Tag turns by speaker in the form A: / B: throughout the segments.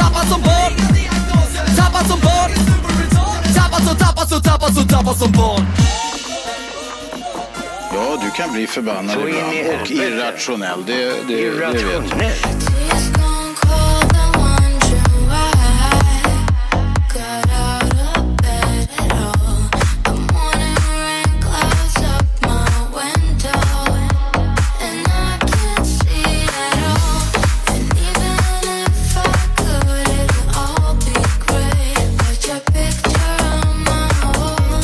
A: Tappad som barn Tappad som barn Tappad som, tappad som, tappad som, tappad som barn
B: Ja, du kan bli förbannad
C: Så in i
B: ibland och
C: helvete.
B: irrationell. Det, det, det vet jag.
C: Irrationellt.
D: Tears gone cold, I'm wondering why got out of bed at all. The morning rain clouds up my window, and I can't see at all. And even if I could, it'd all be great. But your picture on my wall,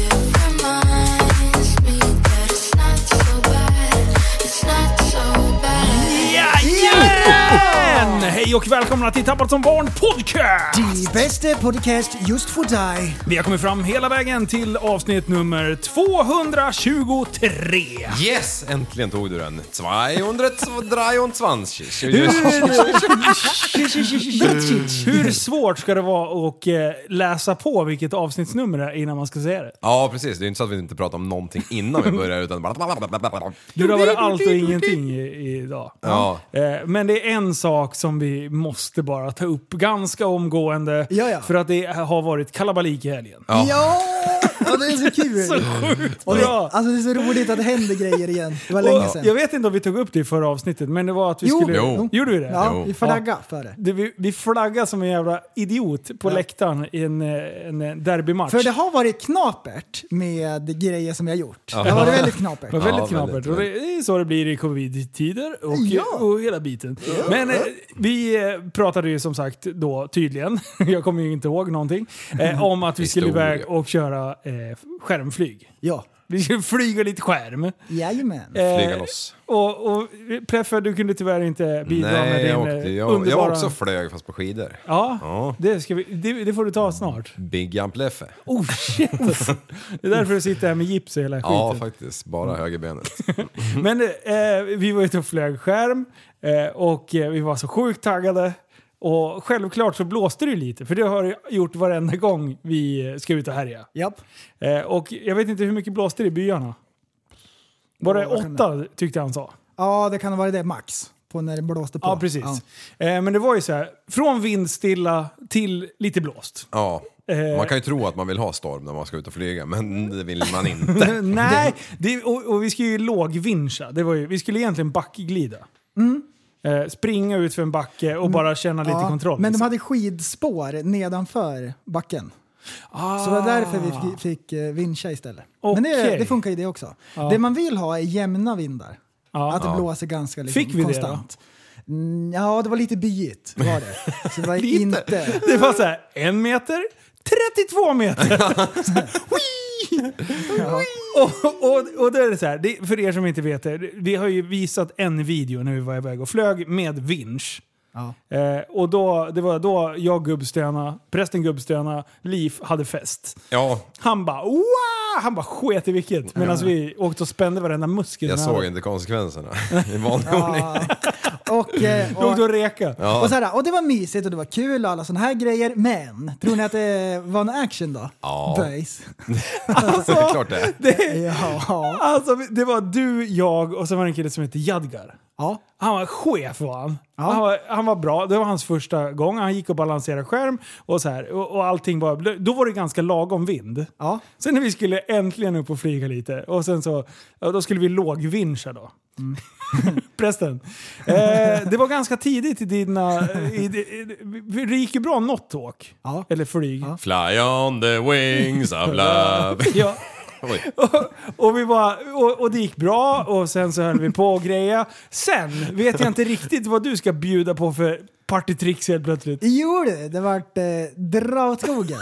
D: it reminds me that it's not so bad. It's not so bad.
E: Jajamän! Hej och välkomna till Tappat som barn podcast!
F: Die beste Podcast just för dig.
E: Vi har kommit fram hela vägen till avsnitt nummer 223.
G: Yes! Äntligen tog du den. 223.
E: Hur svårt ska det vara att eh, läsa på vilket avsnittsnummer det är innan man ska säga det?
G: Ja, precis. Det är inte så att vi inte pratar om någonting innan vi börjar utan bara...
E: Du har varit allt och ingenting i- idag.
G: Ja.
E: Eh, Men det är en sak som vi måste bara ta upp ganska omgående.
F: Ja, ja.
E: För att det har varit kalabalik i helgen.
G: Ja.
F: Ja! ja, det är så kul.
G: Mm.
E: Så sjukt
F: och det,
E: bra!
F: alltså det är så roligt att det händer grejer igen. Det var
E: Och
F: länge sedan.
E: Jag vet inte om vi tog upp det i förra avsnittet, men det var att vi skulle...
G: Jo.
E: Gjorde vi det?
F: Ja,
G: Jo.
F: vi flaggade för det.
E: Du, vi, vi flaggade som en jävla idiot på läktaren i en, eh, en eh, derbymatch.
F: För det har varit knapert med grejer som jag gjort. Det har varit väldigt knapert.
E: Det var väldigt
G: Ja,
E: knapert.
G: väldigt,
E: Och det är så det blir i covid-tider och,
F: Ja.
E: och hela biten. Men eh, vi eh, pratade ju som sagt då tydligen, jag kommer ju inte ihåg någonting, eh, om att vi skulle
G: Historia.
E: iväg och köra eh, skärmflyg.
F: Ja.
E: Vi skulle flyga lite skärm.
F: Jajamän.
E: Eh,
G: Flyga loss.
E: Och, och Preffe, du kunde tyvärr inte bidra med
G: Nej,
E: din
G: jag,
E: eh,
G: åkte, jag, jag
E: underbara...
G: också flög fast på skidor.
E: Ja,
G: Ja.
E: Det, ska vi, det, det får du ta snart.
G: Big Jump Leffe.
E: Oh shit! det är därför du sitter här med gips och hela skiten.
G: Ja, faktiskt. Bara högerbenet.
E: Men eh, vi var ute och flög skärm eh, och eh, vi var så sjukt taggade. Och självklart så blåste det ju lite, för det har det gjort varenda gång vi eh, ska ut och härja.
F: Japp.
E: Eh, och jag vet inte hur mycket blåste det i byarna? Var det
F: Ja, vad kan
E: åtta tyckte han sa?
F: Ja, det kan ha varit det max. På när det blåste på.
E: Ja, precis. Eh, men det var ju så här, från vindstilla till lite blåst.
G: Ja.
E: Eh.
G: Man kan ju tro att man vill ha storm när man ska ut och flyga, men det vill man inte.
E: Nej, det, och, och vi skulle ju lågvincha. Det var ju, vi skulle egentligen backglida. Eh, springa ut för en backe och bara känna lite
F: Mm. Ja,
E: kontroll.
F: Men de
E: liksom.
F: hade skidspår nedanför backen. Så det var därför vi fick, fick eh, vincha istället. Men det,
E: Ah. Okej.
F: det funkar ju det också. Det man vill ha är jämna vindar.
E: Ja.
F: Att det blåser ganska liksom,
E: Fick vi det
F: konstant. Det, mm, ja, det var lite byigt. Var det. Så det var inte...
E: Det var så här, en meter, 32 meter. Så här, hui! och, och, och då är det så här, det, för er som inte vet det, vi har ju visat en video när vi var iväg och flög med vinsch.
F: Ja.
E: Eh, och då, det var då jag gubbstöna, prästen gubbstöna, Liv hade fest.
G: Ja,
E: Han bara wow! Han bara sket i vilket. Medan vi åkte och spände varenda muskel.
G: jag såg inte konsekvenserna i vanlig ordning.
F: Och, eh,
E: Vi åkte och
F: och,
E: reka.
F: och, så här, och det var mysigt och det var kul och alla sådana här grejer. Men tror ni att det var en action då?
G: Ja.
F: Böjs.
G: Det är klart det är.
E: Det,
F: Ja.
E: alltså, det var du, jag och så var det en kille som hette Jadgar.
F: ja.
E: Han var chef var han. Han, var, han var bra. Det var hans första gång. Han gick och balanserade skärm och så här. Och, och allting var... Då var det ganska lagom vind.
F: Ja.
E: Sen när vi skulle äntligen upp och flyga lite och sen så... ja, Då skulle vi lågvincha då.
F: Mm.
E: Prästen. Eh, det var ganska tidigt i dina... I, i, i, det gick ju bra något åk.
F: Ja.
E: Eller flyg.
G: Fly on the wings of love.
E: Ja.
G: Oj.
E: Och, vi bara, och, och det gick bra och sen så höll vi på och greja. Sen vet jag inte riktigt vad du ska bjuda på för partytricks helt plötsligt.
F: Jo du, det vart eh, dra åt skogen.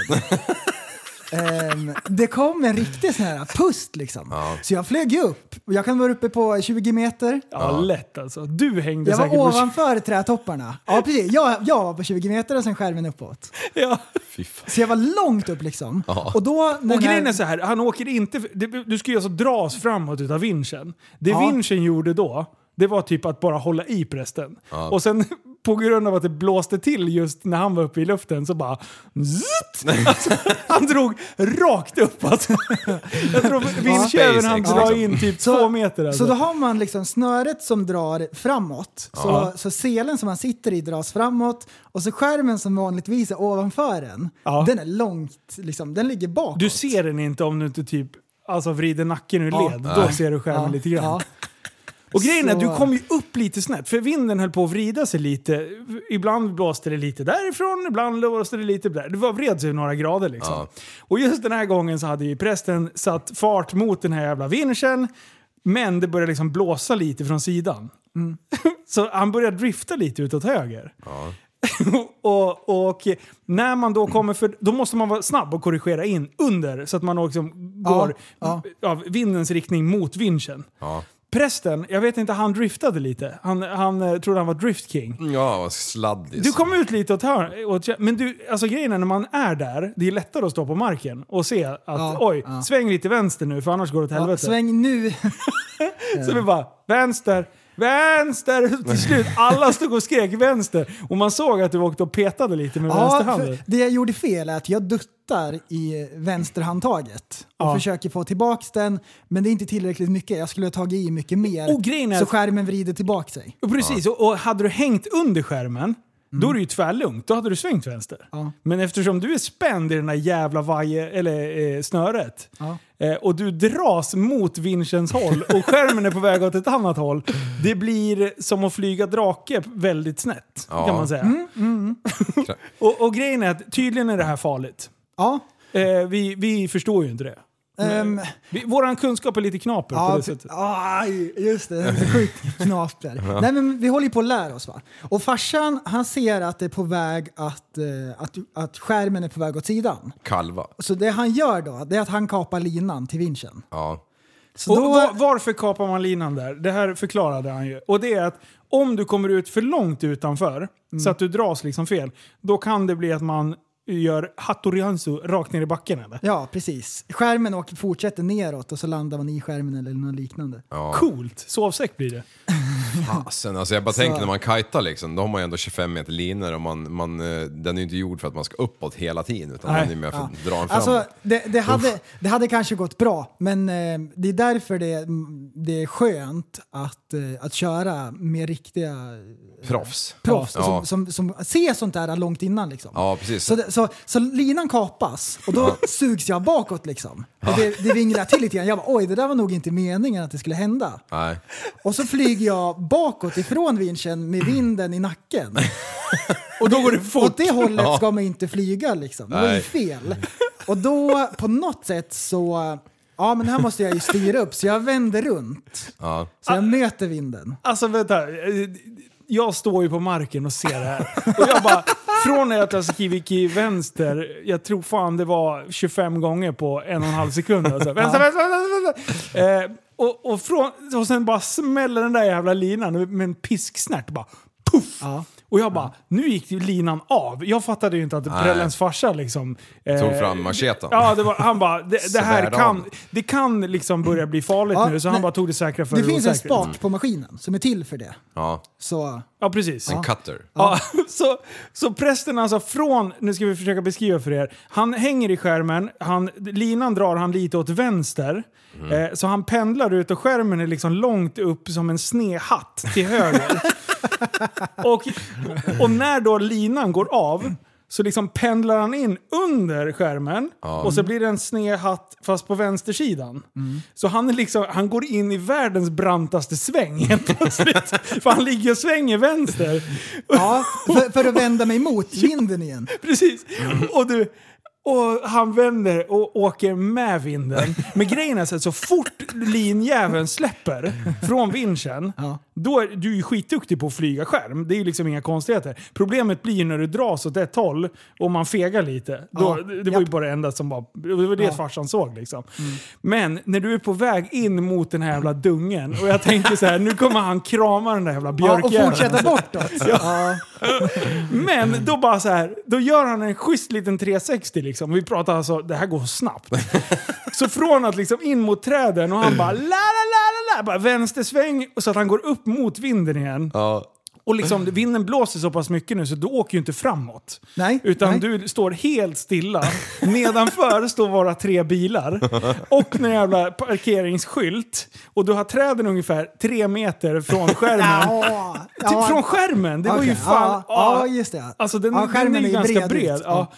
F: Ehm, det kom en riktig sån här pust liksom. Så jag flög ju upp. Och Jag kan vara uppe på 20 meter.
E: Ja, lätt alltså. Du hängde
F: Jag
E: säkert
F: var
E: på...
F: ovanför trädtopparna. Ja, precis. Jag, jag var på 20 meter och sen skärmen uppåt.
E: Ja.
G: Fy fan.
F: Så jag var långt upp liksom. Och då... när
E: Och
F: den här-
E: grejen är så här, han åker inte... det- Du ska ju alltså dras framåt utav vinschen. Det
F: Ja.
E: vinschen gjorde då, det var typ att bara hålla i prästen. Och sen på grund av att det blåste till just när han var uppe i luften så bara... Zzzt, alltså, han drog rakt upp alltså. Jag tror vinschäveln han
G: SpaceX,
E: drar
G: liksom.
E: in typ två meter alltså.
F: Så då har man liksom snöret som drar framåt. Så, så selen som man sitter i dras framåt och så skärmen som vanligtvis är ovanför den,
E: Ja.
F: den är långt, liksom, den ligger bakåt.
E: Du ser den inte om du inte typ alltså, vrider nacken ur
F: Ja.
E: led. Då ser du skärmen
F: Ja,
E: lite grann.
F: ja.
E: Och grejen är att du
F: Så-
E: kom ju upp lite snett, för vinden höll på att vrida sig lite. Ibland blåste det lite därifrån, ibland blåste det lite där. Det var vred sig några grader liksom.
G: Ja.
E: Och just den här gången så hade ju prästen satt fart mot den här jävla vinschen, men det började liksom blåsa lite från sidan. Så han började drifta lite utåt höger. och, och när man då kommer för... Då måste man vara snabb och korrigera in under så att man liksom går
F: ja.
E: av vindens riktning mot vinschen.
G: Ja.
E: Prästen, jag vet inte, han driftade lite. Han, han eh, trodde han var driftking.
G: Ja, vad sladdis.
E: Du kom ut lite åt hör, åt, men du, alltså grejen är när man är där, det är lättare att stå på marken och se att
F: Ja,
E: oj,
F: ja.
E: sväng lite vänster nu för annars går det åt
F: ja,
E: helvete.
F: sväng nu.
E: Så vi bara, vänster, vänster! Till slut, alla stod och skrek vänster. Och man såg att du åkte och petade lite med
F: ja,
E: vänsterhanden.
F: för det jag gjorde fel är att jag duttar i vänsterhandtaget och
E: Ja.
F: försöker få tillbaka den, men det är inte tillräckligt mycket. Jag skulle ha tagit i mycket mer,
E: Och grejen är
F: så
E: att-
F: skärmen vrider tillbaka sig.
E: Och precis, och, och hade du hängt under skärmen, då är det ju tvärlugnt. Då hade du svängt vänster.
F: Mm. Ja.
E: Men eftersom du är spänd i den där jävla vaje, eller, eh, snöret
F: Ja.
E: eh, och du dras mot vinschens håll och skärmen är på väg åt ett annat håll. Det blir som att flyga drake väldigt snett,
G: Ja.
E: kan man säga.
F: Mm,
E: och, och grejen är att tydligen är det här farligt.
F: Ja,
E: Eh, vi, vi förstår ju inte det.
F: ehm,
E: Vi, våran kunskap är lite knaper på
F: Ja,
E: det sättet.
F: aj, just det. Det är så sjukt knapert. Nej, men vi håller ju på att lära oss. Va? Och farsan, han ser att det är på väg att, eh, att, att skärmen är på väg åt sidan.
G: Kalva.
F: Så det han gör då, det är att han kapar linan till vinschen.
G: Ja.
F: Så
E: Och
F: då,
E: va- varför kapar man linan där? Det här förklarade han ju. Och det är att om du kommer ut för långt utanför,
F: Mm.
E: så att du dras liksom fel, då kan det bli att man gör hattoriansu rakt ner i backen eller?
F: ja, precis. Skärmen åker, fortsätter neråt och så landar man i skärmen eller något liknande.
E: Coolt! Sovsäck blir det.
G: Fasen, alltså jag bara tänker när man kajtar liksom, då har man ju ändå 25 meter linor och man, man, eh, den är ju inte gjord för att man ska uppåt hela tiden utan
E: Nej.
G: den är mer för att dra den framåt.
F: Alltså, det, det, hade, det hade kanske gått bra, men eh, det är därför det, det är skönt att, eh, att köra med riktiga
G: Proffs.
F: proffs
G: Ja.
F: som, som, som ser sånt där långt innan. Liksom.
G: Ja, precis.
F: Så, det- så, så linan kapas och då sugs jag bakåt. Liksom. Och det, det vinglar till lite grann. Jag bara, oj, det där var nog inte meningen att det skulle hända.
G: Nej.
F: Och så flyger jag bakåt ifrån vinschen med vinden i nacken.
E: Och då går det fort!
F: Åt det hållet ska man inte flyga liksom. Det var ju
G: Nej.
F: fel. Och då på något sätt så, ja men här måste jag ju styra upp så jag vänder runt.
G: Ja.
F: Så jag möter vinden.
E: Alltså vänta. eh, Jag står ju på marken och ser det här. Och jag bara, från när jag tassade i vänster, jag tror fan det var 25 gånger på en och en halv sekund. Alltså. Vänster, vänster, vänster, vänster. Eh, och, och, från, och sen bara smäller den där jävla linan med en pisksnärt. Bara, puff!
F: Ja.
E: Och jag bara, nu gick ju linan av. Jag fattade ju inte att Prällens farsa liksom... eh,
G: Tog fram machetan.
E: Ja, det var, han bara, det, det här
G: Svärd av.
E: kan, det kan liksom börja bli farligt
F: Ja,
E: nu. Så han
F: nej.
E: bara tog det säkra för
F: Det finns en
E: osäkra.
F: spak på maskinen som är till för det.
G: Ja.
F: Så
E: Ja, precis.
G: En cutter.
E: Ja, så, så prästen alltså från, nu ska vi försöka beskriva för er. Han hänger i skärmen, han, linan drar han lite åt vänster. Eh, så han pendlar ut och skärmen är liksom långt upp som en snehatt till höger. och, och när då linan går av så liksom pendlar han in under skärmen och så blir det en snehatt fast på vänstersidan. Så han, är liksom, han går in i världens brantaste sväng helt plötsligt. för han ligger och svänger vänster.
F: Ja, för, för att vända mig mot vinden igen.
E: Precis. Och du... Och han vänder och åker med vinden. Men grejen är så att så fort linjäveln släpper från vinschen,
F: Ja.
E: Då är du är ju skitduktig på att flyga skärm. Det är ju liksom inga konstigheter. Problemet blir ju när du dras åt ett håll och man fegar lite. Då,
F: Ja,
E: det var ju
F: japp.
E: bara det enda som var... Det var det
F: Ja. Mm.
E: farsan såg liksom. Men när du är på väg in mot den här jävla dungen och jag tänker så här, nu kommer han krama den där jävla
F: Ja, och
E: björkjäveln.
F: fortsätta bortåt. Ja.
E: Men då bara så här, då gör han en schysst liten 360 liksom. Vi pratar alltså, det här går snabbt. Så från att liksom in mot träden och han bara la la la la la, bara vänstersväng så att han går upp mot vinden igen.
G: Ja.
E: Och liksom vinden blåser så pass mycket nu så du åker ju inte framåt.
F: Nej,
E: Utan
F: nej.
E: du står helt stilla. Nedanför står våra tre bilar. Och en jävla parkeringsskylt. Och du har träden ungefär tre meter från skärmen.
F: Ja.
E: Typ
F: Ja.
E: från skärmen! Det var ju
F: Okej,
E: fan...
F: ja,
E: ah.
F: ja, just det.
E: Alltså den,
F: Ja, skärmen
E: den är
F: är
E: ju
F: ju
E: ganska
F: bred
E: bred.
F: liksom. ut.
E: ja.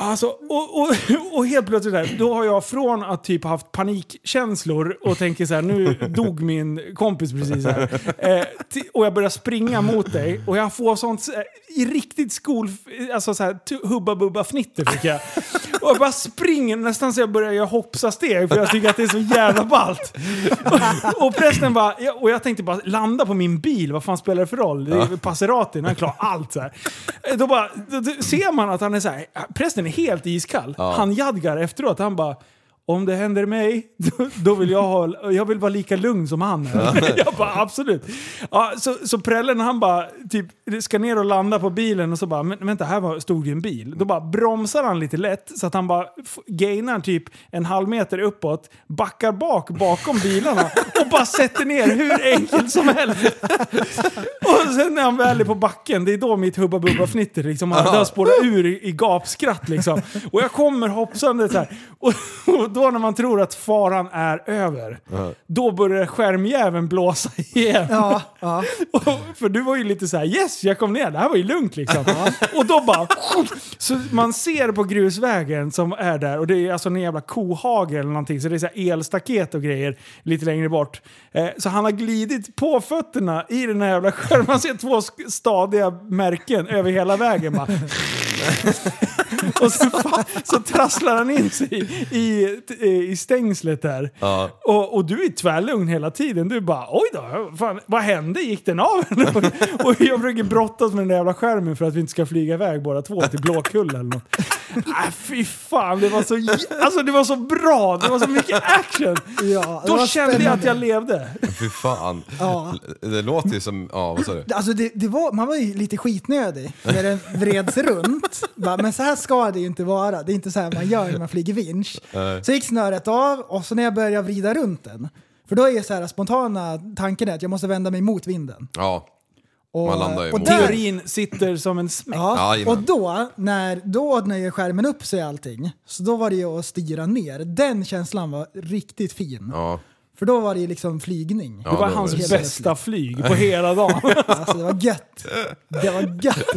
E: Alltså, och, och, och helt plötsligt där, då har jag från att typ haft panikkänslor och tänker så här, nu dog min kompis precis här. Eh, ti- och jag börjar springa mot dig och jag får sånt så här, i riktigt skol... Alltså så här, tu- hubba bubba fnitter fick jag. Och jag bara springer nästan så jag börjar göra hoppsasteg för jag tycker att det är så jävla ballt. Och, och prästen bara, ja, och jag tänkte bara landa på min bil, vad fan spelar det för roll? Det är Passeratin, han klarar allt så här. Eh, Då, bara, då, då ser man att han är så här, prästen är helt iskall. Han jadgar efteråt, han bara om det händer mig, då, då vill jag, ha, jag vill vara lika lugn som han är. Jag bara absolut. Ja, så, så prällen han bara typ, ska ner och landa på bilen och så bara men, vänta här var, stod ju en bil. Då bara bromsar han lite lätt så att han bara f- gainar typ en halv meter uppåt, backar bak bakom bilarna och bara sätter ner hur enkelt som helst. Och sen när han väl är på backen, det är då mitt Hubba Bubba fnitter liksom, han, han spårar ur i, i gapskratt liksom. Och jag kommer hoppsande så här. Och, och då när man tror att faran är över, då börjar skärmjäveln blåsa igen.
F: Ja, ja.
E: Och, för du var ju lite så här: yes jag kom ner, det här var ju lugnt liksom. Och då bara... Så man ser på grusvägen som är där och det är alltså en jävla kohage eller någonting. Så det är så här elstaket och grejer lite längre bort. Eh, så han har glidit på fötterna i den här jävla skärmen. Man ser två sk- stadiga märken över hela vägen bara. Och så, så trasslar han in sig i, i, i stängslet där.
G: Ja.
E: Och, och du är tvärlugn hela tiden. Du bara oj då, fan, vad hände? Gick den av? och jag försöker brottas med den där jävla skärmen för att vi inte ska flyga iväg båda två till Blåkulla eller något. Äh, fy fan, det var, så, j- alltså, det var så bra! Det var så mycket action!
F: Ja, det
E: Då
F: var
E: kände jag att
F: spännande.
E: jag levde.
G: Fy fan.
F: Ja.
G: Det låter ju som... Ja, vad sa du?
F: Alltså det, det var, man var ju lite skitnödig när den vreds runt. Va, Men så här ska det ju inte vara. Det är inte så här man gör när man flyger vinsch. Så gick snöret av och så när jag började vrida runt den. För då är så här spontana tanken är att jag måste vända mig mot vinden.
G: Ja.
F: Och,
G: Man landar ju
F: och
G: mot
F: där,
E: Teorin sitter som en smäck.
F: Ja,
G: Jajamän.
F: och då när, då när skärmen upp sig allting, så då var det ju att styra ner. Den känslan var riktigt fin.
G: ja.
F: För då var det ju liksom flygning.
G: ja
E: Det var
G: då
E: hans
G: det-
F: helt
E: bästa flyg på hela dagen.
F: Alltså det var gött. Det var gött.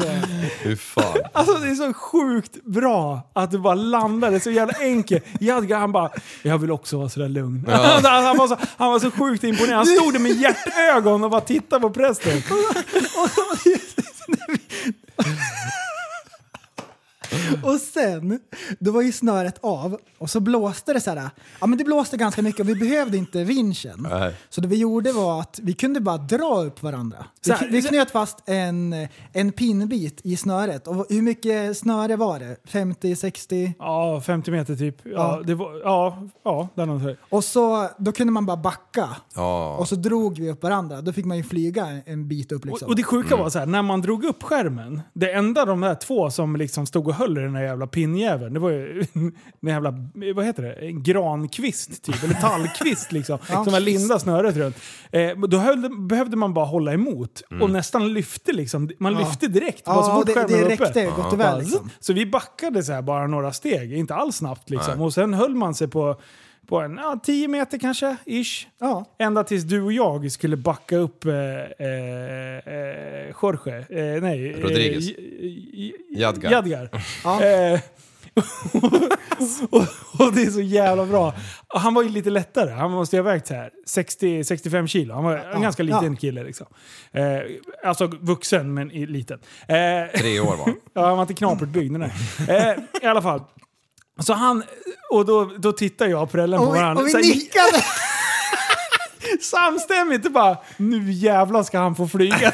G: Fy fan.
E: Alltså det är så sjukt bra att du bara landade så jävla enkelt. Jadga han bara, jag vill också vara sådär lugn. Alltså, han, var så, han var så sjukt imponerad. Han stod där med hjärtögon och bara tittade på prästen.
F: Och sen, då var ju snöret av och så blåste det så här. Ja men det blåste ganska mycket och vi behövde inte vinschen.
G: Nej.
F: Så det vi gjorde var att vi kunde bara dra upp varandra.
E: Så här-
F: vi, vi knöt fast en, en pinnbit i snöret. Och hur mycket snöre var det? 50, 60?
E: Ja, 50 meter typ. Ja,
F: Ja.
E: det var, ja, ja där någonstans.
F: Och så, då kunde man bara backa.
G: Ja.
F: Och så drog vi upp varandra. Då fick man ju flyga en bit upp
E: Och,
F: liksom.
E: och det sjuka var så här, när man drog upp skärmen, det enda de där två som liksom stod och höll i den där jävla pinnjäveln, det var ju en jävla, vad heter det, en grankvist typ, eller tallkvist liksom, som var linda snöret runt. Eh, men då höll, behövde man bara hålla emot och nästan lyfte liksom, man lyfte direkt. bara så
F: ja,
E: fort
F: det,
E: skärmen
F: det
E: var uppe.
F: räckte gott
E: Bara
F: och väl liksom.
E: zzz. Så vi backade så här bara några steg, inte alls snabbt liksom. Och sen höll man sig på, på en, ja, 10 meter kanske, ish.
F: Ja.
E: Ända tills du och jag skulle backa upp eh, eh, eh, Jorge, eh, nej,
G: Rodriguez.
E: Eh, J- J-
G: Jadgar.
E: Jadgar.
F: Ja.
E: Eh, och, och det är så jävla bra. Och Han var ju lite lättare, han måste ju ha vägt så här 60-65 kilo. Han var en ganska liten
F: Ja.
E: kille liksom. Eh, alltså vuxen men i- liten. Eh,
G: Tre år var han.
E: Ja, han var inte knapert byggd den där. eh, I alla fall. Så han, och då, då tittar jag och prällen på
F: Och vi,
E: varandra.
F: och vi
E: Så här,
F: nickade!
E: samstämmigt och bara nu jävlar ska han få flyga.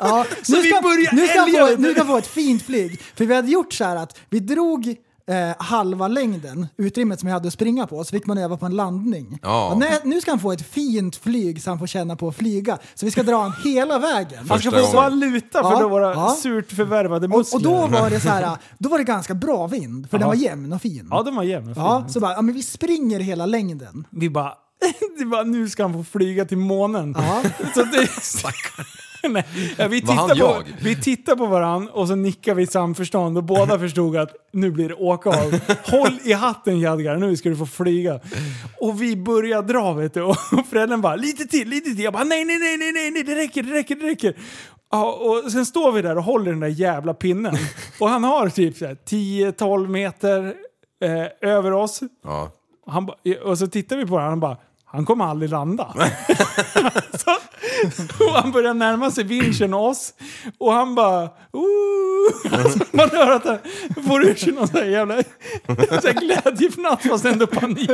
F: Ja,
E: Så
F: nu,
E: vi
F: ska,
E: börjar
F: nu, ska han
E: älgar.
F: få, nu ska han få ett fint flyg. För vi hade gjort så här att vi drog eh, halva längden, utrymmet som vi hade att springa på, så fick man öva på en landning.
G: Ja.
F: Och nej, nu ska han få ett fint flyg så han får känna på att flyga. Så vi ska dra han hela vägen.
E: Han ska
G: Första
E: få
G: gången.
E: valuta för
F: Ja,
E: våra
F: ja.
E: surt förvärvade
F: Och,
E: muskler.
F: och då var det så här, då var det ganska bra vind, för den
E: Ja.
F: var jämn och fin.
E: Ja, de var jämna.
F: Ja,
E: Ja.
F: så bara, ja, men vi springer hela längden.
E: Vi bara, vi bara, nu ska han få flyga till månen.
F: Ja.
E: Så det, Nej, ja, vi,
G: Var han
E: tittar på,
G: jag?
E: vi tittar på varandra och så nickar vi i samförstånd och båda förstod att nu blir det åka av. Håll i hatten Jadgar, nu ska du få flyga. Och vi börjar dra vet du och föräldern bara lite till, lite till. Jag bara nej, nej, nej, nej, nej, nej, det räcker, det räcker, det räcker. Ja, och sen står vi där och håller den där jävla pinnen. Och han har typ så här 10-12 meter eh, över oss.
G: Ja.
E: Han ba, och så tittar vi på honom och han bara han kommer aldrig landa. så, och han börjar närma sig vinschen och oss. Och han bara... "Ooh." Alltså, man hör att han får ur sig någon sån här jävla så här glädjefnatt fast ändå panik.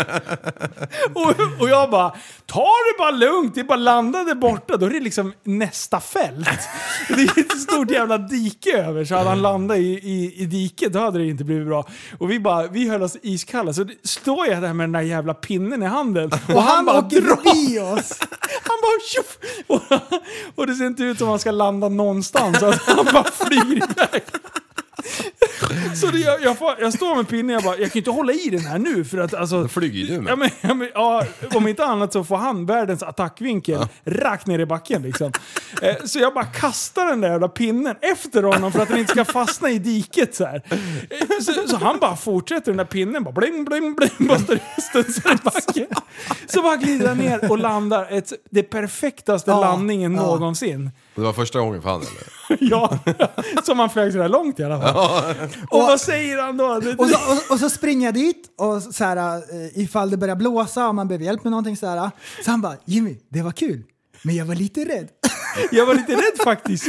E: och, och jag bara... Ta det bara lugnt, det är bara landa där borta. Då är det liksom nästa fält. Det är ett stort jävla dike över. Så hade han landat i, i, i diket då hade det inte blivit bra. Och vi bara, vi höll oss iskalla. Så det- står jag där med den där jävla pinnen i handen. Och,
F: Och han,
E: bara
F: åker
E: drar.
F: förbi oss.
E: Han bara tjoff! Och, och det ser inte ut som han ska landa någonstans. Alltså, han bara flyger iväg. Så det, jag, jag, får- jag står med pinnen och jag bara, jag kan ju inte hålla i den här nu för att alltså...
G: Då flyger ju du med.
E: Ja, men, ja, men, ja, om inte annat så får han världens attackvinkel rakt ner i backen liksom. Eh, så jag bara kastar den där jävla pinnen efter honom för att den inte ska fastna i diket så här. Eh, så, så han bara fortsätter den där pinnen bara bling bling bling bara studsar
F: Alltså.
E: i backen. Så bara glider han ner och landar ett, det perfektaste
F: Ja,
E: landningen
F: ja.
E: någonsin.
G: Det var första gången för han eller?
E: Ja, som han flög sådär långt i alla fall. Och vad säger han då? Det-
F: Och så, och, och så springer jag dit och så här, eh, ifall det börjar blåsa och man behöver hjälp med någonting så här. Så han bara Jimmy, det var kul, men jag var lite rädd.
E: Jag var lite rädd faktiskt.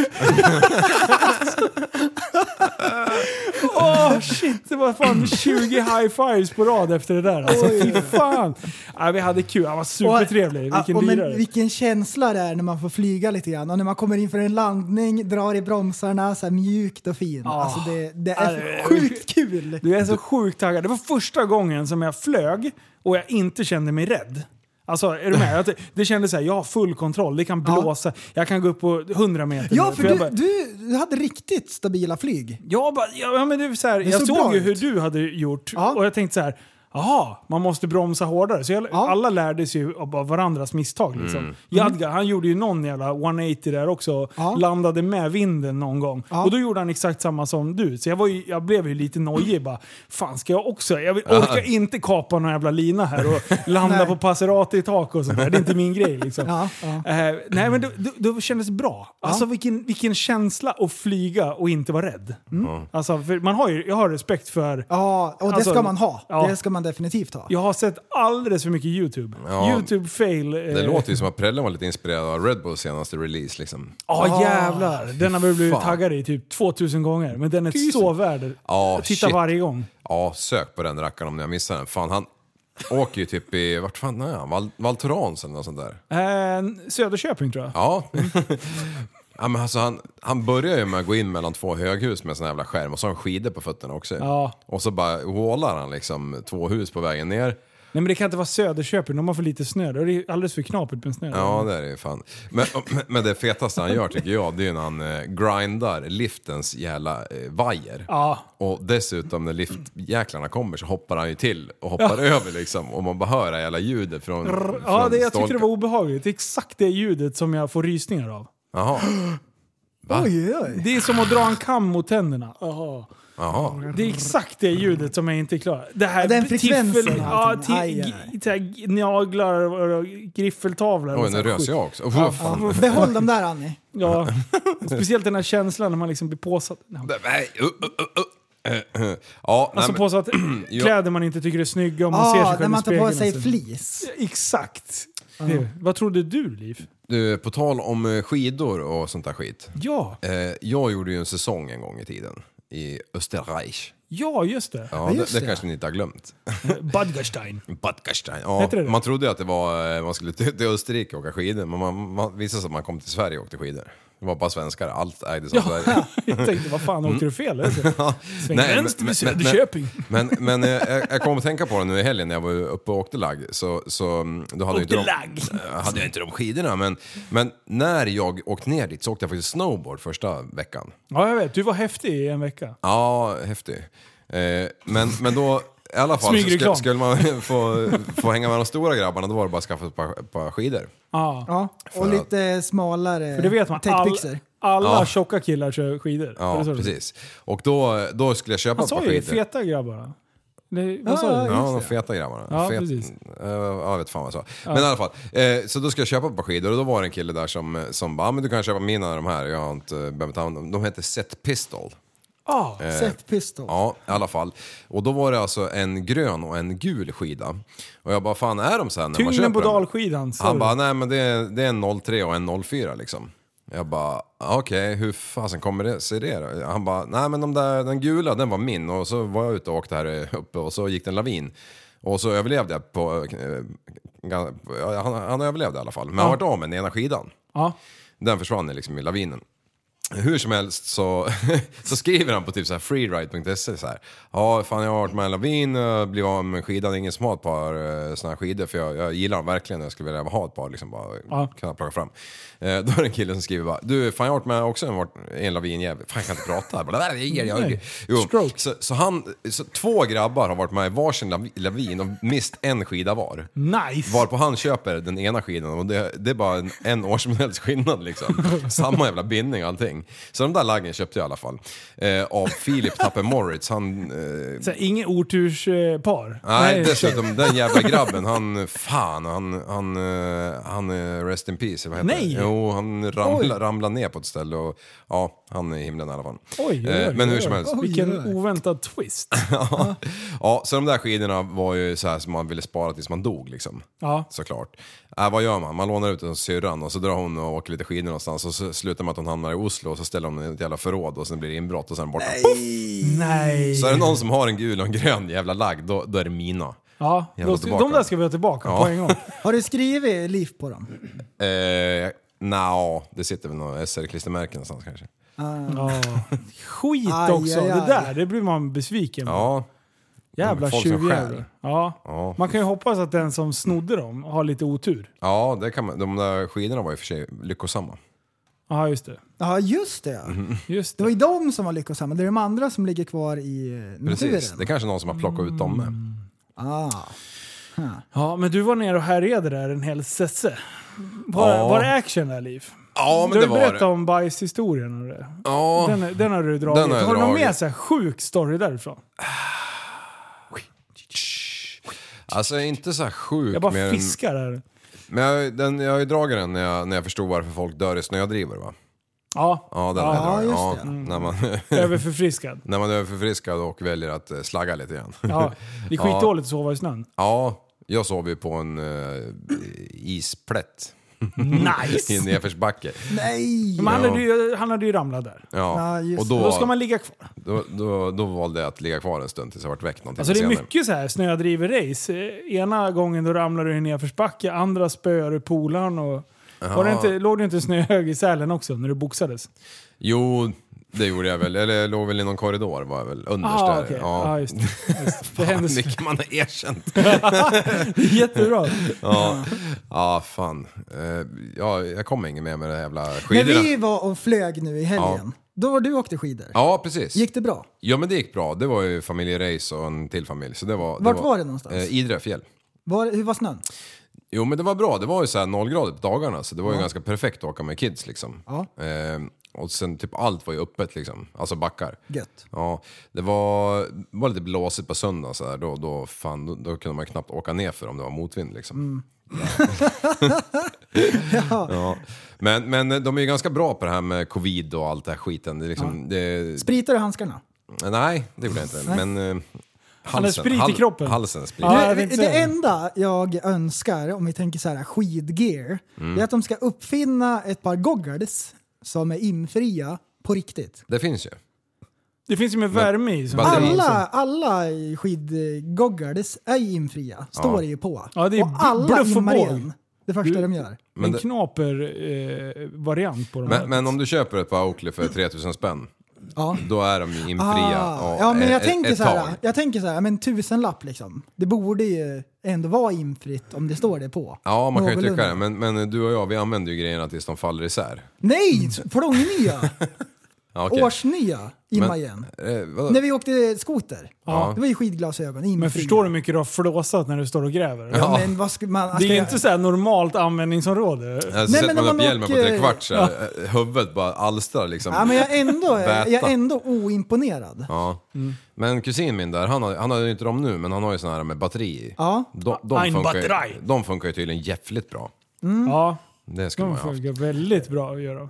E: Åh shit, det var fan 20 high fives på rad efter det där. Alltså, fy fan. Ja, vi hade kul, han var supertrevlig.
F: Ja,
E: Vilken
F: och men
E: lirare.
F: vilken känsla det är när man får flyga lite grann och när man kommer in för en landning, drar i bromsarna så här mjukt och fint. Alltså det, det
E: Ja,
F: är
E: det-
F: sjukt kul.
E: Du är så sjukt taggad. Det var första gången som jag flög och jag inte kände mig rädd. Alltså, är du med? Att det- Det kändes så här, jag har full kontroll. Det kan
F: Ja.
E: blåsa, jag kan gå upp på 100 meter.
F: Ja,
E: nu.
F: för
E: jag
F: du,
E: bara-
F: du, du hade riktigt stabila flyg.
E: Jag, bara, ja, ja, men det är så här, jag
F: såg bra
E: såg ju
F: ut.
E: hur du hade gjort
F: Ja.
E: och jag tänkte så här, jaha, man måste bromsa hårdare. Så jag,
F: Ja.
E: alla lärde sig ju av av varandras misstag. Liksom. Jadgar, han gjorde ju någon jävla 180 där också,
F: Ja.
E: landade med vinden någon gång.
F: Ja.
E: Och då gjorde han exakt samma som du. Så jag, var ju, jag blev ju lite nojig bara, fan ska jag också? Jag vill, orkar inte kapa någon jävla lina här och landa
F: Nej.
E: på Passerati i tak och sånt där. Det är inte min grej liksom.
F: Ja, ja.
E: Eh, nej men då,
G: Mm.
E: då, då kändes det bra. Alltså vilken, vilken känsla att flyga och inte vara rädd. Alltså, för man har ju, jag har respekt för...
F: Ja, och det
E: Alltså,
F: ska man ha.
E: ja.
F: Det ska man definitivt ha.
E: Jag har sett alldeles för mycket YouTube.
G: Ja.
E: YouTube fail. eh,
G: Det låter ju som att Prellen var lite inspirerad av Red Bulls senaste release liksom.
E: Ja jävlar. Den har vi blivit
G: fan.
E: taggade i typ 2000 gånger. Men den är så värd
G: Ja,
E: Titta
G: shit.
E: varje gång.
G: Ja, sök på den rackaren om ni har missat den. Fan, han åker ju typ i, vart fan är han? Val, Val Thorens eller något sånt där.
E: Eh, Söderköping tror jag.
G: Ja. ja men alltså han, han börjar ju med att gå in mellan två höghus med sån här jävla skärm och så har han skidor på fötterna också.
E: Ja.
G: Och så bara wallar han liksom två hus på vägen ner.
E: Nej men det kan inte vara Söderköping, de har för lite snö. Det är alldeles för knapert med snö.
G: Ja, det är det ju fan. Men, men det fetaste han gör tycker jag, det är ju när han eh, grindar liftens jävla eh, vajer.
E: Ja.
G: Och dessutom när liftjäklarna kommer så hoppar han ju till och hoppar över liksom. Och man bara hör det här jävla ljudet från...
E: Ja,
G: från
E: det, jag tyckte det
G: stolpen.
E: var obehagligt. Det är exakt det ljudet som jag får rysningar av.
G: Jaha. Va?
F: Oj, oj.
E: Det är som att dra en kam mot tänderna.
G: Jaha.
E: Det är exakt det ljudet som jag inte klarar. Det här
F: Den frekvensen
E: tiffel-
F: och
E: Ja,
F: allting.
E: ti-
F: Aj, aj, aj.
E: g- så här g- naglar och och griffeltavlor. och
G: Oj, nu
E: sånt skit.
G: rös jag också. Oh, fan.
F: Ja, behåll dem där Annie.
E: Ja. Speciellt den här känslan när man liksom blir påsatt. Nej,
G: Nej, uh, uh, uh, uh. Uh, uh. Ja, nej,
E: Alltså
G: men-
E: påsatt
G: Ja.
E: kläder man inte tycker är snygga om man ser sig
F: Ja,
E: själv
F: Ah, när
E: i
F: man tar på
E: spegeln
F: sig
E: och så.
F: flis.
E: Exakt. Det. Vad trodde du, Liv?
G: Du, på tal om eh, skidor och sånt där skit.
E: Ja.
G: Eh, jag gjorde ju en säsong en gång i tiden. i Österreich.
E: Ja, just det.
G: Ja,
F: just
G: det, det
F: det.
G: kanske ni inte har glömt.
E: Badgerstein.
G: Badgerstein. Ja,
E: Heter det det?
G: man trodde ju att det var, eh, man skulle till, till Österrike och åka skidor, men man, man visade sig att man kom till Sverige och åkte skidor. Det var bara svenskar, allt ägdes av Sverige.
E: Jag tänkte, vad fan, åkte du fel? Alltså. Sväng
G: Mm. Nej, men-
E: vänster
G: men-
E: vid Söderköping.
G: Men, men eh, jag, jag kom att tänka på det nu i helgen när jag var uppe och åkte lagg. Så, så, mm, då hade, jag inte
E: Åkte
G: de, eh, hade jag inte de skidorna. Men, men när jag åkte ner dit så åkte jag faktiskt snowboard första veckan.
E: Ja, jag vet. Du var häftig i en vecka.
G: Ja, häftig. Eh, men, men då, i alla fall, så skulle,
E: Smygreklam.
G: skulle man få, få hänga med de stora grabbarna, då var det bara att skaffa ett par, par skidor.
E: Ja.
F: Ja, och
G: att-
F: lite smalare
E: För det vet man. All,
F: täckbyxor.
E: alla
G: Ja.
E: tjocka killar kör skidor. Är
G: Ja,
E: det så det är?
G: precis. Och då, då skulle jag köpa
E: Han
G: ett par
E: sa ju
G: skidor.
E: feta grabbar. Det, vad sa
F: Ja,
E: du?
G: Ja, de feta grabbarna.
E: Ja,
G: Fet,
E: precis.
G: eh, ja, jag vet fan vad jag sa. Men i alla fall, eh, så då ska jag köpa ett par skidor och då var det en kille där som, som bara, "Ah, men du kan köpa mina de här, jag har inte behövt ta hand om dem. De hette Set Pistol.
E: Ja.
F: Set pistol.
G: Ja, i alla fall. Och då var det alltså en grön och en gul skida. Och jag bara, fan är de så här när man köper
E: Tyngden på
G: dem?"
E: dalskidan. sa
G: Han
E: du.
G: bara, nej men det är, det är en 03 och en 04 liksom. Jag bara, okej, hur fasen kommer det sig det då? Han bara, nej men de där, den gula den var min och så var jag ute och åkte här uppe och så gick det en lavin. Och så överlevde jag på, eh, gan- han, han överlevde i alla fall. Men han vart av med den ena skidan.
E: Ja.
G: Den försvann liksom i lavinen. Hur som helst så, så skriver han på typ så här freeride.se så här. Ja, fan jag har varit med i en lavin, eh, blivit av med skidan, ingen som har ett par eh, såna här skidor för jag, jag gillar dem verkligen jag skulle vilja ha ett par liksom bara
E: Ja.
G: kunna plocka fram. Eh, då är det en kille som skriver bara, du fan jag har varit med också en, varit- i en lavinjävel, fan jag kan inte prata. Bara, "Nej, det är jag,
E: Nej.
G: jag, jo.
E: Stroke.
G: Så, så han, så två grabbar har varit med i varsin lavi- lavin och mist en skida var.
E: Nice!
G: Varpå han köper den ena skidan och det, det är bara en, en årsmodels skillnad liksom. Samma jävla bindning och allting. Så de där laggen köpte jag i alla fall. Eh, av Philip Tapper Moritz. Han... Eh,
E: Så här, Inget oturspar.
G: nej, dessutom den jävla grabben, han... Fan, han... Han... eh, han eh, rest in peace, vad heter
E: Nej.
G: det? Jo, han ramla, ramlade ner på ett ställe och... Ja, han är i himlen i alla fall.
E: Oj, oj,
G: Eh,
E: oj,
G: men hur
E: oj.
G: som helst.
E: Vilken oväntad twist.
G: Ja. ja, så de där skidorna var ju så här som man ville spara tills man dog liksom.
E: Ja.
G: Såklart. Äh, vad gör man? Man lånar ut den hos syrran och så drar hon och åker lite skidor någonstans och så slutar man att hon hamnar i Oslo och så ställer hon i ett jävla förråd och sen blir det inbrott och sen borta. Puff!
E: Nej.
G: Så är det någon som har en gul och en grön jävla lagg, då, då är det mina.
E: Ja,
G: Jävla
E: då,
G: tillbaka.
E: de där ska vi ha tillbaka på en gång.
F: Har du skrivit liv på dem?
G: Eh, Nja, det sitter väl några SR-klistermärken någonstans kanske.
E: Ja. Skit
F: Aj,
E: också.
F: aj,
E: Det
F: aj.
E: där, det blir man besviken på.
G: Ja,
E: Jävla
G: folk som
E: tjuvjävel.
G: stjäl.
E: Ja.
G: Ja.
E: Man kan ju hoppas att den som snodde dem har lite otur.
G: ja det kan man, de där skidorna var ju för sig lyckosamma.
E: Ja, just det.
F: Ja, just det.
E: Just
F: Det var
E: det.
F: ju de som var lyckosamma. Det är de andra som ligger kvar i eh, naturen.
G: Precis, det är kanske någon som har plockat ut dem med.
E: Mm.
F: Ah.
E: Ja, men du var nere och härjade där en hel sesse. Var,
G: Ja.
E: var det action där, Liv?
G: Ja, men
E: du
G: det
E: har
G: var
E: berättat
G: det.
E: om bajshistorien och det.
G: Ja.
E: Den, den har du dragit.
G: Den har jag
E: har du någon
G: dragit.
E: mer så här sjuk story därifrån?
G: Alltså inte så här sjuk.
E: Jag bara
G: mer än-
E: fiskar här.
G: Men jag, den, jag har ju dragit den när jag, när jag förstod varför folk dör i snödrivor va?
E: Ja,
G: Ja, den
E: Ja, Mm.
G: har jag dragit.
F: just
G: ja,
F: det.
G: när, man,
E: överförfriskad.
G: när man är överförfriskad och väljer att eh, slagga lite grann.
E: Ja, det är
G: Ja.
E: skitdåligt att sova i snön.
G: Ja, jag sov ju på en eh, isplätt i en
E: Nice!
G: nedförsbacke.
F: Nej!
E: Men han hade, ju, han hade ju ramlat där.
G: Ja,
F: Ja, just
G: och
F: det.
G: då,
E: Då ska man ligga kvar.
G: då, då, då valde jag att ligga kvar en stund tills jag vart väckt någon timme
E: Alltså det är
G: senare.
E: mycket så här snödriver-race. Eh, Ena gången då ramlar du i en nedförsbacke, andra spöar du polaren och... Var det inte, låg det inte en snöhög i Sälen också när du boxades?
G: Jo, det gjorde jag väl. Eller jag låg väl i någon korridor var jag väl underst
E: Ah,
G: där.
E: okej.
G: Ja.
E: Ja, just det. Just. det. Det
G: Fan,
E: hände så-
G: mycket man har erkänt.
E: jättebra.
G: Ja, ja fan. Eh, Ja, jag kommer ingen mer med det här jävla
F: När
G: skidorna.
F: vi var och flög nu i helgen, då var du och åkte skidor.
G: Ja, precis.
F: Gick det bra?
G: Ja, men det gick bra. Det var ju familjerace och en till familj. Så det var,
F: Vart var det någonstans?
G: Eh, Idre fjäll.
F: Var, hur var snön?
G: Jo, men det var bra. Det var ju så här nollgrader på dagarna, så det var ju ganska perfekt att åka med kids liksom.
F: Ja.
G: Eh, och sen typ allt var ju öppet liksom, alltså backar.
F: Gött.
G: Ja, det var, var lite blåsigt på söndag så här. Då, då, fan, då, då kunde man ju knappt åka ner för om det var motvind liksom.
E: Mm.
G: ja. Men, men de är ju ganska bra på det här med covid och allt det här skiten. Det är liksom, det,
F: Spritar du handskarna?
G: nej, det gjorde jag inte. Men eh, halsen,
E: hade sprit i
G: hal-
E: kroppen.
G: halsen sprit.
E: Ja, jag
F: det,
E: vet inte.
F: Eh, det enda jag önskar, om vi tänker så här skidgear,
G: Mm.
F: det är att de ska uppfinna ett par goggles som är imfria på riktigt.
G: Det finns ju.
E: Det finns ju med värme i. Som
G: batteri-
E: säger.
G: Alltså.
F: Alla, alla i skidgoggar, det s- är ju infria. Står det ju på.
E: Ja, det är
F: och
E: bl-
F: alla
E: bluff och
F: immar
E: båg.
F: igen. Det första de gör.
G: Men
E: en
G: det-
E: knaper-variant på dem. här.
G: Men, men om du köper ett par Oakley för 3000 spänn,
F: Ja.
G: då är de ju infria
F: Ah,
G: av-
F: ja, men jag
G: ett,
F: tänker
G: eh, ett
F: så
G: tag.
F: här, jag tänker så här, men tusenlapp liksom. Det borde ju ändå vara infritt om det står det på.
G: Ja, man kan ju
F: Någorlunda.
G: tycka det. Men, men du och jag, vi använder ju grejerna tills de faller isär.
F: Nej! Plångnya!
G: Ja, Mm. okej.
F: Årsnya! Imma
G: Men-
F: igen.
G: Eh, vadå?
F: När vi åkte skoter.
G: Ja.
F: Det var ju skidglasögon.
E: Men
F: infria.
E: förstår du hur mycket du har flåsat när du står och gräver?
F: Ja, men vad ska man...
E: Det
F: ska
E: är ju
F: jag-
E: inte så här normalt användningsområde.
G: Jag har
F: Nej,
G: sett
F: men
G: man
F: om
G: upp
F: man
G: hjälmen på
F: åker-
G: tre kvart så här, eh, Huvudet bara alstrar liksom.
F: Ja, men jag är ändå,
G: Väta.
F: jag Mm. är ändå oimponerad.
G: Ja. Men kusin min där, han har, han har ju inte dem nu, men han har ju såna här med batteri i.
F: Ja.
G: De, de,
E: Ein
G: funkar ju,
E: batteri.
G: de funkar ju tydligen jävligt bra.
E: Ja,
G: Det ska Mm. man
E: de
G: ju ha haft.
E: funkar väldigt bra att göra.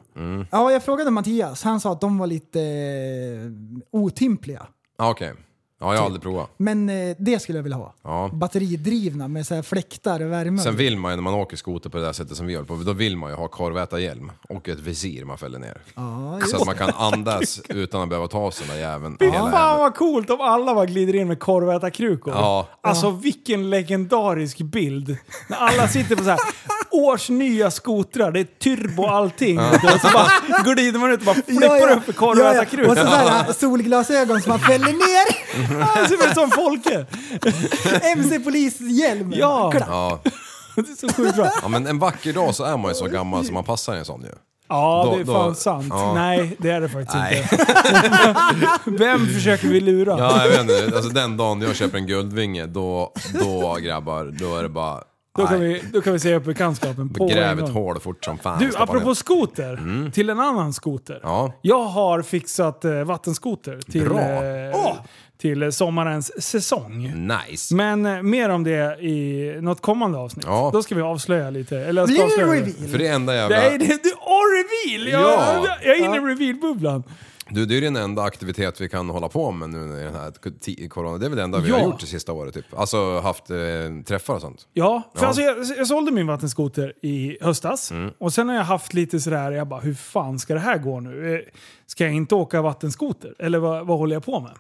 F: Ja, jag frågade Mattias. Han sa att de var lite eh, otympliga.
G: Ja, okej. Ja, jag har aldrig provat.
F: Men eh, det skulle jag vilja ha.
G: Ja.
F: Batteridrivna med så här fläktar och värme.
G: Sen vill man ju när man åker skoter på det där sättet som vi gör på, då vill man ju ha korvätarhjälm och ett visir man fäller ner.
F: Ja,
G: så att man kan andas utan att behöva ta av sig den där jäveln.
E: Fy
G: hela
E: fan
G: jäveln.
E: vad coolt om alla bara glider in med korvätarkrukor.
G: Ja.
E: Alltså vilken legendarisk bild. När alla sitter på så här års nya skotrar, det är turbo och allting. Och så bara glider man ut och bara flippar upp
F: Och så, så
E: korvätarkrukan.
F: här, äh, solglasögon som man fäller ner.
E: Han ser ut som Folke.
F: MC-polishjälm.
E: Ja.
F: Klack.
G: Ja.
E: Det är så sjukt bra.
G: ja, men en vacker dag så är man ju så gammal så man passar i en sån ju.
E: Ja,
G: Då-
E: det är
G: då-
E: fan sant.
G: ja.
E: Nej, det är det faktiskt inte. Vem försöker vi lura?
G: Ja, jag vet inte. Alltså den dagen jag köper en Guldvinge, då, då grabbar, då är det bara...
E: Då, kan
G: nej.
E: vi, då kan vi säga upp bekantskapen på
G: Gräv
E: en
G: ett
E: gång.
G: hål fort som fan.
E: Du,
G: Stoppa
E: apropå
G: ner. Mm.
E: skoter. Till en annan skoter.
G: Ja.
E: Jag har fixat eh, vattenskoter till,
G: Bra.
E: eh, till eh, sommarens säsong.
G: Nice.
E: Men eh, mer om det i något kommande avsnitt.
G: Ja.
E: Då ska vi avslöja lite. Eller jag ska
F: Blir
E: avslöja
F: det
E: det.
F: reveal?
G: För det enda jävla...
E: Nej, det, du, åh, reveal! Jag,
G: Ja.
E: jag, jag är inne i reveal-bubblan.
G: Du, det är ju den enda aktivitet vi kan hålla på med nu i den här ti- corona. Det är väl det enda vi
E: Ja.
G: har gjort det sista året typ. Alltså haft eh, träffar och sånt.
E: Ja, för
G: Ja. Mm.
E: Alltså jag, jag sålde min vattenskoter i höstas. Och sen har jag haft lite sådär, jag bara hur fan ska det här gå nu? Eh, Ska jag inte åka vattenskoter? Eller vad, vad håller jag på med?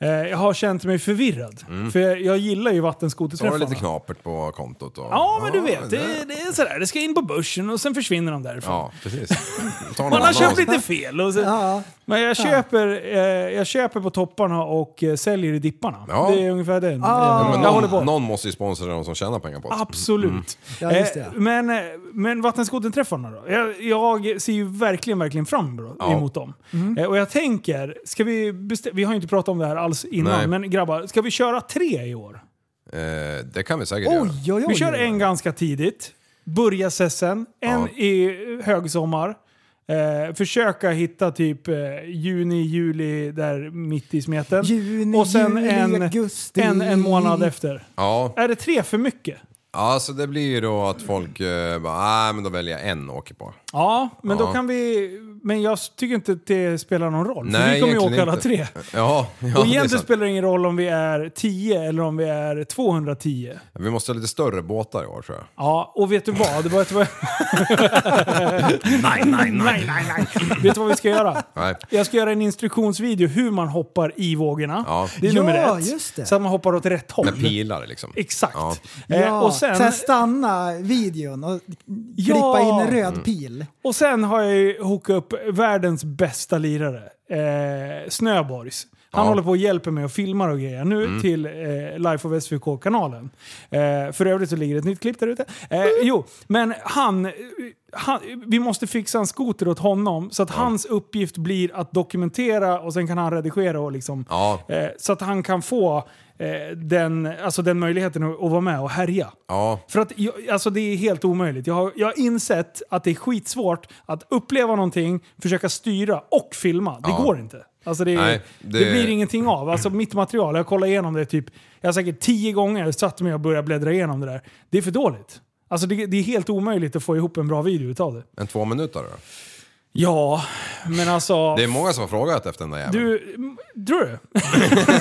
E: Eh, jag har känt mig förvirrad. För jag, jag gillar ju
G: Mm. Så har du
E: vattenskoterträffarna.
G: lite knapert på kontot och...
E: Ja, men du vet. Det, det är sådär, det ska in på börsen och sen försvinner de därifrån.
G: Ja, precis. Ta någon
E: Man har
G: annan
E: köpt
G: också.
E: lite fel. Och så,
F: Ja.
E: Men jag köper, eh, jag köper på topparna och eh, säljer i dipparna.
G: Ja.
E: Det är ungefär det.
G: Ja, men
E: jag håller på.
G: någon, någon måste ju sponsra de som tjänar pengar på det.
E: Absolut.
F: Ja, just det.
E: Eh, men eh, men vattenskoterträffarna då? Jag, jag ser ju verkligen, verkligen fram bro-
G: Ja.
E: emot dem.
F: Mm.
E: Eh, och jag tänker, ska vi bestä- vi har ju inte pratat om det här alls innan,
G: Nej.
E: men grabbar, ska vi köra tre i år?
G: Eh, det kan vi säkert göra.
F: Oj, oj, oj.
E: Vi kör en ganska tidigt, börja sessen, en
G: Ja.
E: i högsommar. Eh, försöka hitta typ eh, juni, juli, där mitt i smeten.
F: Juni,
E: och sen
F: juli,
E: en,
F: augusti.
E: en, en månad efter.
G: Ja,
E: Är det tre för mycket?
G: Ja, så det blir ju då att folk eh, bara, nej men då väljer jag en och åker på.
E: Ja, men då
G: Ja.
E: kan vi... Men jag tycker inte att det spelar någon roll. för vi
G: Nej,
E: kommer ju åka
G: egentligen
E: alla
G: inte.
E: tre.
G: Ja, ja
E: och
G: det är
E: egentligen
G: sant.
E: spelar det ingen roll om vi är 10 eller om vi är 210.
G: Vi måste ha lite större båtar i år tror jag.
E: Ja, och vet du vad? Det var ett... nej, nej, nej, nej, nej. Vet du vad vi ska göra?
G: Nej.
E: Jag ska göra en instruktionsvideo hur man hoppar i vågorna.
G: Ja.
E: Det är
F: Ja,
E: nummer ett.
F: just det.
E: Så att man hoppar åt rätt håll.
G: Med pilar liksom.
E: Exakt.
G: Ja.
E: Eh,
F: Ja,
E: och, sen,
F: så här stanna videon och klippa in en röd pil.
E: och sen har jag ju hookat upp världens bästa lirare. Eh, Snöborgs. Han
G: Ja. Mm.
E: håller på och hjälper mig och filmar och grejer nu till eh, Life of SVK-kanalen. Eh, för övrigt så ligger det ett nytt klipp där ute.
G: Mm.
E: Eh, jo, men han, han... Vi måste fixa en skoter åt honom så att hans uppgift blir att dokumentera och sen kan han redigera och liksom...
G: Ja.
E: Eh, så att han kan få eh, den, alltså den möjligheten att, att vara med och härja.
G: Ja.
E: För att, jag, alltså det är helt omöjligt. Jag har, jag har insett att det är skitsvårt att uppleva någonting, försöka styra och filma. Det
G: Ja.
E: går inte. Alltså det,
G: Nej,
E: det...
G: det-
E: blir ingenting av. Alltså mitt material, jag kollar igenom det typ, jag har säkert tio gånger satt mig och börjat bläddra igenom det där. Det är för dåligt. Alltså det, det är helt omöjligt att få ihop en bra video utav det.
G: En två minuter då.
E: Ja, men alltså...
G: Det är många som har frågat efter den där jäveln.
E: Du, m- tror du?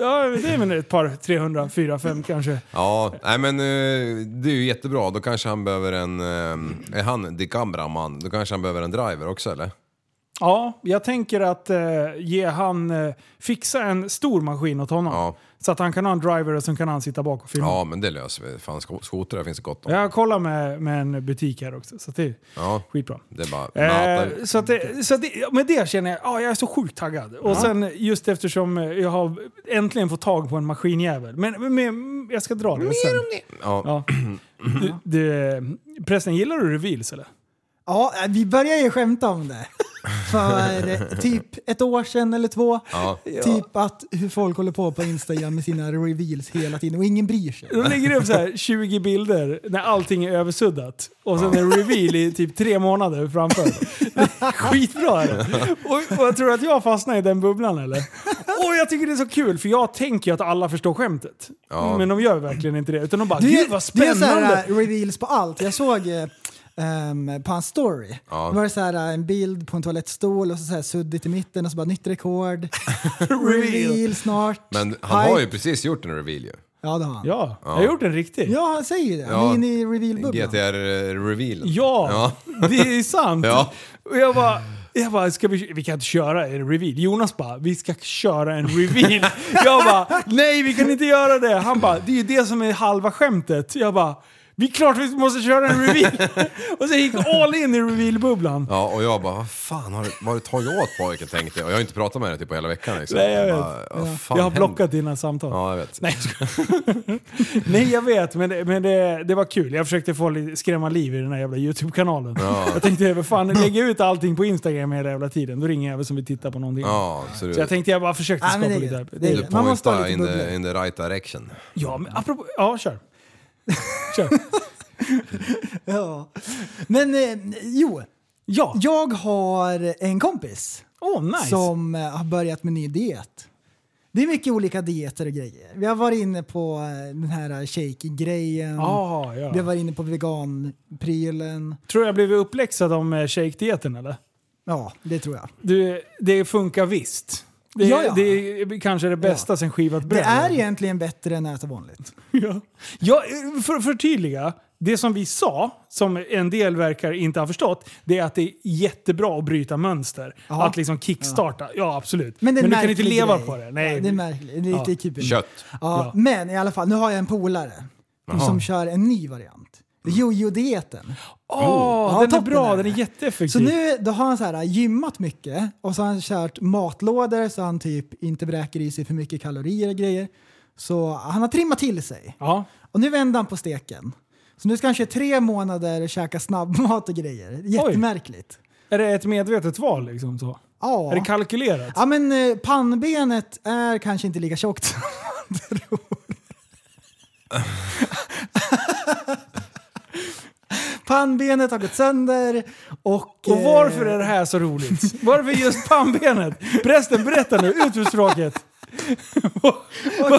E: ja, det är väl ett par 300, 4, 5 kanske.
G: Ja, nej men eh, det är ju jättebra.
E: Mm.
G: Då kanske han behöver en... eh, Är han Dick Ambraman? Då kanske han behöver en driver också eller?
E: Ja, jag tänker att eh, ge han, eh, fixa en stor maskin åt honom.
G: Ja.
E: Så att han kan ha en driver och sen kan han sitta bak och filma.
G: Ja, men det löser vi. Fan, sko- skotrar finns det gott om.
E: Jag kollar med, med en butik här också, så att det är
G: Ja.
E: skitbra.
G: Det är bara...
E: Eh,
G: matar.
E: så att det, så att det, med det känner jag, ja jag är så sjukt taggad. Och sen just eftersom eh, jag har äntligen fått tag på en maskinjävel. Men, men, men jag ska dra det sen.
G: Ja.
E: Ja. Du, du, eh, prästen, gillar du reveals eller?
F: Ja, äh, vi började ju skämta om det. För eh, typ ett år sedan eller två.
G: Ja.
F: Typ att hur folk håller på på Instagram med sina reveals hela tiden och ingen bryr sig.
E: Då lägger du upp så här 20 bilder när allting är översuddat. Och sen en reveal i typ tre månader framför. Det är Skitbra är det. Och, och jag tror att jag fastnar i den bubblan eller? Och jag tycker det är så kul för jag tänker ju att alla förstår skämtet.
G: Ja.
E: Men de gör verkligen inte det. Utan de bara
F: Det är-
E: “Gud vad
F: Det är så
E: spännande!”
F: här, eh, reveals på allt. Jag såg eh, ehm, på hans story.
G: Ja.
F: Det var så här, eh, en bild på en toalettstol och så, så här suddigt i mitten och så bara nytt rekord. Reveal snart.
G: Men han har ju
F: Hype.
G: precis gjort en reveal ju.
F: Ja, det har han. Ja,
E: Ja, jag har gjort en riktig.
F: han säger ju det.
G: Ja.
F: Han är inne i reveal-bubblan.
G: GTR-revealen.
E: Ja, det är sant.
G: Ja.
E: Och jag bara, jag bara ska vi, vi kan inte köra en reveal. Jonas bara, vi ska köra en reveal. Jag bara, nej vi kan inte göra det. Han bara, det är ju det som är halva skämtet. Jag bara, vi är klart vi måste köra en reveal. Och så gick jag all in i reveal-bubblan.
G: Ja, och jag bara, vad fan har du, vad har du tagit åt pojken tänkte jag. Och jag har inte pratat med henne typ på hela veckan. Liksom.
E: Nej, jag
G: bara, vad fan
E: Jag har
G: händer?
E: blockat dina samtal.
G: Ja, jag vet.
E: Nej, jag skojar. Nej, jag vet, men, det, men det, det var kul. Jag försökte få lite, skrämma liv i den här jävla YouTube-kanalen. Jag tänkte, vad fan, lägga ut allting på Instagram hela jävla tiden. Då ringer jag väl som vi tittar på någonting.
G: Ja, så du,
E: Så jag tänkte jag bara försökte
F: Ja,
E: skapa
F: men det är
E: lite
F: det.
E: arbete.
F: Det är
G: du
F: det. Man måste ha
G: pointar
F: lite
G: in,
F: bubblor.
G: the, in the right direction.
E: Ja, men apropå... Ja, kör. kör.
F: Ja. Men eh, jo,
E: Ja.
F: jag har en kompis
E: Åh, oh, nice.
F: som eh, har börjat med ny diet. Det är mycket olika dieter och grejer. Vi har varit inne på eh, den här shake-grejen.
E: Ah,
F: Vi
E: ja.
F: har varit inne på veganprylen.
E: Tror jag blev uppläxad om eh, shake-dieten eller?
F: Ja, det tror jag.
E: Du, det funkar visst. Det,
F: Ja, ja.
E: det är kanske det bästa sen skivat bröd.
F: Det är egentligen bättre än att äta vanligt.
E: Ja. Ja, för att förtydliga, det som vi sa, som en del verkar inte ha förstått, det är att det är jättebra att bryta mönster.
F: Ja.
E: Att liksom kickstarta, ja, absolut. Men,
F: Men, det är en
E: du kan inte
F: märklig
E: leva
F: grej.
E: på det.
F: Ja,
E: Nej.
F: det är märkligt. Det är lite kul.
G: Kött.
F: Ja,
E: Ja.
F: Men i alla fall, nu har jag en polare som kör en ny variant. Jojo-dieten.
E: Åh,
F: Ja,
E: den är
F: toppen
E: bra,
F: är
E: den är
F: det.
E: jätteeffektiv.
F: Så nu då har han så här, äh, gymmat mycket och så har han kört matlådor så han typ inte bräker i sig för mycket kalorier och grejer. Så han har trimmat till sig.
E: Ja.
F: Och nu vänder han på steken. Så nu ska han köra tre månader och käka snabbmat och grejer. Jättemärkligt.
E: Är det ett medvetet val liksom så?
F: Ja.
E: Är det kalkylerat?
F: Ja men eh, pannbenet är kanske inte lika tjockt som man tror. Pannbenet har gått sönder och...
E: Och varför är
F: det...
E: det här så roligt? Varför just pannbenet? Prästen, berätta nu, ut ur språket!
F: eh,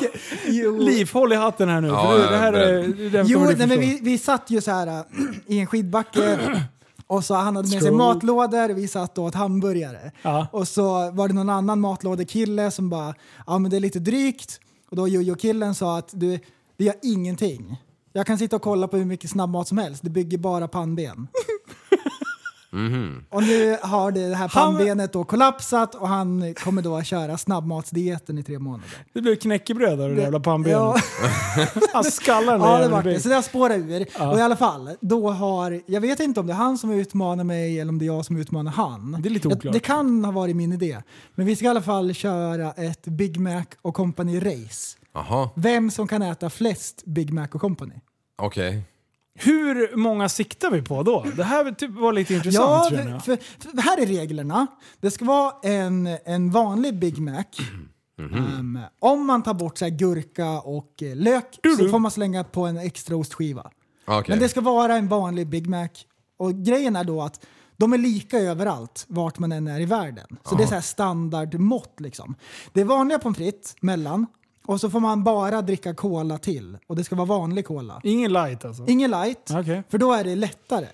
F: Jo,
E: Liv, håll i hatten här nu.
G: Ja,
E: för
G: jag är
E: det här är...
G: beredd.
E: Det här
F: jo
E: kommer du
F: nej, men
E: förstå.
F: vi, vi satt ju så här äh, i en skidbacke och så han hade med sig
E: Skål.
F: matlådor och vi satt och åt hamburgare.
E: Ja.
F: Och så var det någon annan matlådekille som bara, ja men det är lite drygt. Och då jojo-killen sa att du, det gör ingenting. Jag kan sitta och kolla på hur mycket snabbmat som helst, det bygger bara pannben. Och nu har det här
E: Mhm. Han-
F: pannbenet då kollapsat och han kommer då att köra snabbmatsdieten i tre månader.
E: Det blev knäckebröd av det där jävla pannbenet.
F: Ja.
E: Han skallar den där
F: Ja, det
E: jävla
F: var det.
E: bänken.
F: Så det har spårat ur. Och i alla fall, då har... Jag vet inte om det är han som utmanar mig eller om det är jag som utmanar han.
E: Det är lite
F: Jag-
E: oklart.
F: Det kan ha varit min idé. Men vi ska i alla fall köra ett Big Mac och Company race.
G: Jaha,
F: Vem som kan äta flest Big Mac och Company.
G: okej.
E: Hur många siktar vi på då? Det här typ var lite intressant
F: ja,
E: känner jag.
F: för, för, för här är reglerna. Det ska vara en, en vanlig Big Mac.
E: Mm-hmm.
F: Um, om man tar bort så här gurka och eh, lök så får man slänga på en extra ostskiva.
G: Ah, Okej.
F: Men det ska vara en vanlig Big Mac. Och grejen är då att de är lika överallt vart man än är i världen. Så det är så här standardmått liksom. Det är vanliga pommes frites mellan och så får man bara dricka cola till. Och det ska vara vanlig cola.
E: Ingen light alltså?
F: Ingen light,
E: Okej.
F: för då är det lättare.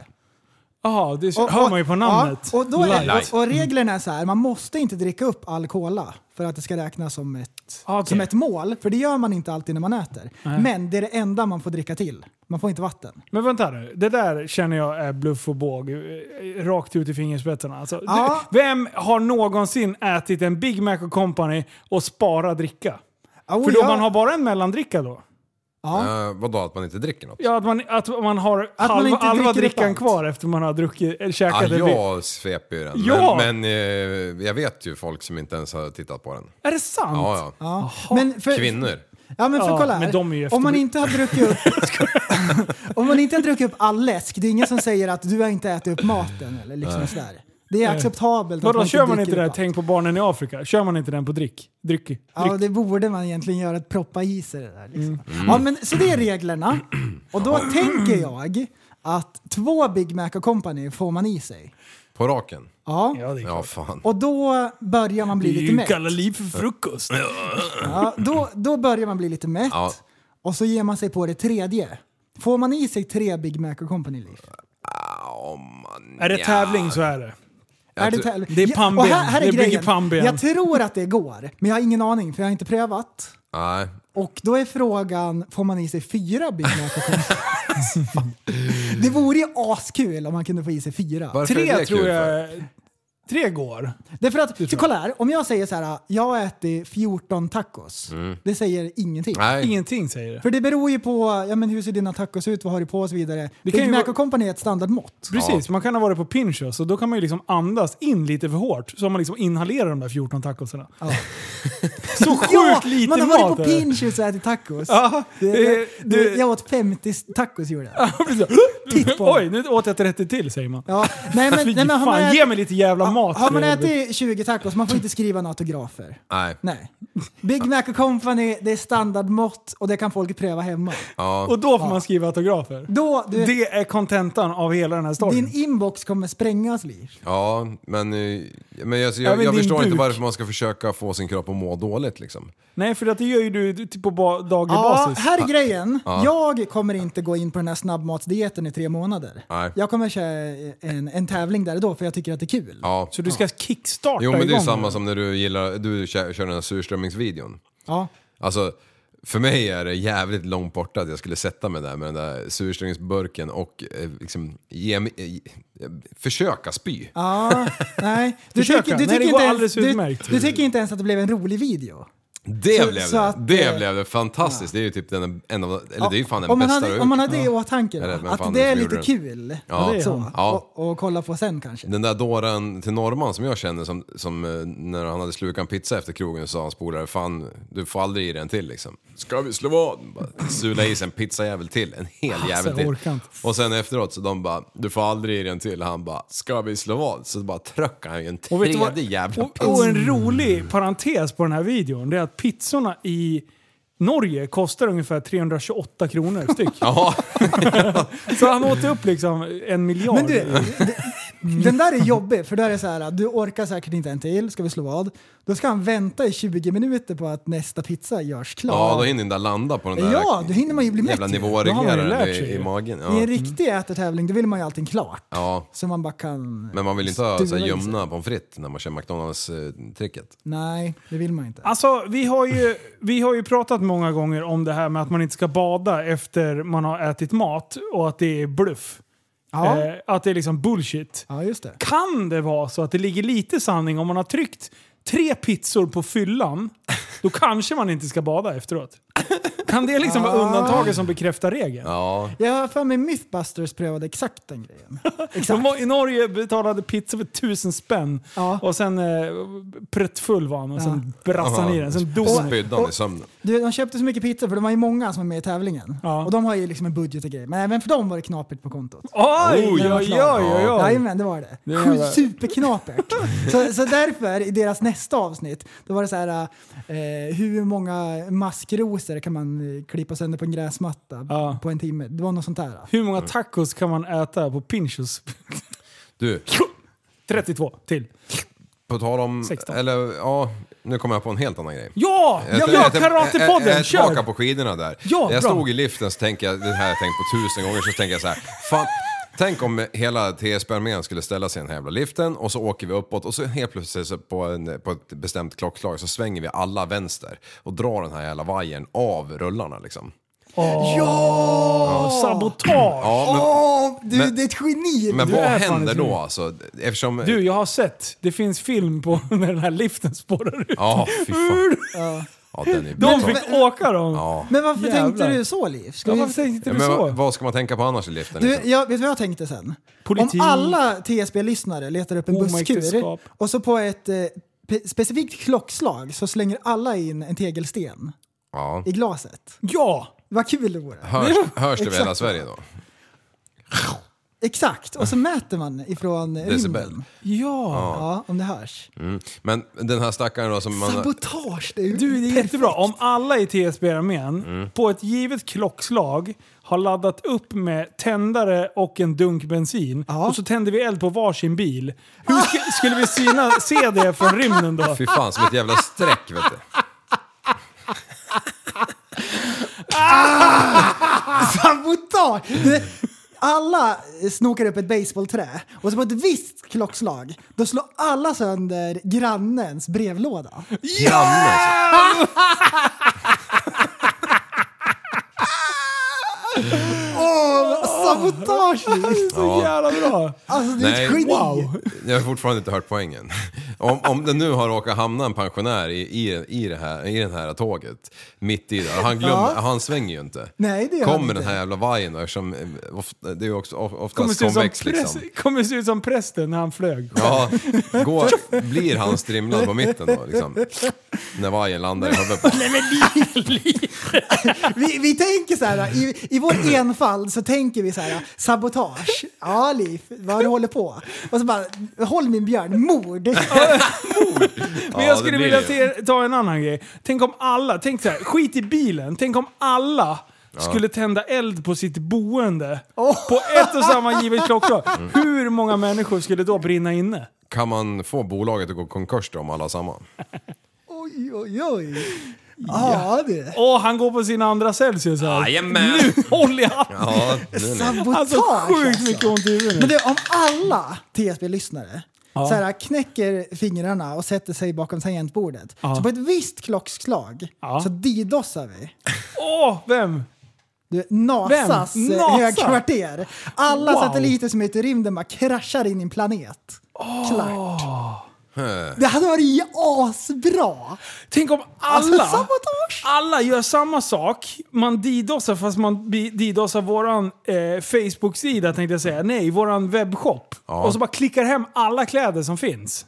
E: Jaha, det hör man ju på namnet.
F: Ja, och, då är,
G: Light.
F: och, och reglerna är så här, man måste inte dricka upp all cola för att det ska räknas som ett,
E: Ah, Okej.
F: som ett mål. För det gör man inte alltid när man äter.
E: Nej.
F: Men det är det enda man får dricka till. Man får inte vatten.
E: Men vänta nu, det där känner jag är bluff och båg. eh, Rakt ut i fingerspetsarna. Alltså,
F: Ja.
E: det, vem har någonsin ätit en Big Mac och Company och sparat dricka?
F: Oh,
E: För då
F: ja.
E: man har bara en mellandricka då?
F: ja.
G: Eh, vadå, att man inte dricker något?
E: Ja, att man, att man har
F: man
E: halva,
F: inte
E: halva
F: dricker upp
E: drickan
F: allt.
E: kvar efter man har druckit, eller
G: Ah,
E: käkat en Big-
G: jag svep ju den.
E: Ja!
G: Men, men eh, jag vet ju folk som inte ens har tittat på den.
E: Är det sant?
G: Ja, ja.
F: Ja. Men för,
G: Kvinnor.
F: Ja men för
E: Ja,
F: kolla här.
E: men de är ju efter-
F: om, man inte har druckit upp, om man inte har druckit upp all läsk, det är ingen som säger att du har inte ätit upp maten eller liksom sådär. Det är acceptabelt
E: Vadå, kör man inte
F: dricker
E: det här
F: upp allt.
E: Tänk på barnen i Afrika? Kör man inte den på drick? Dryck? dryck.
F: Ja, det borde man egentligen göra, att proppa i sig det där.
E: Mm.
F: Liksom. Ja, men, så det är reglerna. Och då tänker jag att två Big Mac och Company får man i sig.
G: På raken.
F: Ja.
E: Ja, det är
G: Ja, fan.
F: Och då börjar man bli lite mätt.
E: liv för frukost.
F: Ja, då, då börjar man bli lite mätt.
G: Ja.
F: Och så ger man sig på det tredje. Får man i sig tre Big Mac och Company Leaf?
E: Är det tävling så är det.
G: Jag
F: Är det,
G: tror-
F: tävling?
E: det är
F: Ja,
E: pannben.
F: och Här, här är
E: Det bygger
F: grejen.
E: pannben.
F: Jag tror att det går, men jag har ingen aning för jag har inte prövat.
G: Nej.
F: Och då är frågan, får man i sig fyra Big Mac och Company? Fan. Det vore ju askul om man kunde få i sig fyra.
G: Varför är
E: Tre
G: det kul
E: tror
G: för?
E: jag... Tre går.
F: Därför att, så kolla här, om jag säger så här, jag har ätit 14 tacos. Det säger ingenting.
G: Mm. Nej.
E: Eh, Ingenting säger det.
F: För det beror ju på ja, men hur ser dina tacos ut, vad har du på och så vidare.
E: Det kan
F: Big
E: ju
F: Mac
E: vara-
F: och Company är ett standardmått.
E: Precis, man kan ha varit på Pinchos och då kan man ju liksom andas in lite för hårt. Så man liksom inhalerar de där 14 tacosarna. Så sjukt lite
F: man har
E: mat
F: varit på
E: är det.
F: Pinchos och ätit tacos.
E: Ja,
F: Det-
E: det-
F: det-
E: det-
F: jag åt 50 tacos gjorde jag.
E: Precis.
F: Titt på
E: Oj, nu åt jag 30 till säger man.
F: Ja, nej men,
E: Fy
F: nej, men har, man
E: fan,
F: ätit,
E: ge mig lite jävla mat.
F: har man
E: för helvete.
F: ätit 20 tacos, man får inte skriva en autografer.
G: Nej.
F: Nej. Big Mac och Company, det är standardmått och det kan folk pröva hemma.
G: Ja.
E: Och då får man skriva autografer.
F: Då, du,
E: Det är kontentan av hela den här storyn.
F: din inbox kommer sprängas Liv.
G: Ja, men, eh, men jag, jag,
E: Även
G: jag
E: din
G: förstår inte
E: buk.
G: varför man ska försöka få sin kropp att må dåligt liksom.
E: Nej, för att det gör ju du typ på ba- daglig
F: Ja,
E: basis.
F: här är grejen. Jag kommer inte gå in på den här snabbmatsdieten i tre månader.
G: Nej.
F: Jag kommer köra en, en tävling där och då för jag tycker att det är kul.
G: Ja.
E: Så du ska kickstarta
G: Jo men det är
E: igång.
G: samma som när du gillar, du kör, kör den här surströmmingsvideon.
F: Ja.
G: Alltså, för mig är det jävligt långt borta att jag skulle sätta mig där med den där surströmmingsburken och eh, liksom ge mig, eh, eh, försöka spy.
F: Ja, nej. Du
E: Försöka.
F: tycker,
E: Nej,
F: du,
E: det
F: tycker
E: går
F: inte ens,
E: alldeles
F: du,
E: utmärkt.
F: du tycker inte ens att det blev en rolig video.
G: Det
F: Så-
G: blev
F: så
G: det!
F: att, eh,
G: det blev det! Fantastiskt! Det är ju typ den, en av, eller det är ju fan den
F: om man
G: bästa
F: hade,
G: du
F: Om man
G: har
F: hade
G: gjort.
F: det i åtanke,
G: Jag är rädd vem
F: att
G: fan
F: det är
G: som
F: lite
G: gjorde
F: kul
G: Ja.
F: så,
G: Ja.
F: och, och kolla på sen kanske.
G: Den där dåren till norrman som jag känner som, som eh, när han hade slukat en pizza efter krogen så sa hans polare Fan, du får aldrig i dig en till liksom. Ska vi slå vad? Bara Sula i sig en pizzajävel till, en hel jävel
E: jag
G: till.
E: Alltså, orkar inte.
G: Och sen efteråt så de bara, du får aldrig i dig en till. Han bara, ska vi slå vad? Så bara tröckade han ju en
E: Och vet du
G: tredje
E: vad-
G: jävla
E: och,
G: pizza.
E: och en rolig parentes på den här videon, det är att pizzorna i Norge kostar ungefär 328 kronor styck.
G: Ja,
E: Så han åt upp liksom en miljard.
F: Men du, den där är jobbig, för då är det så här att du orkar säkert inte en till, ska vi slå vad? Då ska han vänta i 20 minuter på att nästa pizza görs klar.
G: ja då hinner den där landa på den där
F: Ja, då hinner man ju bli mätt
G: jävla
F: ju.
E: Då har man ju
G: nivåregleraren
E: lärt sig
G: i, i
E: ju.
G: magen.
F: I en
G: Ja. Mm.
F: riktig ätertävling, då vill man ju allting klart.
G: ja.
F: Så man bara kan...
G: Men man vill inte ha så här
F: Stura i sig.
G: gömna pommes frites när man kör eh, McDonalds-tricket.
F: Nej, det vill man inte.
E: Alltså, vi har, ju, vi har ju pratat många gånger om det här med att man inte ska bada efter man har ätit mat och att det är bluff.
F: Ja,
E: Eh, att det är liksom bullshit.
F: ja just det.
E: Kan det vara så att det ligger lite sanning om man har tryckt tre pizzor på fyllan, då kanske man inte ska bada efteråt? Kan det liksom vara undantaget som bekräftar regeln?
G: Ah. Ja,
F: Jag har för mig Mythbusters prövade exakt den grejen.
E: De var, I Norge betalade pizza för tusen spänn
F: Ja.
E: och sen eh, pruttfull var han och sen brassade han i den. Sen dog han.
G: spydde han i sömnen.
F: Du, de köpte så mycket pizza för de var ju många som var med i tävlingen.
E: Ja.
F: Och de har ju liksom en budget och grejer. Men även för dem var det knapert på kontot.
E: Oj,
G: Oj,
E: oj,
G: den var
E: oj,
F: klar.
E: oj, oj.
F: Jajamän, det var det.
E: är jävla-
F: Superknapert. så, så därför, i deras nästa avsnitt, då var det så här eh, hur många maskrosor kan man eh, klippa sönder på en gräsmatta
E: Ja.
F: på en timme? Det var något sånt där.
E: Hur många tacos kan man äta på Pinchos?
G: Du,
E: 32 till.
G: på tal om...
E: 16.
G: Eller ja, nu kommer jag på en helt annan grej.
E: Ja! Ja,
G: Jag-
E: ja
G: jag- Jag, jag,
E: Karatepodden!
G: jag tillbaka
E: Kör!
G: på skidorna där.
E: Ja,
G: jag
E: bra.
G: stod i liften så tänkte jag, det här har jag tänkt på tusen gånger, så tänker jag så här. Fan, Tänk om hela TSB-armén skulle ställa sig i den här jävla liften och så åker vi uppåt och så helt plötsligt så på, en, på ett bestämt klockslag så svänger vi alla vänster och drar den här jävla vajern av rullarna liksom.
E: Sabotage!
G: Ja, men,
F: Åh, du,
G: Men-
F: det är ett geni!
G: men
E: du
G: vad
E: är fan
G: händer
E: ett
G: då
E: djur.
G: alltså? Eftersom...
E: Du, jag har sett. Det finns film på när den här liften spårar ut.
G: Ja, fy fan. Ja, den är
E: De
G: brutal.
E: fick åka dem. Ja.
F: Men varför
E: Jävlar.
F: tänkte du så, Liv? Ska
E: Ja,
F: vi-
E: varför tänkte
G: Ja,
E: du
G: men
E: så?
G: vad, vad ska man tänka på annars i liften?
F: Du,
G: liksom?
F: jag, vet du vad jag tänkte sen?
E: Politik.
F: Om alla TSB-lyssnare letar upp en busskur
E: Omäktenskap.
F: och så på ett eh, pe- specifikt klockslag så slänger alla in en tegelsten
G: Ja.
F: i glaset.
E: Ja!
F: Vad kul det vore.
G: Hörs, hörs det över hela
F: Exakt.
G: Sverige då?
F: Exakt, och så mäter man ifrån eh,
G: Decibel.
F: rymden.
E: Ja!
F: Ja, om det hörs.
G: Men den här stackaren då som man...
F: Sabotage, det är ju
E: Du, det är
F: perfekt.
E: jättebra. Om alla i TSB-armén
G: Mm.
E: på ett givet klockslag har laddat upp med tändare och en dunk bensin
F: Ja.
E: och så tänder vi eld på varsin bil. Hur sk- skulle vi syna, se det från rymden då?
G: Fy fan, som ett jävla streck vet du.
F: Sabotage! Du, alla snokar upp ett baseballträ och så på ett visst klockslag då slår alla sönder grannens brevlåda.
G: Granne, alltså.
F: Sabotage!
E: Så jävla bra!
F: Alltså du är ett
G: Nej.
F: geni!
E: Wow!
G: Jag har fortfarande inte hört poängen. Om, om det nu har råkat hamna en pensionär i, i, i, det här, i det här tåget, mitt i det, och han, glömmer, han svänger ju inte.
F: Nej, det gör han
G: Kommer
F: inte.
G: den här jävla vajern då, eftersom eh, ofta, det är ju också of-
E: Kommer
G: oftast
E: se, ut som
G: konvex
E: präst,
G: liksom.
E: kommer se ut som prästen när han flög.
G: Ja, går, blir han strimlad på mitten då liksom? När vajern landar i huvudet på honom.
F: Vi, vi tänker så här, i, i vår enfald så tänker vi så här, sabotage. Ja, Liv, vad du håller på. Och så bara, håll min björn, mord.
E: Men
G: Ja,
E: jag
G: det
E: skulle
G: blir
E: vilja
G: det ju.
E: te- ta en annan grej. Tänk om alla, tänk så här, skit i bilen. Tänk om alla skulle tända eld på sitt boende. På ett och samma givet klockslag. Hur många människor skulle då brinna inne?
G: Kan man få bolaget att gå konkurs då om alla har samma?
F: Oj, oj, oj. Ja, du.
E: Åh, han går på sin andra Celsius här.
G: Jajamän!
E: Håll i hatten!
G: Ja, nu är ni.
F: Sabotage
E: Alltså sjukt mycket ont i huvudet.
F: Men du, om alla TSB-lyssnare så här, knäcker fingrarna och sätter sig bakom tangentbordet.
E: Ja.
F: Så på ett visst klockslag
E: Ja.
F: så didossar vi.
E: Åh, vem?
F: Du, Nasas
E: Vem?
F: eh,
E: Nasa?
F: högkvarter. Alla
E: Wow.
F: satelliter som är ute i rymden bara kraschar in i en planet. Klart. Det hade varit ju asbra!
E: Tänk om
F: Alltså
E: alla...
F: sabotage!
E: alla gör samma sak. Man didosar fast man bi- didosar våran eh, Facebook-sida tänkte jag säga. Nej, våran webbshop. Och så bara klickar hem alla kläder som finns.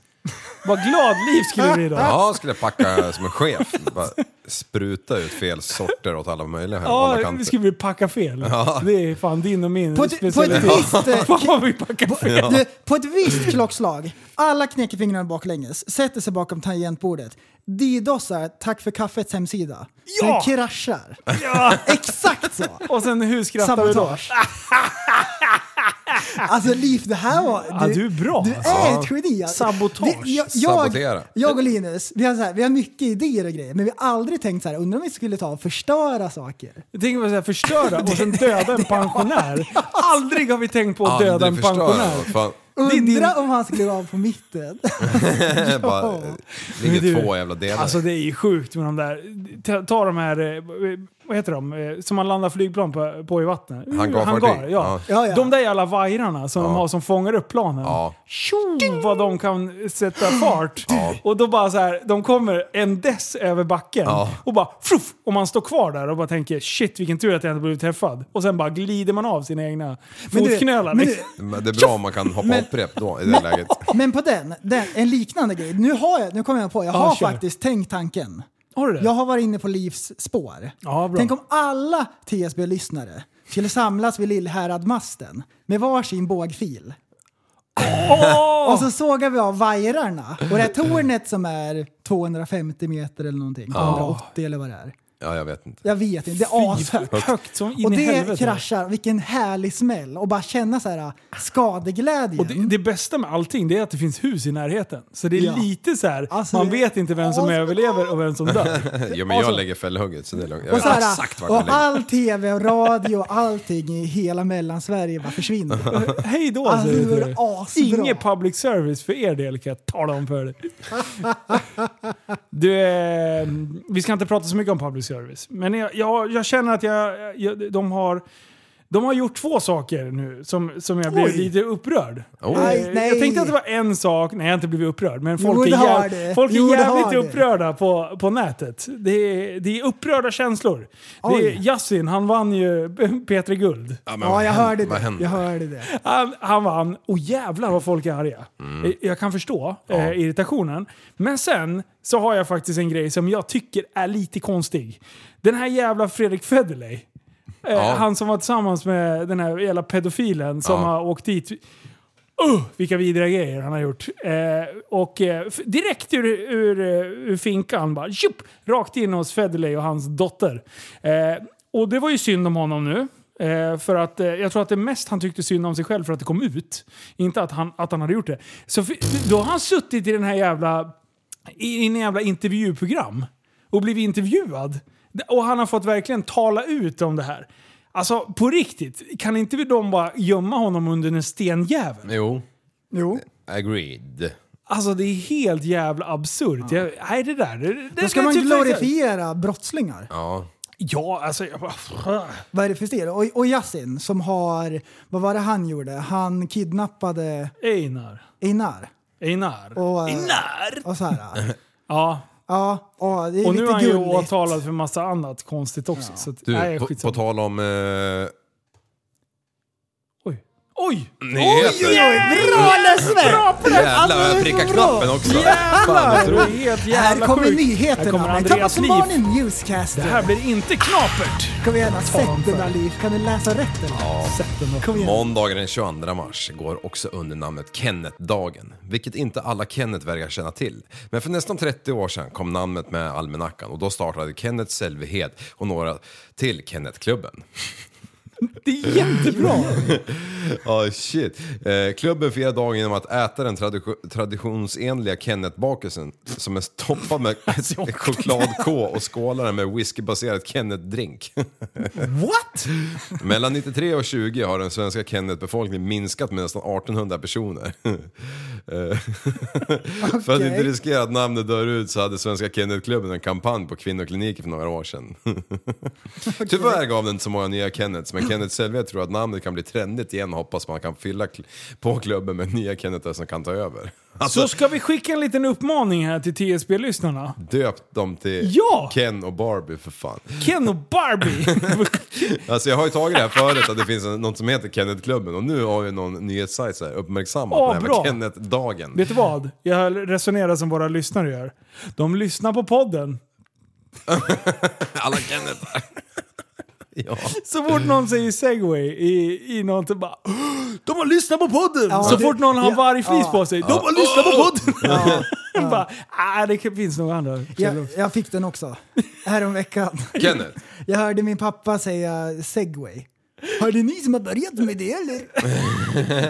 E: Vad glad liv skulle bli då.
G: Ja, jag skulle packa som en chef. Bara spruta ut fel sorter åt alla möjliga håll och
E: Ja,
G: kanter.
E: vi skulle vi packa fel. Det är fan din och min
F: På ett, på ett
E: specialitet.
F: visst... eh,
E: Fan vad vi packar fel.
F: Du, på ett visst klockslag, alla knäcker fingrarna baklänges, sätter sig bakom tangentbordet, didosar Tack för kaffets hemsida. Så
E: Ja!
F: den kraschar.
E: Ja.
F: Exakt så!
E: Och sen hur skrattar vi då?
F: Sabotage. alltså Liv, det här var...
E: Ja, du är bra.
F: Du är ett geni. alltså.
E: Sabotage.
F: Det- jag, jag,
G: Sabotera.
F: jag och Linus, vi har, så här, vi har mycket idéer och grejer, men vi har aldrig tänkt så här, undrar om vi skulle ta och förstöra saker.
E: Jag tänker på såhär, förstöra och sen döda en pensionär. Aldrig har vi tänkt på att döda en
G: Aldrig förstöra
E: pensionär.
G: något. Fan,
E: Det är din-
F: Undra om han skulle gå av på mitten.
G: bara, eh,
E: Men
G: ligger
E: du,
G: två jävla delar.
E: Alltså det är ju sjukt med de där. Ta, ta de här, eh, vad heter de, eh, som man landar flygplan på, på i vattnet.
G: Hangarfartyg.
E: Mm, Hangar, ja.
F: Ja, ja.
E: De där jävla vajrarna som de har som fångar upp planen.
G: Ja.
E: Tjo, vad de kan sätta fart. Och då bara så här, de kommer en dess över backen och bara fruff, och man står kvar där och bara tänker shit vilken tur att jag inte blev träffad. Och sen bara glider man av sina egna
F: Men du-
E: fotknölar.
F: men du-
E: liksom.
G: Men det är bra om man kan hoppa hopprep då i det läget.
F: Men på den, den, en liknande grej. Nu, har jag, nu kommer jag på, jag har
E: kör.
F: faktiskt tänkt tanken.
E: Har du det?
F: Jag har varit inne på Livs spår.
E: Ja, bra.
F: Tänk om alla TSB-lyssnare skulle samlas vid Lillhäradmasten med varsin bågfil. Och så sågar vi av vajrarna och det här tornet som är 250 meter eller någonting, 280 eller vad det är.
G: Ja, jag vet inte.
F: Jag vet inte, det är ashögt.
E: Högt som in
F: Och
E: i
F: det
E: helvete.
F: kraschar, vilken härlig smäll. Och bara känna så här skadeglädjen.
E: Och det, det bästa med allting det är att det finns hus i närheten. Så det är
F: Mm. Ja.
E: lite så här,
F: Alltså,
E: man
F: det-
E: vet inte vem som
F: Ja, så-
E: överlever och vem som dör.
G: Jo, men
E: alltså-
G: jag lägger fällhugget så det är lugnt. Jag
F: och
G: vet
F: så här,
G: exakt vart jag
F: och
G: lägger.
F: all tv och radio och allting i hela mellansverige bara försvinner.
E: Hej då
F: Alltså,
E: säger
F: det
E: du.
F: vore
E: till dig.
F: asbra.
E: Ingen public service för er del kan jag tala om för dig. Du, eh, vi ska inte prata så mycket om public service, men jag, jag, jag känner att jag, jag, de, har, de har gjort två saker nu som, som jag blev
F: Oj.
E: lite upprörd.
G: Oj.
E: Eh,
F: Aj, nej.
E: Jag tänkte att det var en sak, nej jag har inte blivit upprörd, men
F: Jo,
E: folk
F: det
E: är,
F: har
E: jäv,
F: det.
E: folk
F: Jo,
E: är
F: det har
E: jävligt
F: det.
E: upprörda på, på nätet. Det är, det är upprörda känslor. Det är,
F: Oj.
E: Yasin, han vann ju P3 Guld.
G: Ja, men
F: Ja,
G: vad
F: jag
G: händer-
F: hörde
G: Vad
F: det.
G: händer?
F: Jag hörde det.
E: Han, han vann. Och jävlar vad folk är arga. Eh, Jag kan förstå eh, irritationen. Men sen så har jag faktiskt en grej som jag tycker är lite konstig. Den här jävla Fredrik Federley. Eh,
G: Ja.
E: Han som var tillsammans med den här jävla pedofilen som
G: Ja.
E: har åkt dit. Uh, vilka vidriga grejer han har gjort. Eh, och eh, f- direkt ur, ur, eh, ur finkan bara tjup, rakt in hos Federley och hans dotter. Eh, och det var ju synd om honom nu. Eh, för att eh, jag tror att det mest han tyckte synd om sig själv för att det kom ut. Inte att han, att han hade gjort det. Så f- då har han suttit i den här jävla i en jävla intervjuprogram och blivit intervjuad. Och han har fått verkligen tala ut om det här. Alltså på riktigt, kan inte vi de bara gömma honom under en stenjävel?
G: Jo,
F: Jo.
G: agreed.
E: Alltså det är helt jävla absurt. Jag, nej det där... Det, det,
F: Då ska
E: det,
F: man
E: typ-
F: glorifiera brottslingar.
G: Ja.
E: Ja, alltså... Jag bara,
F: Vad är det för stil? Och, och Yasin som har, vad var det han gjorde? Han kidnappade
E: Einar.
F: Einar.
E: Einar.
F: Och, eh,
E: Einar!
F: Och så här.
E: Ja,
F: Ja, och det är
E: och nu
F: lite
E: är han ju
F: gulligt.
E: åtalad för massa annat konstigt också. Så att,
G: Du,
E: nej,
G: på, på
E: skitsamma. Alltså,
G: tal om... Eh,
E: Oj! Oj!
G: nyheter.
F: Bra Lesve!
G: Jävlar
E: alltså,
G: vad jag prickar knappen också. Fan,
E: Det
G: vad
E: är
G: tro-
E: helt jävla
F: Här kommer
E: sjukt.
F: nyheterna
E: Här kommer
F: med
E: Andreas
F: Tappas
E: liv.
F: som barn i
E: Det
F: Newscaster.
E: här blir inte knapert!
F: Kom igen,
E: Fan,
F: sätt den
E: fan.
F: där Liv. Kan du läsa rätt eller?
E: Sätt den då.
F: Kom igen.
G: Måndagen den 22 mars går också under namnet Kennetdagen, vilket inte alla Kennet verkar känna till. Men för nästan 30 år sedan kom namnet med almanackan och då startade Kenneth Selvehed och några till Kennetklubben.
E: Det är jättebra!
G: Ja, shit. Eh, klubben firar dagen genom att äta den traditio- traditionsenliga Kennetbakelsen som är stoppad med chokladk och skålar den med whiskybaserad Kennet-drink.
E: What?
G: Mellan 93 och 20 har den svenska Kennet-befolkningen minskat med nästan 1800 personer. Eh, För att
F: Okej.
G: inte riskera att namnet dör ut så hade svenska Kennetklubben en kampanj på kvinnokliniker för några år sedan. Tyvärr gav den inte så många nya Kennets, men Kenneth Selve tror att namnet kan bli trendigt igen och hoppas man kan fylla kl- på klubben med nya Kennetar som kan ta över. Alltså,
E: Så ska vi skicka en liten uppmaning här till TSB-lyssnarna.
G: döpt dem till
E: Ja!
G: Ken och Barbie för fan.
E: Ken och Barbie!
G: Alltså jag har ju tagit det här förut att det finns en- något som heter Kennetklubben och nu har ju någon nyhetssajt så här uppmärksammat
E: Åh,
G: den här
E: bra.
G: med Kennetdagen.
E: Vet du vad? Jag resonerar som våra lyssnare gör. De lyssnar på podden.
G: Alla Kennetar. ja.
E: Så fort någon säger segway i, i något och bara De har lyssnat på podden!
F: Ja,
E: så
F: det-
E: fort någon har
F: ja,
E: vargflis
F: ja.
E: på sig. De har lyssnat på podden! bara, ah, det finns nog andra.
F: Jag, jag fick den också. Häromveckan.
G: Kenneth.
F: Jag hörde min pappa säga segway. Har det ni som har börjat med det eller?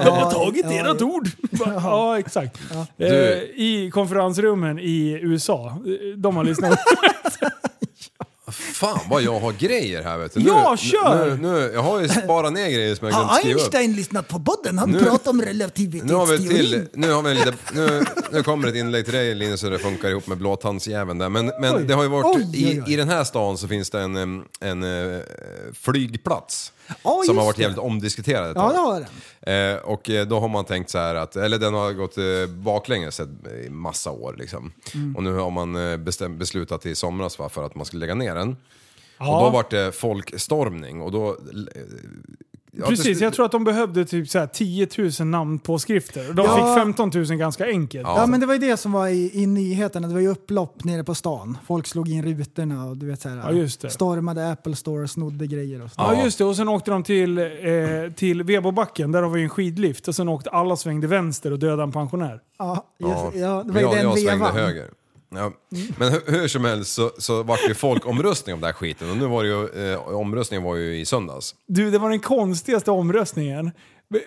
E: De har tagit
F: ja,
E: ert
F: ja.
E: ord! Bara, ja, exakt. Eh,
G: Du-
E: I konferensrummen i USA. eh, De har lyssnat.
G: Fan vad jag har grejer här vet du. Nu-
E: Ja, kör!
G: Nu, nu, jag har ju sparat ner grejer som jag glömt
F: Har
G: skriva upp.
F: Einstein lyssnat på podden? Han
G: Nu-
F: pratar om
G: Nu har vi ett
F: relativitetsteorin.
G: till, nu har vi en lite, nu, nu kommer ett inlägg till dig Linus hur det funkar ihop med blåtandsjäveln där. Men, men det har ju varit,
F: Oj, oj, oj.
G: I, i den här stan så finns det en, em, en, eh, flygplats.
F: Ja,
G: som har
F: just
G: varit
F: det.
G: jävligt omdiskuterad ett
F: Ja,
G: tag.
F: det har den.
G: Eh, och eh, då har man tänkt så här att, eller den har gått eh, baklänges ett- i massa år liksom.
F: Mm.
G: Och nu har man eh, bestäm, beslutat i somras va, för att man skulle lägga ner den. Och då vart det folkstormning och då... eh, Ja, till
E: Precis,
G: slut-
E: jag tror att de behövde typ så här 10 000 namnpåskrifter. Och De
F: Ja.
E: fick 15 000 ganska enkelt.
F: Ja, men det var ju det som var i, i nyheterna. Det var ju upplopp nere på stan. Folk slog in rutorna och du vet så här,
E: Ja, just det.
F: stormade Apple Store och snodde grejer och sånt.
E: Ja, just det. Och sen åkte de till, eh, till Vebobacken, där har vi en skidlift. Och sen åkte alla svängde vänster och dödade en pensionär.
F: Ja, just, ja, det var
G: Men
F: ju
G: jag,
F: den
G: jag svängde
F: vevan. Mm.
G: höger. Ja. Men hur, hur som helst så, så vart det ju folkomröstning om den här skiten och nu var det ju, eh, omröstningen var ju i söndags.
E: Du, det var den konstigaste omröstningen.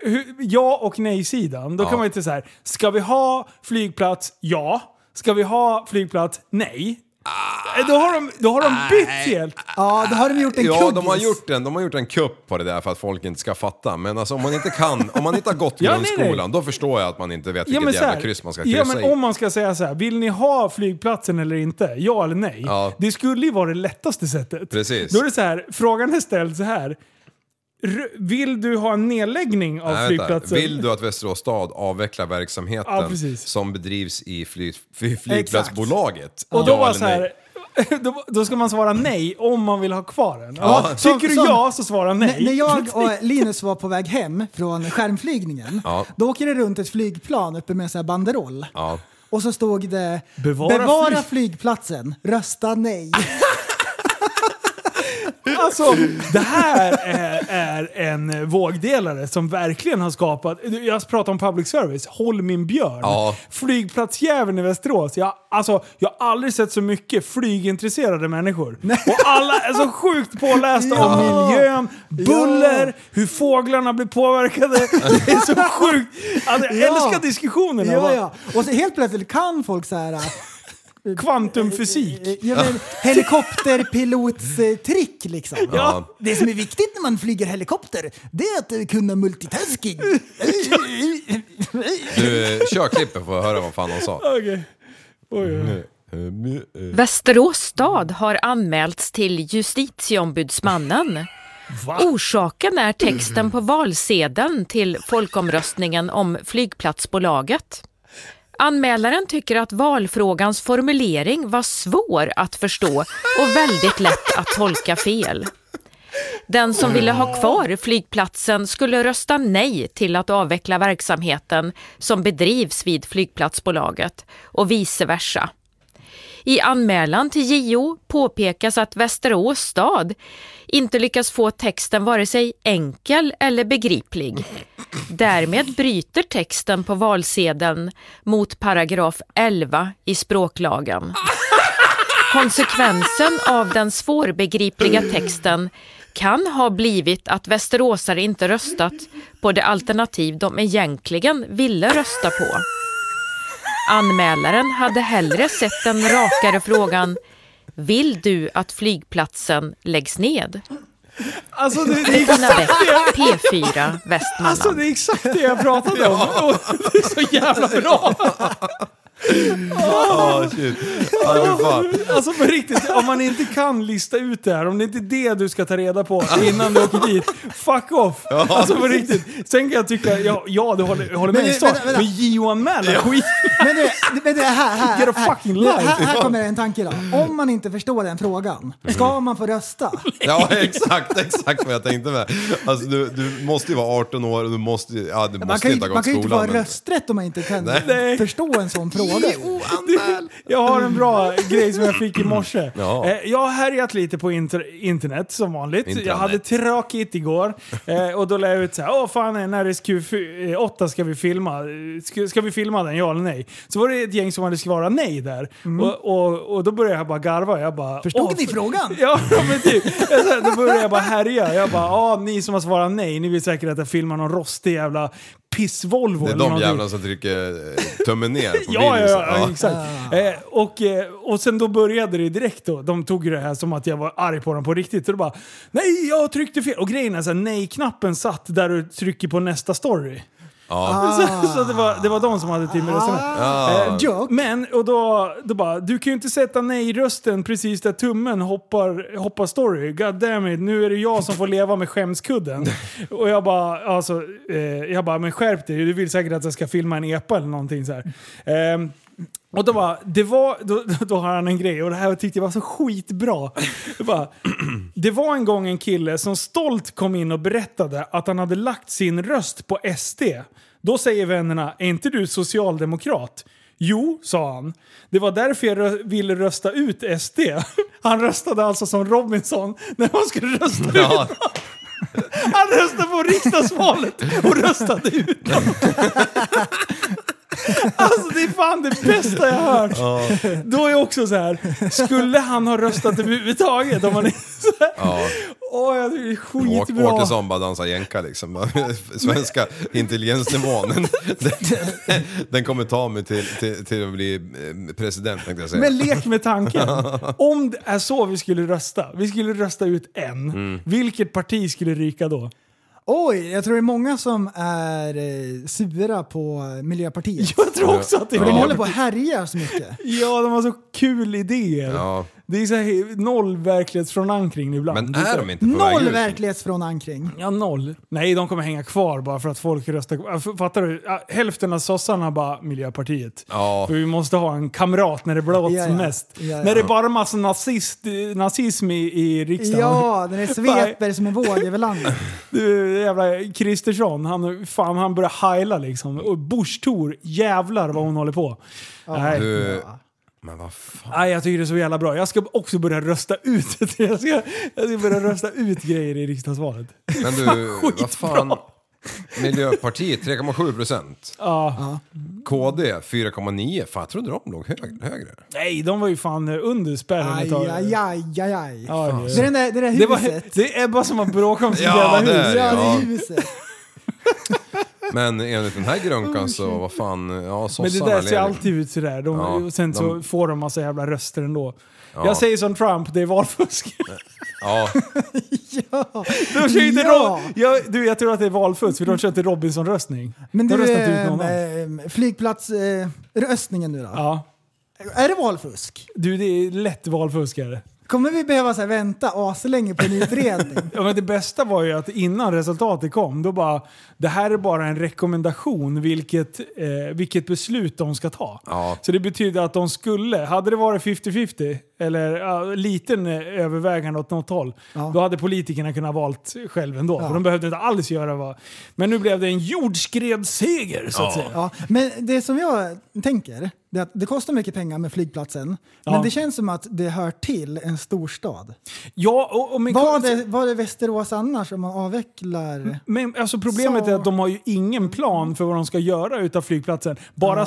E: Hur- Ja och nej-sidan. Då kan man ju inte så här. ska vi ha flygplats? Ja. Ska vi ha flygplats? Nej.
G: Ah.
E: Då har de, då har de bytt helt.
F: Ja, då har de gjort en
G: Ja,
F: kuggis.
G: de har, gjort en, de har gjort en kupp på det där för att folk inte ska fatta. Men alltså om man inte kan, om man inte har gått
E: Ja, nej,
G: grundskolan,
E: nej.
G: då förstår jag att man inte vet
E: Ja
G: vilket
E: men, så
G: jävla
E: här,
G: kryss man ska
E: ja
G: kryssa
E: men om
G: i.
E: man ska säga så här, vill ni ha flygplatsen eller inte? Ja eller nej?
G: Ja.
E: Det skulle ju vara det lättaste sättet.
G: Precis.
E: Då är det så här, frågan är ställd så här. R- Vill du ha en nedläggning av
G: Nej, vänta.
E: flygplatsen?
G: Vill du att Västerås stad avvecklar verksamheten
E: Ja, precis.
G: som bedrivs i fly, fly, flygplatsbolaget?
E: Och då
G: Ja
E: var
G: eller
E: så här,
G: nej?
E: då, då ska man svara nej om man vill ha kvar den.
F: Ja,
E: Ja,
F: som-
E: Tycker du
F: som-
E: ja så svara nej.
F: N- Eh, När jag och Linus var på väg hem från skärmflygningen,
G: Ja.
F: då åker det runt ett flygplan uppe med en sån här banderoll.
G: Ja.
F: Och så stod det
E: Bevara
F: “Bevara,
E: flyg-
F: flygplatsen, rösta nej”.
E: Alltså, det här är, är en vågdelare som verkligen har skapat... Jag pratar om public service. Håll min björn.
G: Ja.
E: Flygplatsjäveln i Västerås. Jag, alltså, jag har aldrig sett så mycket flygintresserade människor. Och alla är så sjukt pålästa om
F: Ja.
E: miljön, buller, hur fåglarna blir påverkade. Det är så sjukt. Alltså, jag
F: Ja.
E: älskar diskussionerna.
F: ja,
E: Bara,
F: ja. Och så helt plötsligt kan folk så här...
E: Kvantumfysik.
F: eh, Ja, men, helikopterpilotstrick liksom.
G: Ja.
F: Det som är viktigt när man flyger helikopter, det är att eh, kunna multitasking.
G: Du, eh, kör klippet får jag höra vad fan de sa.
E: Okej. Oj, oj.
H: Västerås stad har anmälts till justitieombudsmannen.
E: Va?
H: Orsaken är texten på valsedeln till folkomröstningen om flygplatsbolaget. Anmälaren tycker att valfrågans formulering var svår att förstå och väldigt lätt att tolka fel. Den som ville ha kvar flygplatsen skulle rösta nej till att avveckla verksamheten som bedrivs vid flygplatsbolaget och vice versa. I anmälan till JO påpekas att Västerås stad inte lyckas få texten vare sig enkel eller begriplig. Därmed bryter texten på valsedeln mot paragraf 11 i språklagen. Konsekvensen av den svårbegripliga texten kan ha blivit att västeråsare inte röstat på det alternativ de egentligen ville rösta på. Anmälaren hade hellre sett den rakare frågan Vill du att flygplatsen läggs ned?
E: Alltså, det, det är
H: Bettina Bäck, P4 Västmanland.
E: Alltså det är exakt det jag pratade om. Och Det är så jävla bra!
G: Ah, shit. Ah, fy fan.
E: Alltså på riktigt, om man inte kan lista ut det här, om det inte är det du ska ta reda på innan du åker dit, fuck off! Alltså på riktigt. Sen kan jag tycka, ja, ja du håller, jag håller med
F: Men,
E: i sak,
F: vänta, vänta.
E: men JO-anmälan, skit
F: Men det, men det här, här,
E: Get a
F: här,
E: fucking
F: här,
E: life.
F: här, här kommer en tanke då. Om man inte förstår den frågan, ska man få rösta?
G: Ja, exakt, exakt vad jag tänkte med. Alltså, du, du måste ju vara 18 år och du måste, ju- ja, du
F: Man
G: måste
F: kan
G: ju
F: ju,
G: inte ha
F: man
G: gått
F: kan ju inte få
G: skolan.
F: ha
G: men-
F: rösträtt om man inte kan
E: Nej.
F: förstå en sån fråga.
E: Jag har en bra grej som jag fick i morse.
G: Ja.
E: Eh, Jag har härjat lite på inter internet som vanligt.
G: Intranet.
E: Jag hade tråkigt igår eh, och då la jag ut så här, åh fan NRS Q8 eh, ska vi filma. Ska, ska vi filma den, ja eller nej? Så var det ett gäng som hade svarat nej där. Och, och, och då började jag bara garva. Jag bara,
F: Förstod
E: "Åh,
F: ni
E: för-
F: frågan?
E: Ja, men typ. Jag så här, Då började jag bara härja. Jag bara, ja ni som har svarat nej, ni vill säkert att jag filmar någon rostig jävla piss-Volvo.
G: Det är
E: eller
G: de
E: någonting."
G: jävlarna som trycker eh, tummen ner på
E: Ja, ja,
G: videon.
E: ja, exakt. Eh, och, eh, och sen då började det direkt då. De tog ju det här som att jag var arg på dem på riktigt. Och då bara nej, jag tryckte fel. Och grejen är så här, nej-knappen satt där du trycker på nästa story. Så, så det, var, det var de som hade timmer och
G: Ja.
F: Joke.
E: Men, och då, då bara, du kan ju inte sätta nej-rösten precis där tummen hoppar, hoppar story. God damn it, nu är det jag som får leva med skämskudden. Och jag bara, alltså, eh, jag bara, men skärp dig, du vill säkert att jag ska filma en epa eller någonting så här. Ehm, och då bara, det var, då, då- då har han en grej och det här tyckte jag var så skitbra. Det, bara, det var en gång en kille som stolt kom in och berättade att han hade lagt sin röst på SD. Då säger vännerna, är inte du socialdemokrat? Jo, sa han. Det var därför jag rö- ville rösta ut SD. Han röstade alltså som Robinson när man skulle rösta ut.
G: Ja.
E: Han röstade på riksdagsvalet och röstade ut dem. Alltså det är fan det bästa jag har hört. Då är jag också så här. skulle han ha röstat överhuvudtaget? Om han är så här.
G: Ja.
E: Åh, jag tycker det är
G: Åk,
E: skitbra.
G: Åkesson bara dansar jänka liksom. Bara, Svenska intelligensnivån, den, den, den kommer ta mig till, till, till att bli eh, president tänkte jag säga.
E: Men lek med tanken. Om det är så vi skulle rösta, vi skulle rösta ut en,
G: Mm.
E: vilket parti skulle ryka då?
F: Oj, jag tror det är många som är eh, sura på Miljöpartiet.
E: Jag tror också att det är
F: För de
G: Ja.
F: håller på och härjar så mycket.
E: Ja, de har så kul idéer.
G: Ja.
E: Det är så här, noll verklighetsfrånankring ibland.
G: Men
E: Det så-
G: är de inte på väg
F: Noll
G: ut?
F: verklighetsfrånankring.
E: Ja, noll. Nej, de kommer hänga kvar bara för att folk röstar. Äh, f- Fattar du? Ja, Hälften av sossarna bara Miljöpartiet.
G: Ja.
E: För vi måste ha en kamrat när det blåts
F: Ja, ja.
E: mest.
F: Ja, ja.
E: När det är bara massa nazist, eh, nazism i, i riksdagen.
F: Ja, den är sveper som en våg över landet.
E: Du, jävla Kristersson, han, fan, han börjar heila liksom. Och Busch Thor, jävlar vad hon håller på. Nej.
G: Du, men vad fan.
E: Nej, jag tycker det är så jävla bra. Jag ska också börja rösta ut. det. Jag ska, jag ska börja rösta ut grejer i riksdagsvalet.
G: Men du, vad fan. Miljöpartiet 3,7 procent.
E: Ja.
G: KD 4,9. Fan, jag trodde de låg hög, högre.
E: Nej, de var ju fan under spärren ett
F: Aj,
E: tag.
F: aj, aj, aj, aj.
E: Ja, det-
F: Det är den där, det där
E: Det,
F: huset.
E: var, det är Ebba som har bråkat om sitt
G: Ja,
E: jävla
G: det
E: hus.
G: är-
F: ja, det
G: Ja.
F: är huset.
G: Men enligt den här grönkan så, vad fan, ja
E: Men det
G: sossarna
E: där ser
G: leder.
E: alltid ut sådär. De,
G: Ja,
E: och sen så
G: de-
E: får de massa jävla röster ändå.
G: Ja.
E: Jag säger som Trump, det är valfusk.
G: Ja,
E: De kör inte
F: Ja.
E: Rob- jag, du, jag tror att det är valfusk, för de kör inte Robinson-röstning.
F: Men
E: de
F: du,
E: röstar inte ut någon annan.
F: äh, flygplatsröstningen nu då?
E: Ja.
F: Är det valfusk?
E: Du, det är lätt valfusk är det.
F: Kommer vi behöva så här, vänta aslänge på en utredning?
E: Ja, men det bästa var ju att innan resultatet kom, då bara det här är bara en rekommendation vilket, eh, vilket beslut de ska ta.
G: Ja.
E: Så det betyder att de skulle, hade det varit 50-50 eller ja, liten eh, övervägande åt något håll,
F: Ja.
E: då hade politikerna kunnat valt själv ändå. För de behövde inte alls göra vad... Men nu blev det en jordskredsseger så att säga.
F: Ja, men det som jag tänker, det, är att det kostar mycket pengar med flygplatsen,
E: Ja.
F: men det känns som att det hör till en storstad.
E: Ja, och, och men,
F: Vad är, vad är Västerås annars om man avvecklar?
E: Men alltså problemet
F: Så-
E: är att de har ju ingen plan för vad de ska göra utav flygplatsen. Bara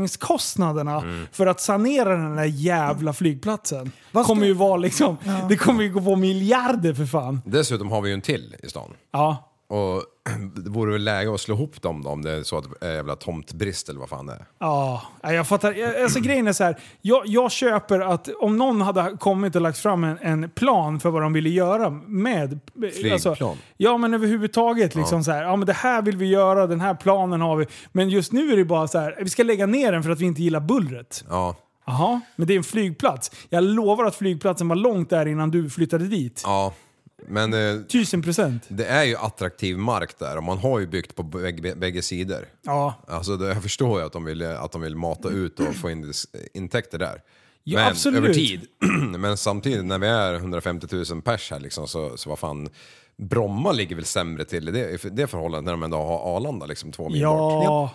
E: saneringskostnaderna för att sanera den där jävla flygplatsen.
F: Vad ska-
E: kommer ju vara liksom, Det kommer ju gå på miljarder för fan.
G: dessutom har vi ju en till i stan.
E: Ja.
G: Och det vore väl läge att slå ihop dem då om det är så att det är jävla tomtbrist eller vad fan det är.
E: Ja, nej, jag fattar. Jag- Alltså, grejen är så här. Jag, jag köper att om någon hade kommit och lagt fram en, en plan för vad de ville göra med... alltså,
G: Flygplan.
E: ja, men överhuvudtaget. Liksom, så här, ja, men det här vill vi göra, den här planen har vi. Men just nu är det bara så här, vi ska lägga ner den för att vi inte gillar bullret.
G: Ja,
E: Jaha, men det är en flygplats. Jag lovar att flygplatsen var långt där innan du flyttade dit.
G: ja. Men eh,
E: Tusen procent.
G: det är ju attraktiv mark där och man har ju byggt på bägge, bägge sidor.
E: Ja.
G: Alltså det, jag förstår ju att de, vill, att de vill mata ut och få in intäkter där.
E: Ja,
G: men
E: absolut.
G: över tid. men samtidigt när vi är 150 000 pers här liksom, så, så vad fan. Bromma ligger väl sämre till i det, i det förhållandet när de ändå har Arlanda liksom två mil bort.
E: Ja.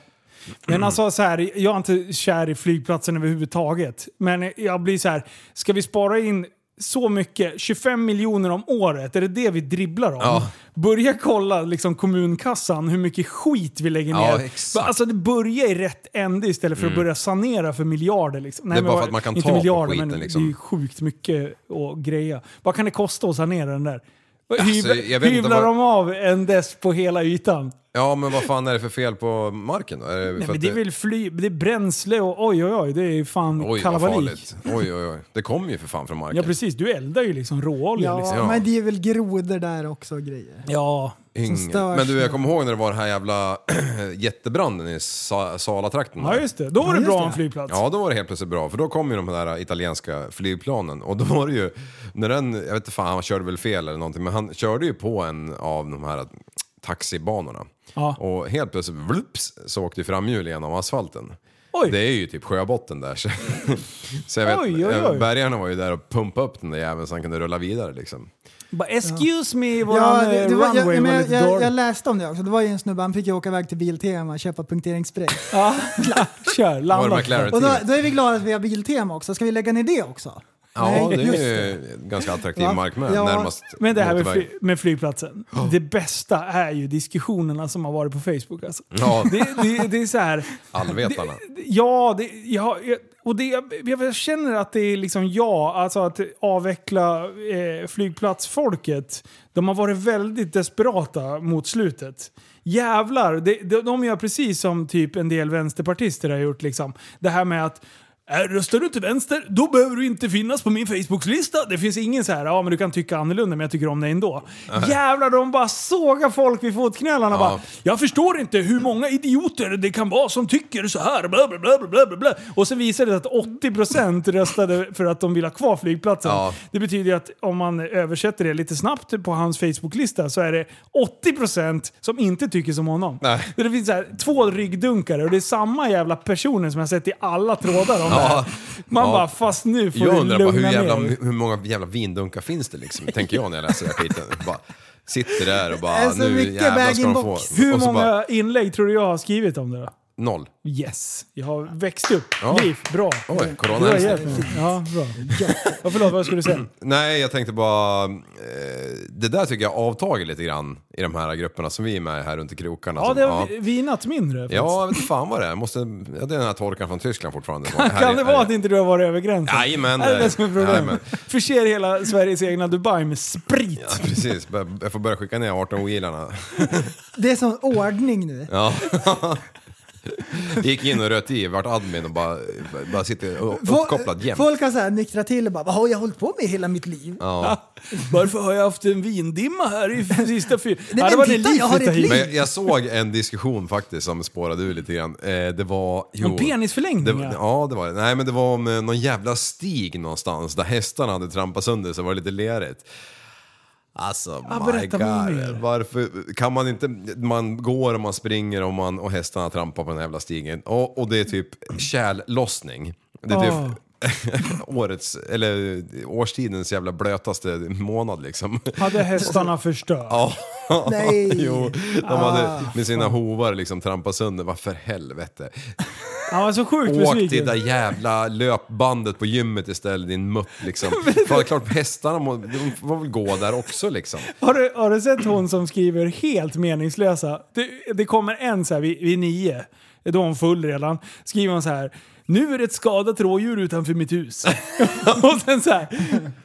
E: Men alltså så här, jag är inte kär i flygplatsen överhuvudtaget. Men jag blir så här, ska vi spara in så mycket, 25 miljoner om året, är det det vi dribblar om?
G: Ja.
E: Börja kolla liksom, kommunkassan, hur mycket skit vi lägger
G: Ja,
E: ner.
G: exakt. Mm.
E: alltså det börjar i rätt ände istället för att börja sanera för miljarder. Liksom. Nej,
G: Det är
E: men
G: bara för
E: vad-
G: att man kan
E: inte
G: ta på
E: miljarder,
G: skiten,
E: men
G: liksom.
E: Det är ju sjukt mycket att greja. Vad kan det kosta att sanera den där?
G: Alltså, jag vet inte
E: hyvlar
G: vad-
E: de av en dess på hela ytan?
G: Ja, men vad fan är det för fel på marken då? Är det
E: Nej,
G: för
E: men
G: att
E: det är väl fly, det är bränsle och oj oj oj, det är fan
G: Oj, vad
E: kalabalik.
G: farligt. Oj, oj, oj. Det kommer ju för fan från marken.
E: Ja precis, du eldar ju liksom råolja. Ja. Liksom.
F: Ja, men det är väl grodor där också och grejer.
E: ja.
G: Ingen.
F: störs
G: Men du, jag
F: nu.
G: kommer ihåg när det var den här jävla jättebranden i Sa- Salatrakten.
E: Ja
G: där.
E: just det, då var
F: Ja,
E: det
F: just
E: bra
F: det.
E: en flygplats.
G: Ja, då var det helt plötsligt bra, för då kom ju de här italienska flygplanen. Och då var det ju, när den, jag vet inte fan, han körde väl fel eller någonting, men han körde ju på en av de här taxibanorna.
E: Ja.
G: Och helt plötsligt, vlups, så åkte ju framhjul genom asfalten.
E: Oj.
G: Det är ju typ sjöbotten där. Så, så jag vet,
E: Oj, oj, oj.
G: bärgarna var ju där och pumpade upp den där jäveln så han kunde rulla vidare liksom.
E: Bara, excuse me,
F: Ja,
E: våran
F: det,
E: eh,
F: det var,
E: runway
F: jag, men
E: var
F: jag,
E: lite
F: jag, jag
E: dålig.
F: läste om det också. Det var ju en snubbe, han fick ju åka iväg till Biltema och köpa punkteringsspray.
E: Ja, Kör,
G: Var det
E: landa.
G: McLaren
F: Och då,
G: teamet?
F: då är vi glada att vi har Biltema också. Ska vi lägga ner det också?
G: Ja,
F: Nej,
G: det
F: just
G: är ju ganska attraktiv
F: Va?
G: mark med.
F: Ja.
G: Närmast
E: Men det här med,
G: motorväg.
E: fly, med flygplatsen. Det bästa är ju diskussionerna som har varit på Facebook alltså.
G: Ja,
E: Det, det, det är så här.
G: allvetarna.
E: Det- Ja, det, ja jag- och det, jag, jag känner att det är liksom ja, alltså att avveckla eh, flygplatsfolket. De har varit väldigt desperata mot slutet. Jävlar, det, de, de gör precis som typ en del vänsterpartister har gjort. Liksom. Det här med att äh, Röstar du inte vänster, då behöver du inte finnas på min Facebook-lista. Det finns ingen så här, ja men du kan tycka annorlunda men jag tycker om dig ändå. Jävlar, de bara sågar folk vid fotknölarna. Bara, jag förstår inte hur många idioter det kan vara som tycker så här. Bla, bla, bla, bla, bla, bla, bla. Och så visade det att 80% röstade för att de vill ha kvar flygplatsen.
G: Ja.
E: Det betyder ju att om man översätter det lite snabbt på hans Facebook-lista så är det 80% som inte tycker som honom.
G: Nej.
E: Så Det finns så här, två ryggdunkare och det är samma jävla personer som jag sett i alla trådar om det här. Man
G: Ja.
E: bara, fast nu får
G: Jag
E: du
G: undrar bara hur,
E: lugna
G: jävla,
E: ner dig.
G: hur många jävla vindunkar finns det liksom? Tänker jag när jag läser den här skiten. Bara sitter där och bara
F: Det är så
E: Alltså,
G: nu
F: mycket
G: jävlar ska de få.
F: bag-in-box.
E: Hur
G: och så
E: många
G: bara
E: inlägg tror du jag har skrivit om det då?
G: noll.
E: Yes, jag har växt upp.
G: Ja.
E: Liv, bra.
G: Oj,
E: Du
G: corona
E: har
G: är
E: hjälpt
G: det.
E: mig. Ja, bra. Ja, förlåt, vad skulle du säga?
G: Nej, jag tänkte bara... Eh, det där tycker jag avtagit lite grann i de här grupperna som vi är med i här runt i krokarna.
E: Ja,
G: som,
E: det har vinat mindre. faktiskt.
G: Ja, jag vet inte fan vad det är. Måste, ja, det är den här torkan från Tyskland fortfarande.
E: Kan det vara att inte du har varit över gränsen?
G: Jajamän,
E: Är det
G: det-
E: det som är problemet?
G: jajamän.
E: Förser hela Sveriges egna Dubai med sprit.
G: Ja, precis. Bör- Jag får börja skicka ner 18-ogillarna.
F: Det är sån ordning nu.
G: Ja. Gick in och röt i, vart admin och bara, bara sitter upp-
F: Fol-
G: uppkopplad jämt.
F: Folk har så här nyktrat till och bara “Vad har jag hållit på med hela mitt liv?”
G: Ja.
E: Varför har jag haft en vindimma här i sista fyra...
F: Nej, men titta, jag har ett
G: Men jag, jag såg en diskussion faktiskt som spårade ur lite grann. Eh, det var... Jo,
E: Om
G: Det,
E: penisförlängning
G: var-
E: ja.
G: ja, det var det. Nej, men det var om eh, någon jävla stig någonstans där hästarna hade trampat sönder så var det lite lerigt. Alltså,
E: Ja,
G: my
E: berätta mer.
G: god. Varför kan man inte... Man går och man springer och, man, och hästarna trampar på den här jävla stigen. Och, och det är typ kärllossning. Det är
E: Ah.
G: typ årets, eller årstidens jävla blötaste månad liksom.
E: Hade hästarna förstört.
G: Ja.
F: Nej.
G: jo,
E: Ah.
G: de hade med sina hovar liksom trampat sönder. Vad för helvete.
E: Han var så sjukt
G: Åk till
E: besviken.
G: det där jävla löpbandet på gymmet istället din mupp liksom. Fan, det är klart hästarna må, de får väl gå där också liksom.
E: Har du, har du sett hon som skriver helt meningslösa? Det, det kommer en så här vid, vid nio, då är hon full redan, skriver hon så här. Nu är det ett skadat rådjur utanför mitt hus. och sen så här,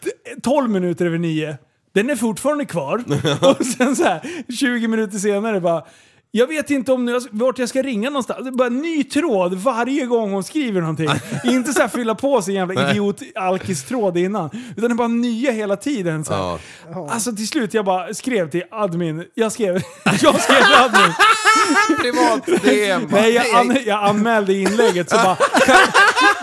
E: t- 12 minuter över nio, den är fortfarande kvar. och sen så här, 20 minuter senare bara, jag vet inte om nu, vart jag ska ringa någonstans. Det är bara en ny tråd varje gång hon skriver någonting. inte så här fylla på sin jävla idiot-alkis-tråd innan. Utan det är bara nya hela tiden. Så här.
G: Ja.
E: Alltså till slut jag bara skrev till admin, jag skrev, jag skrev till admin.
G: Privat DM!
E: Nej jag, an, jag anmälde inlägget så bara kan,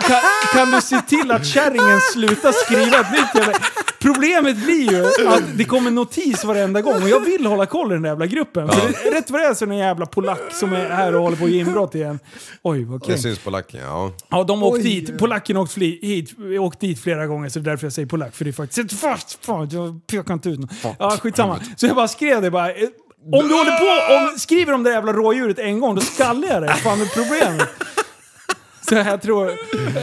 E: kan, kan du se till att kärringen slutar skriva ett nytt jävla... Problemet blir ju att det kommer notis varenda gång och jag vill hålla koll i den där jävla gruppen. För det, rätt vad det är så är det en jävla polack som är här och håller på att ge inbrott igen. Oj vad
G: Det
E: kränkt.
G: syns på lacken, ja.
E: Ja, de åkte dit. Polacken åkte fli- hit, åkte dit flera gånger, så det är därför jag säger polack. För det är faktiskt... Fast, fan, jag pekar inte ut någon. Ja, skitsamma. Så jag bara skrev det bara. eh, Om du håller på om, skriver om det där jävla rådjuret en gång, då skallar jag dig. Fan med problemet. Så jag tror,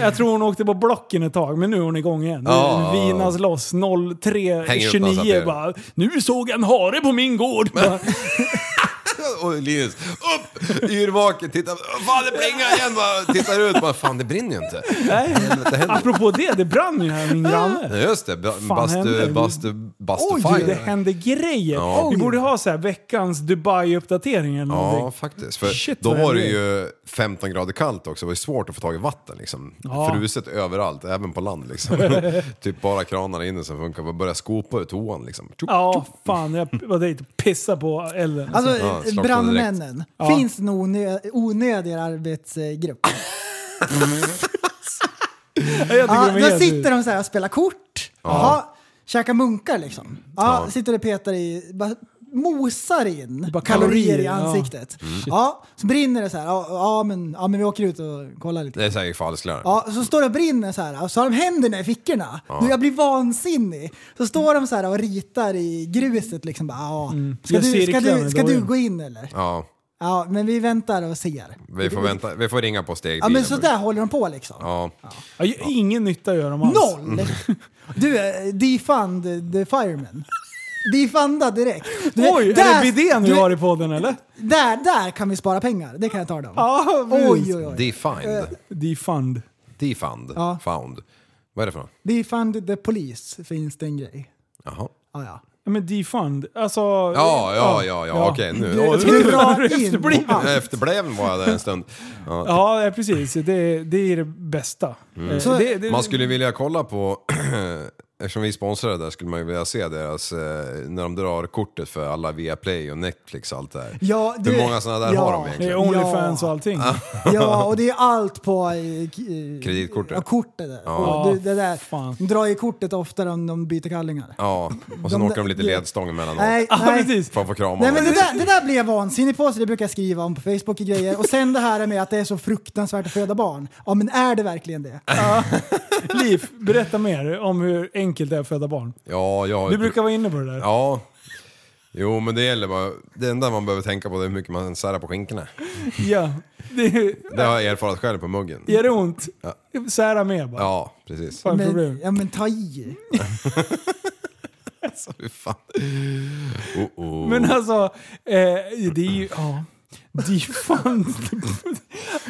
E: jag tror hon åkte på Blocken ett tag, men nu är hon igång igen. Nu
G: Ja, ja, ja.
E: vinas loss
G: Hänger upp någon så att det
E: 03.29
G: är-
E: bara. Nu såg jag en hare på min gård. Bara,
G: Och Linus, upp! Yrvaken, titta. Fan det plingar igen! Bara, tittar ut, bara fan det brinner ju inte.
E: Nej. Apropå det, det brann ju här min granne.
G: Nej, Just det, ba-
E: fan händer?
G: bastu, bastu, bastu
E: Oj, det händer grejer!
G: Ja.
E: Vi borde ha så här veckans Dubai-uppdatering eller
G: Ja,
E: någonting.
G: faktiskt. För
E: Shit,
G: då
E: vad
G: var
E: är
G: det
E: det?
G: ju 15 grader kallt också. Det var ju svårt att få tag i vatten. Liksom.
E: Ja.
G: Fruset överallt, även på land. Liksom. typ bara kranarna inne som funkar. Man börjar skopa ur toan. Liksom. Tjock,
E: Ja,
G: tjock.
E: fan. Jag var dit och pissade på elden.
F: Alltså
G: Ja, slagit på
F: brandmännen. Finns det någon onö- onödig arbetsgrupp?
E: jag tycker
F: Ja,
E: de är
F: då
E: helt-
F: sitter de så här och spelar kort. Ja. Käkar munkar liksom. Ja, Sitter och petar i, bara mosar in
E: Bara
F: kalorier,
E: kalorier,
F: i
E: ja.
F: ansiktet. Ja. så brinner det så här. Ja, ja, men, ja men vi åker ut och kollar lite.
G: Det är säkert falsklärare.
F: Ja, så står det och brinner så här. Så har de händerna i fickorna. Nu, jag blir vansinnig. Så står de så här och ritar i gruset liksom. Bara, ja, ska,
E: Mm. Jag
F: du, ska,
E: cirklar
F: du,
E: med
F: ska du
E: dojor.
F: gå in eller?
G: Ja,
F: Ja, men vi väntar och ser.
G: vi, får vänta, vi får ringa på
F: Ja,
G: stegbilen.
F: men så där håller de på liksom.
G: Ja.
E: Ja, ju-
F: Mm.
E: Ingen nytta gör de alls.
F: Noll! Du, är defund the eh, firemen. Defunda direkt. Du vet,
E: Oj, är det bidén vi
F: du-
E: har i podden eller?
F: Där, där kan vi spara pengar. Det kan jag ta dem.
E: Ja,
F: Oj, oj, oj.
G: Defined.
E: Defund.
G: Defund.
F: Ja.
G: Found. Vad är det för något?
F: Defund the police finns det en grej.
G: Jaha.
F: Ja, ja.
E: Ja, Men defund, alltså...
G: Ja, ja, ja, ja, okej nu.
F: Du,
G: Åh,
F: du
G: nu-
F: drar in
G: Jag
F: allt.
G: Efterbleven var jag där en stund. Ja.
E: Ja, eh, precis. Det, det är det bästa.
G: Mm.
E: Eh,
F: Så-
E: det, det,
G: Man skulle vilja kolla på, eftersom vi är sponsrade där, skulle man ju vilja se deras, eh, när de drar kortet för alla via Play och Netflix och allt det här.
F: Ja, du-
G: Hur många sådana där
F: ja.
G: har de
E: det är
G: egentligen?
E: Onlyfans och allting.
F: Ja, och det är allt på eh, k- eh,
G: Kreditkortet.
F: Ja, kortet. Där.
G: Ja.
F: Och du, det där.
E: Fan.
F: De drar ju kortet oftare om de byter kallingar.
G: Ja, och sen
F: De-
G: åker de lite
F: det-
G: ledstång emellanåt.
F: Nej,
E: Ja,
F: nej.
E: precis.
G: För att få krama
F: Nej men det
G: dem.
F: där, det där blir jag vansinnig på, så det brukar jag skriva om på Facebook och grejer. Och sen det här med att det är så fruktansvärt att föda barn. Ja men är det verkligen det?
E: Liv, berätta mer om hur enkelt det är att föda barn.
G: Ja, jag har
E: Du
G: ett-
E: brukar vara inne på det där.
G: Ja. Jo, men det gäller bara... Det enda man behöver tänka på det är hur mycket man särar på skinkorna.
E: Ja. Det,
G: Det har jag erfarit själv på muggen.
E: gör det ont? Sära mer bara.
G: Ja, precis.
E: Fan,
F: Men,
E: problem.
F: ja men ta i.
G: Alltså, fy fan. Oh, oh.
E: Men alltså, eh, det är ju... Ja. Det är fan...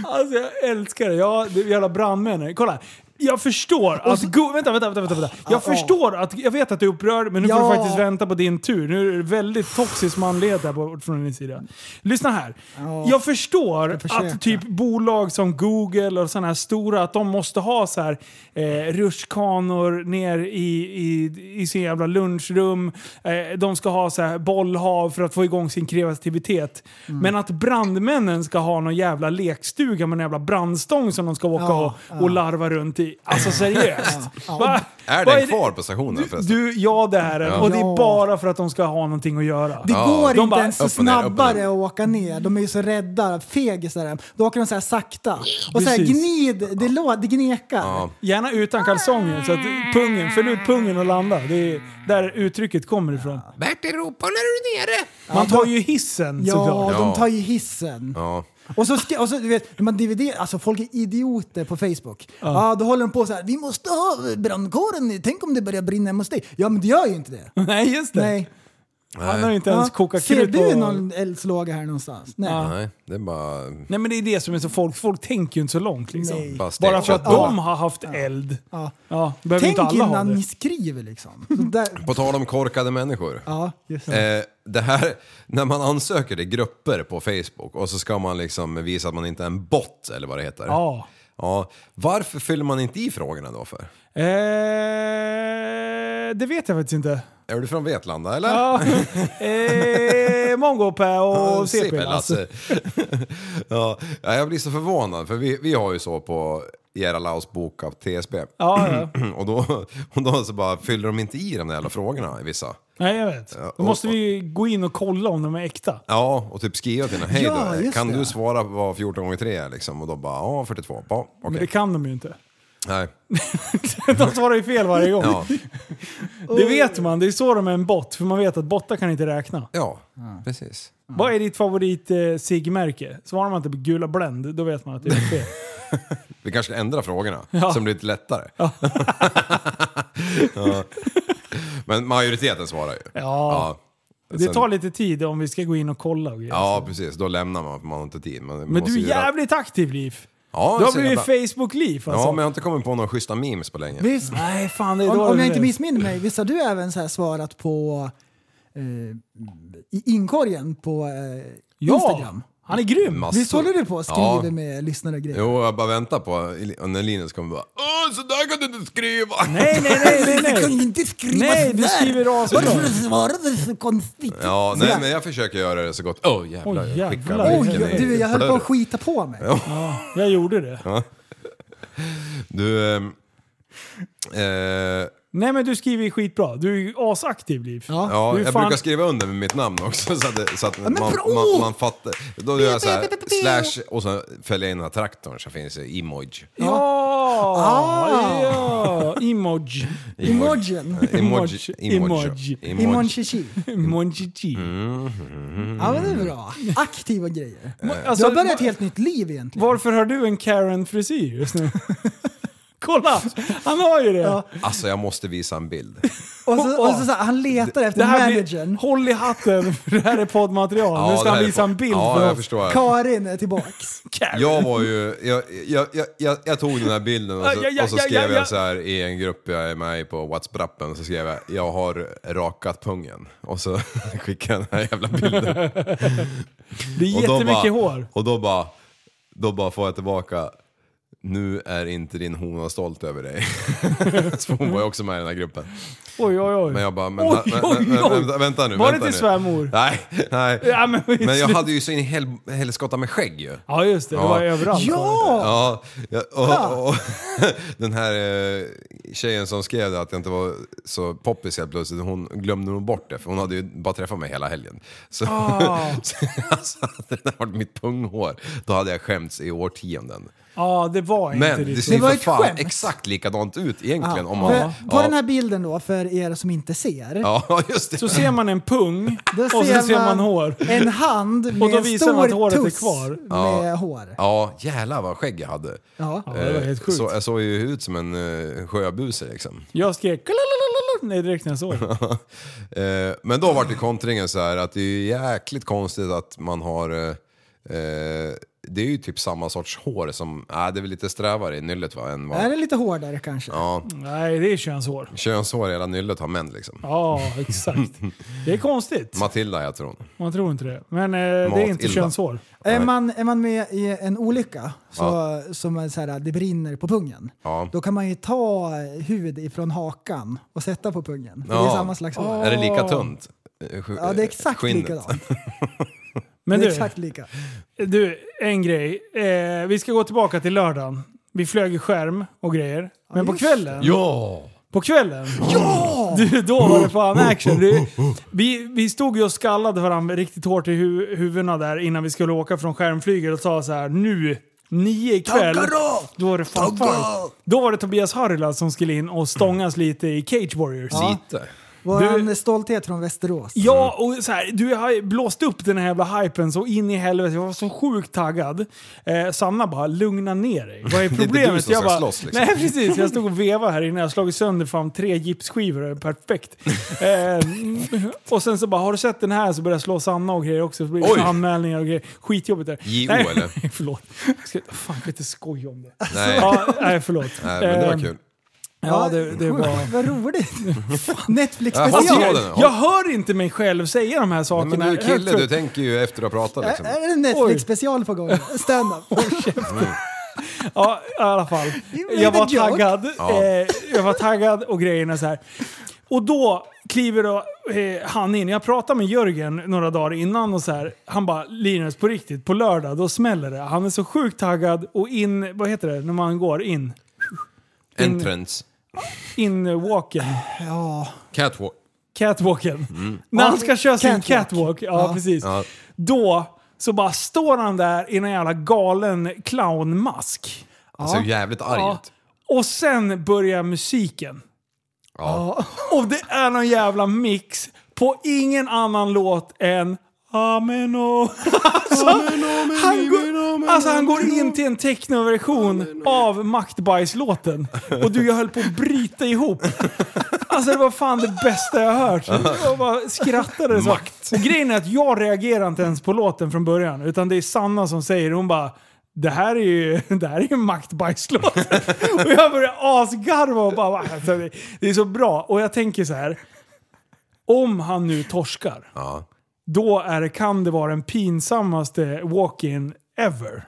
E: Alltså jag älskar det. Ja, det är jävla brandmän. Kolla. Jag förstår att... Go, vänta, vänta, vänta, vänta. Jag förstår att... Jag vet att du är upprörd, men nu får
F: Ja.
E: du faktiskt vänta på din tur. Nu är det väldigt toxisk manlighet här på, från din sida. Lyssna här. Jag förstår
F: försöka.
E: att typ bolag som Google och sådana här stora, att de måste ha så här eh, rutschkanor ner i, i, i sin jävla lunchrum. Eh, de ska ha så här bollhav för att få igång sin kreativitet.
F: Mm.
E: Men att brandmännen ska ha någon jävla lekstuga med en jävla brandstång som de ska åka
F: Ja,
E: och, och larva runt i. Alltså seriöst. Va?
G: Är
E: Vad
G: den kvar på stationen förresten?
E: Du, ja det här är den. Och det är
F: Ja.
E: bara för att de ska ha någonting att göra.
F: Det går
E: De
F: inte
E: bara,
F: ens
G: upp och ner, upp och
F: snabbare
G: ner.
F: att åka ner. De är ju så rädda, fegisar. är de. Då åker de så här sakta. Och så här
E: Precis.
F: gnid, det, lå, det gnekar.
E: Gärna utan kalsonger, så att pungen, fäll ut pungen och landa. Det är där uttrycket kommer ifrån.
G: Bertil ropar när du är nere!
E: Man tar ju hissen
F: Ja,
E: såklart.
G: Ja.
F: de tar ju hissen.
G: Ja.
F: Och så, ska, och så du vet, när man dividerar, alltså folk är idioter på Facebook. Ja. då håller de på så här, vi måste ha brandkåren, tänk om det börjar brinna hemma hos dig. Ja men det gör ju inte det.
E: Nej, just det.
F: Nej.
E: Han har ju inte ens
F: Ja,
E: kokat
F: Ser
E: krut på...
F: du någon eldslåga här någonstans? Nej.
G: Nej, det är bara...
E: Nej men det är det som är så folk, folk tänker ju inte så långt liksom.
F: Nej.
G: Bara stekt
E: Bara för att
G: kött.
E: de har haft eld.
F: Ja.
E: Ja, behöver
F: Tänk
E: inte alla ha
F: innan
E: det.
F: ni skriver liksom. Så där,
G: På tal om korkade människor.
F: ja, just det.
G: Eh, det här, när man ansöker till grupper på Facebook och så ska man liksom visa att man inte är en bot eller vad det heter.
E: Ja.
G: Ja, varför fyller man inte i frågorna då för?
E: Eh, det vet jag faktiskt inte.
G: Är du från Vetlanda eller?
E: Ja. eh, Mongopä och CP alltså.
G: Lasse. ja, ja, jag blir så förvånad för vi, vi har ju så på Gerhard Laus bok av TSB.
E: Ja, ja.
G: Och, då, och då så bara fyller de inte i de där jävla frågorna i vissa.
E: Nej jag vet. Då
G: och-
E: måste vi gå in och kolla om de är äkta.
G: Ja, och typ skriva till henne. Hej
F: Ja,
G: då,
F: just
G: kan
F: det.
G: du svara på vad 14 gånger 3 är liksom? Och då bara, ja 42. Ja, okej.
E: Men det kan de ju inte.
G: Nej.
E: De svarar ju fel varje gång.
G: Ja.
E: Det vet man, det är så de är en bot, för man vet att bottar kan inte räkna.
G: Ja, precis.
E: Vad är ditt favorit eh, sigmärke? Svarar man inte på gula Blend, då vet man att det är fel.
G: Vi kanske ska ändra frågorna
E: Ja.
G: så det blir lite lättare.
E: Ja.
G: Ja. Men majoriteten svarar ju.
E: Ja. Det
G: Sen-
E: tar lite tid om vi ska gå in och kolla och grejer.
G: Ja, precis. Då lämnar man för man har inte tid. Man
E: Men
G: måste
E: du är
G: ju göra-
E: jävligt aktiv Liv.
G: Ja,
E: Du har
G: så
E: blivit
G: jävla-
E: Facebook-Liv alltså.
G: Ja, men jag har inte kommit på några schyssta memes på länge.
F: Visst,
E: Nej fan, det är
F: om,
E: dåligt
F: om jag
E: med
F: inte
E: det.
F: missminner mig, visst har du även så här svarat på eh, i inkorgen på eh,
E: ja.
F: Instagram?
E: Han är grym!
G: Massor.
F: Visst håller du på och skriver
G: Ja.
F: med lyssnare och grejer?
G: Jo, jag bara väntar på och när Linus kommer bara Åh, så där kan du inte skriva!
E: Nej, nej, nej, nej, nej.
F: inte skriva
E: Nej, du skriver asbra.
F: svarade du så konstigt?
G: Ja, nej
F: Sådär.
G: men jag försöker göra det så gott. Åh jävlar,
E: Oj,
G: jag skickar
E: jävlar.
G: blicken
F: Oj,
G: i
F: du, jag höll på att
G: flödet.
F: skita på mig.
E: Jag gjorde det.
G: Du, ehm, eh,
E: Nej men du skriver ju skitbra. Du är ju asaktiv Liv.
F: Ja.
G: Ja,
E: Du är
G: jag
E: fan-
G: brukar skriva under med mitt namn också så att, så att man,
F: pro!
G: man, man fattar. Då gör jag så här,
F: Pi, pi, pi, pi, pi.
G: slash och så fäller jag in den här traktorn så finns det emoji.
E: Ja!
F: Ah.
E: ja. Emoji.
F: Emojin.
G: Emoji.
E: Emoji.
G: Emoji.
F: Imon
G: Emoji.
F: Chichi.
E: Emoji.
F: Ja men det är bra.
G: Mm.
F: Aktiva grejer.
E: Alltså,
F: du har börjat ett helt nytt liv egentligen.
E: Varför har du en Karen-frisyr just nu? Kolla! Han har ju det!
F: Ja.
G: Alltså jag måste visa en bild.
F: Och så, och så, så här, han letar efter
E: Det här
F: managern.
E: blir, håll i hatten, för det här är poddmaterial.
G: Ja,
E: nu ska
G: det här
E: han
G: är
E: visa
G: på-
E: en bild
G: Ja,
E: för
G: jag
E: oss.
G: förstår.
F: Karin är tillbaks.
G: Jag var ju, jag, jag, jag, jag, jag tog den här bilden och
E: Aj, aj, aj,
G: så, och så
E: aj,
G: skrev
E: aj, aj.
G: jag så här i en grupp jag är med i på Whatsappen, så skrev jag jag har rakat pungen. Och så skickade jag den här jävla bilden.
E: Det är
G: Och då
E: jättemycket
G: bara,
E: hår.
G: Och då bara, då bara får jag tillbaka, nu är inte din hona stolt över dig. så hon var ju också med i den här gruppen.
E: Oj, oj, oj.
G: Men jag bara, men,
E: Oj,
G: men,
E: oj,
G: men, men,
E: oj.
G: vänta, vänta nu.
E: Var det
G: vänta
E: till
G: nu.
E: svärmor?
G: Nej, nej.
E: Ja, men,
G: Men jag hade ju så in i hel, helskotta med skägg ju.
E: ja, just det. Det
G: Ja.
E: var överallt.
F: Ja!
G: Ja, ja, och, och, och, den här eh, tjejen som skrev det, att jag inte var så poppis helt plötsligt, hon glömde nog bort det för hon hade ju bara träffat mig hela helgen. Så, så alltså, hade det där varit mitt punghår, då hade jag skämts i årtionden.
E: Ja, det var inte
G: Men det
E: riktigt.
G: ser
F: var
G: för
F: ett
G: fan
F: skämt.
G: exakt likadant ut egentligen. Om man,
F: För,
G: ja.
F: på den här bilden då, för er som inte ser.
G: ja, just det.
E: Så ser man en pung
F: Då
E: och så ser man hår.
F: En hand med
E: då
F: en
E: visar man
F: stor
E: att håret är
F: tuss
E: kvar.
F: med hår.
G: Ja, jävlar vad skägg jag hade. Eh,
F: Ja.
E: Ja, det var helt sjukt.
G: Så, jag såg ju ut som en uh, sjöbuse liksom.
E: Jag skrek "Kalalalala", nej, direkt när jag såg det.
G: Eh, men då var det kontringen så här att det är ju jäkligt konstigt att man har... Eh, eh, det är ju typ samma sorts hår som... Äh, det är väl lite strävare i nyllet va? Än
F: Är
G: vad,
F: det lite hårdare kanske?
G: ja,
E: Nej, det är könshår.
G: könshår i hela nyllet har män liksom.
E: Ja, exakt. Det är konstigt.
G: Matilda heter hon.
E: Man tror inte det. Men eh, det är inte
G: Matilda.
E: könshår.
F: Är, man, är man med i en olycka så, som är så här, det brinner på pungen,
G: Ja.
F: då kan man ju ta hud ifrån hakan och sätta på pungen. För Det är
G: Ja.
F: samma slags hår.
G: Är det lika tunt? Eh, sk-
F: Ja, det är exakt
G: skinnet.
F: likadant.
E: Men
F: det är
E: du,
F: exakt lika.
E: Du, en grej. Eh, vi ska gå tillbaka till lördagen. Vi flög i skärm och grejer. Men på
F: just
E: kvällen,
G: Ja!
E: på kvällen. Du, då var det fan action. Du, vi, vi stod ju och skallade varandra riktigt hårt i hu huvudena där innan vi skulle åka från skärmflyget och sa så här nu, nio ikväll. Då var det fan fight. Då var det Tobias Harila som skulle in och stångas lite i Cage Warriors.
G: Lite.
F: Vår stolthet från Västerås.
E: Ja,
G: Mm.
E: och så här, du har blåst upp den här jävla hypen så in i helvete. Jag var så sjukt taggad. Eh, Sanna bara, lugna ner dig. Vad är
G: inte
E: problemet?
G: du som
E: jag
G: ska
E: bara,
G: slåss, liksom.
E: Nej, precis. Jag stod och vevade här inne. Jag har slagit sönder fram tre gipsskivor. Det är Perfekt. Eh, och sen så bara, har du sett den här? Så börjar jag slå Sanna och grejer också. Så blir det
G: Oj!
E: såna anmälningar och grejer. Skitjobbigt där.
G: JO,
E: Nej,
G: eller?
E: förlåt. Jag ska, fan, jag kan inte skoja om det.
G: Nej.
E: Ja, nej, förlåt.
G: Nej, men det var
E: Eh,
G: kul.
E: Ja, det, det var...
F: Vad roligt! Netflix
G: Ja,
E: Alltså,
G: håll
E: jag,
F: special.
G: tråden.
E: jag hör inte mig själv säga de här
G: Men
E: sakerna.
G: du är
E: högt
G: kille,
E: upp.
G: du tänker ju efter att ha pratat liksom.
F: Är det en Netflix special på gång? Stand-up.
E: Ja, i alla fall.
F: made
E: Jag
F: a
E: var
F: joke.
E: taggad.
G: Ja.
E: Eh, jag var taggad och grejerna så här. Och då kliver då, eh, han in. Jag pratade med Jörgen några dagar innan och så här. Han bara “Linus, på riktigt, på lördag då smäller det”. Han är så sjukt taggad och in, vad heter det, när man går in?
G: Entrance.
E: In-walken.
G: Catwalk.
E: Catwalken. När han ska köra sin
F: Catwalk.
E: catwalk, ja, precis.
G: Mm. Ja.
E: Då så bara står han där i en jävla galen clownmask.
G: Han ser ju jävligt arg
E: Ja.
G: ut.
E: Och sen börjar musiken.
G: Ja.
E: Och det är någon jävla mix på ingen annan låt än Amen och... Alltså, han, går, alltså han går in till en technoversion av Maktbajs-låten. Och du, jag höll på att bryta ihop. Alltså det var fan det bästa jag hört. Jag bara skrattade så. Och grejen är att jag reagerar inte ens på låten från början. Utan det är Sanna som säger, hon bara det här är ju, det här är ju en maktbajslåt. och jag börjar asgarva och bara "Va?" alltså, det, det är så bra. Och jag tänker så här. Om han nu torskar,
G: Ja.
E: då är, det- kan det vara den pinsammaste walk-in ever.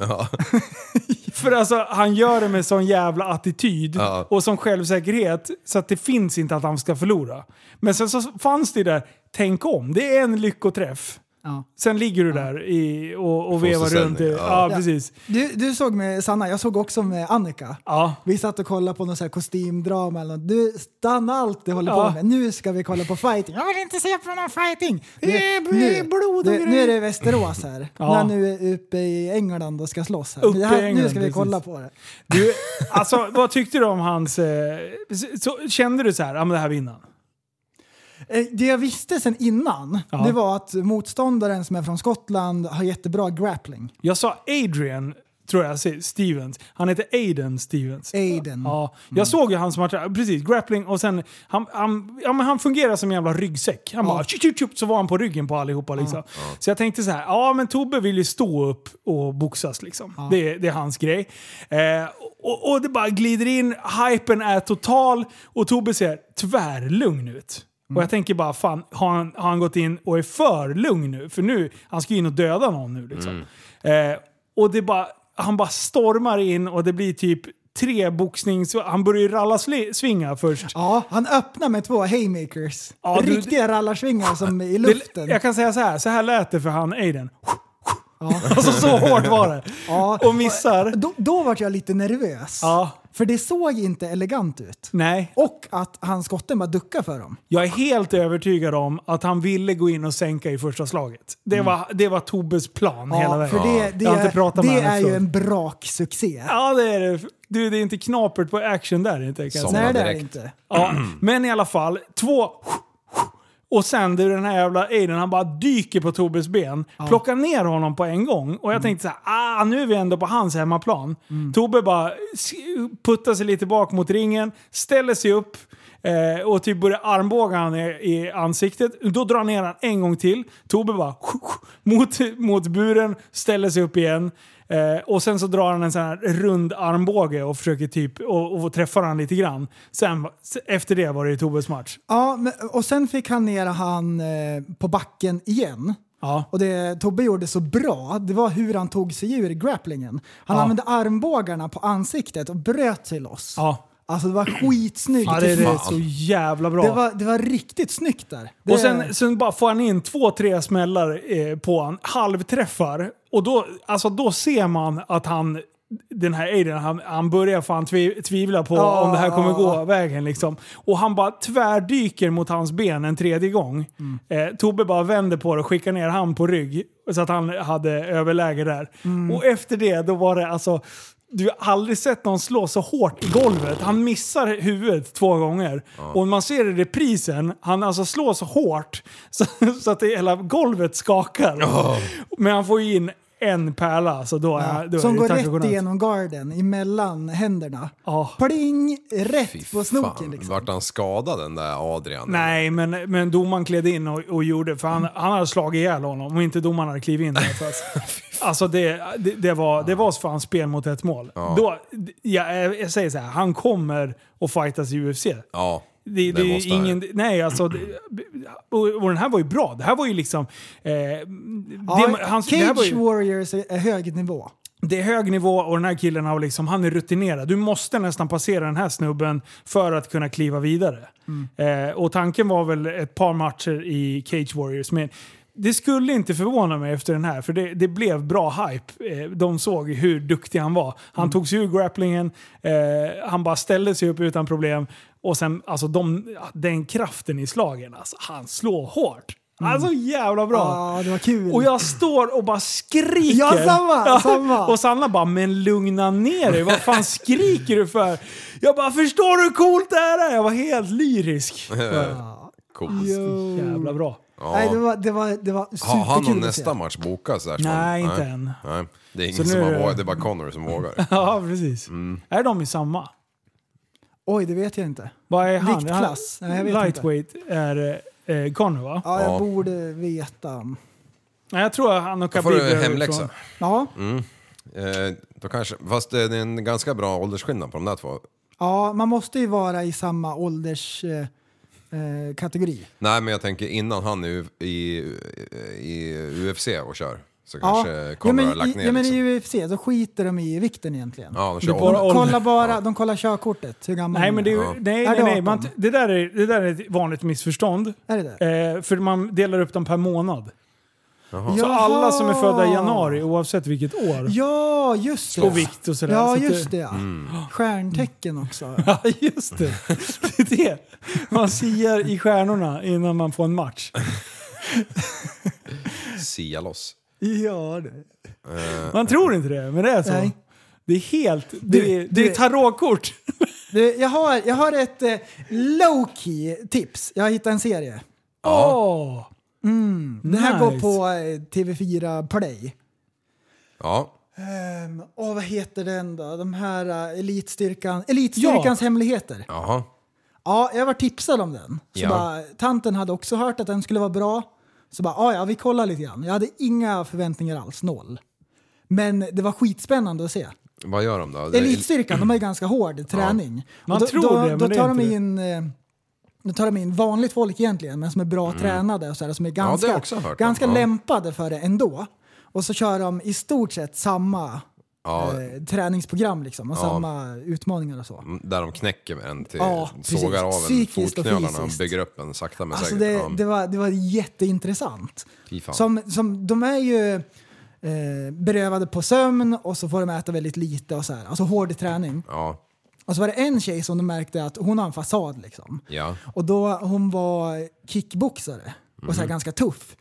E: För alltså, han gör det med sån jävla attityd
G: Ja.
E: och sån självsäkerhet så att det finns inte att han ska förlora. Men sen så fanns det ju där, tänk om, det är en lyckoträff.
F: Ja.
E: Sen ligger du där i, och, och vevar
G: sändning,
E: runt. i-
G: ja.
E: Ja, precis.
F: Du, du såg med Sanna, jag såg också med Annika.
E: Ja.
F: Vi satt och kollade på någon så här kostymdrama eller något. Du, stanna allt du håller
E: Ja.
F: på med. Nu ska vi kolla på fighting. Jag vill inte se på någon fighting! Det
E: är blod och
F: nu,
E: grejer.
F: nu är det Västerås här.
E: Ja.
F: När nu är uppe i England och ska slåss här.
E: Uppe i
F: Det här nu
E: England,
F: ska vi
E: precis.
F: kolla på det.
E: Du, alltså, vad tyckte du om hans... Eh, så, kände du så här, ja men det här vinner han.
F: Eh, Det jag visste sen innan,
E: Ja.
F: det var att motståndaren som är från Skottland har jättebra grappling.
E: Jag sa Adrian tror jag, se- Stevens. Han heter Aiden Stevens.
F: Aiden.
E: Ja, jag såg ju hans matcher, precis, grappling och sen, han, han, ja, men han fungerar som en jävla ryggsäck. Han bara tjup, tjup, tjup, så var han på ryggen på allihopa liksom. Så jag tänkte så här, ja men Tobbe vill ju stå upp och boxas liksom. Det, är- det är hans grej. Eh, och, och det bara glider in, hypen är total och Tobbe ser tvärlugn ut. Och jag tänker bara, fan, har han, har han gått in och är för lugn nu? För nu, han ska ju in och döda någon nu liksom. Eh, och det bara, han bara stormar in och det blir typ tre boxnings... Han börjar ju rallasvinga först.
F: Ja, han öppnar med två haymakers.
E: Ja, du-
F: Riktiga rallarsvingar som är i luften.
E: Det, jag kan säga så här, så här lät det för han Aiden. Alltså så hårt var det.
F: Ja.
E: Och missar.
F: Då, då var jag lite nervös.
E: Ja.
F: För det såg inte elegant ut.
E: Nej,
F: Och att han skotten bara duckade för dem.
E: jag är helt övertygad om att han ville gå in och sänka i första slaget. Det var, det var Tobes plan hela
F: Mm.
E: vägen.
F: Ja, för det, det,
E: jag har inte pratat med
F: det
E: honom
F: är ju
E: efteråt.
F: en braksuccé.
E: Ja, det är det. Du, det är inte knapert på action där inte. Kan jag
G: Som-
E: säga.
F: Nej, det är
G: direkt.
F: inte.
E: Ja, men i alla fall, två... Och sen du den här jävla Aiden, han bara dyker på Tobes ben, plockar ner honom på en gång. Och jag tänkte så här, ah, nu är vi ändå på hans hemmaplan. Tobbe bara s- puttar sig lite bak mot ringen, ställer sig upp eh, och typ börjar armbåga han i, i ansiktet. Då drar han ner han en gång till. Tobbe bara mot, mot buren, ställer sig upp igen. Eh, och sen så drar han en sån här rund armbåge och försöker typ, och, och träffar han lite grann. Sen, s- efter det var det ju Tobes match.
F: Ja, men, och sen fick han ner han eh, på backen igen.
E: Ja.
F: Och det Tobbe gjorde så bra, det var hur han tog sig ur grapplingen. Han
E: Ja.
F: använde armbågarna på ansiktet och bröt sig loss.
E: Ja.
F: Alltså det var skitsnyggt.
E: Ja, det är det
G: fan.
E: så jävla bra.
F: Det var, det var riktigt snyggt där. Det,
E: Och sen, sen bara får han in två, tre smällar eh, på han, halvträffar. Och då, alltså, då ser man att han, den här Aiden, han, han börjar fan tvi, tvivla på
F: Ja,
E: om det här kommer
F: ja,
E: gå
F: ja.
E: vägen. Liksom. Och han bara tvärdyker mot hans ben en tredje gång.
F: Mm.
E: Eh, Tobbe bara vänder på det och skickar ner han på rygg. Så att han hade överläge där.
F: Mm.
E: Och efter det, då var det alltså... Du har aldrig sett någon slå så hårt i golvet. Han missar huvudet två gånger. Och man ser i reprisen, han alltså slår så hårt så, så att det hela golvet skakar. Men han får ju in en pärla, så då är, då är
F: som
E: det
F: går
E: tack och
F: rätt
E: godnatt.
F: igenom garden, emellan händerna.
E: Ja.
F: Pling! Rätt
G: Fy
F: på snoken
G: fan.
F: liksom.
G: Vart han skadad den där Adrian?
E: Nej, men, men domaren klev in och, och gjorde, för han, han hade slagit ihjäl honom om inte domaren hade klivit in. Där, för att, alltså det, det, det, var, det var fan spel mot ett mål. Då, ja, jag säger så här, han kommer att fightas i UFC.
G: Ja,
E: Det, det är
G: måste
E: ju
G: han ju.
E: ingen, nej, alltså, det, och, och den här var ju bra. Det här var ju liksom... Eh,
F: Ja,
E: det, hans, det, här
F: Cage
E: var ju,
F: Warriors är är hög nivå.
E: det är hög nivå och den här killen har liksom, han är rutinerad. Du måste nästan passera den här snubben för att kunna kliva vidare. Eh, och tanken var väl ett par matcher i Cage Warriors. Men det skulle inte förvåna mig efter den här, för det, det blev bra hype. Eh, de såg hur duktig han var. Han tog sig ur grapplingen, eh, han bara ställde sig upp utan problem. Och sen, alltså de, den kraften i slagen, alltså, han slår hårt. Alltså jävla bra!
F: Ja, det var kul.
E: Och jag står och bara skriker.
F: Ja, samma, samma.
E: Och Sanna bara, men lugna ner dig. Vad fan skriker du för? Jag bara, förstår du hur coolt det här är? Jag var helt lyrisk.
G: Coolt.
F: Jo.
E: Jävla bra.
F: Nej, det var, det var, det var
G: Har han någon
F: superkul att se.
G: nästa match bokas? så här som-
E: Nej, inte än.
G: Nej. Det är
E: Så
G: ingen som
E: nu-
G: har vågat, det är bara Connor som vågar.
E: Ja, precis.
G: Mm.
E: Är de i samma?
F: Oj, det vet jag inte.
E: Vad är han?
F: Viktklass?
E: Han-
F: Nej, jag vet inte.
E: Lightweight är eh, Connor va?
F: Ja, jag
G: Ja.
F: borde veta.
E: Nej, jag tror han och
G: Då får
E: Khabib
G: du
E: är
G: hemläxa.
E: ifrån.
F: Ja,
G: Mm. Eh, då kanske, fast det är en ganska bra åldersskillnad på de där två.
F: ja, man måste ju vara i samma ålderskategori. Eh, eh, kategori.
G: Nej, men jag tänker innan han är i, i, i UFC och kör så
F: ja.
G: kanske
F: ja,
G: Connor
F: men,
G: har lagt ner.
F: ja, men
G: liksom.
F: i UFC så skiter de i vikten egentligen.
G: Ja, de
E: Det
G: kör
E: är bara
G: ålder.
E: ålder.
F: Kolla bara, de kollar körkortet, hur gammal
E: Nej,
F: man
E: men det är, ju-
G: Ja.
E: nej,
F: Är
E: nej,
F: det
E: nej. Man,
F: 18?
E: det, där är, det där är ett vanligt missförstånd.
F: är det det?
E: Eh, för man delar upp dem per månad. Så
F: Jaha.
E: alla som är födda i januari, oavsett vilket år,
F: Ja, just det.
E: och vikt och sådär.
F: Ja,
E: så att Mm.
F: just det. Ja. Stjärntecken också.
E: Ja, just det. Det är det. Man siar i stjärnorna innan man får en match.
G: Sia loss.
F: Ja, det.
E: Man tror inte det, men det är så.
F: Nej.
E: Det är helt... Det är, det
F: du-
E: är tarotkort.
F: Du, jag, har, jag har ett eh, low-key tips. Jag har hittat en serie.
E: Åh!
F: Den här går
E: Nice.
F: på eh, TV4 Play.
G: Ja,
F: Ehm, Åh, vad heter den då? De här eh, elitstyrkan, Elitstyrkans hemligheter.
G: Jaha.
F: Ja, jag var tipsad om den. Så
G: Ja.
F: bara, tanten hade också hört att den skulle vara bra. Så bara, "Ah, "Ja, ja, vi kollar lite grann. Jag hade inga förväntningar alls, noll. Men det var skitspännande att se.
G: Vad gör de då? Det-
F: Elitstyrkan, de har ju ganska hård träning.
E: Man
F: Och då,
E: tror
F: då,
E: det, men
F: då
E: det är
F: tar de
E: inte det.
F: in... eh, Då tar de in vanligt folk egentligen, men som är bra tränade och så här, som är
G: Mm. har
F: ganska,
G: jag också hört
F: ganska
G: om, ja.
F: lämpade för det ändå. Och så kör de i stort sett samma
G: Ja,
F: eh, träningsprogram liksom, och
G: Ja.
F: samma utmaningar och så.
G: liksom där de knäcker en till,
F: Ja, precis.
G: sågar av en
F: Psykiskt och
G: fotknölarna och
F: fysiskt.
G: bygger upp en sakta men
F: Alltså
G: säkert.
F: det,
G: ja.
F: det, var, det var jätteintressant.
G: Fy fan.
F: Som, som, de är ju eh, berövade på sömn och så får de äta väldigt lite och så här. Alltså hård träning.
G: ja,
F: Och så var det en tjej som de märkte att hon har en fasad liksom.
G: ja.
F: Och då hon var kickboxare och så
G: Mhm.
F: här ganska tuff.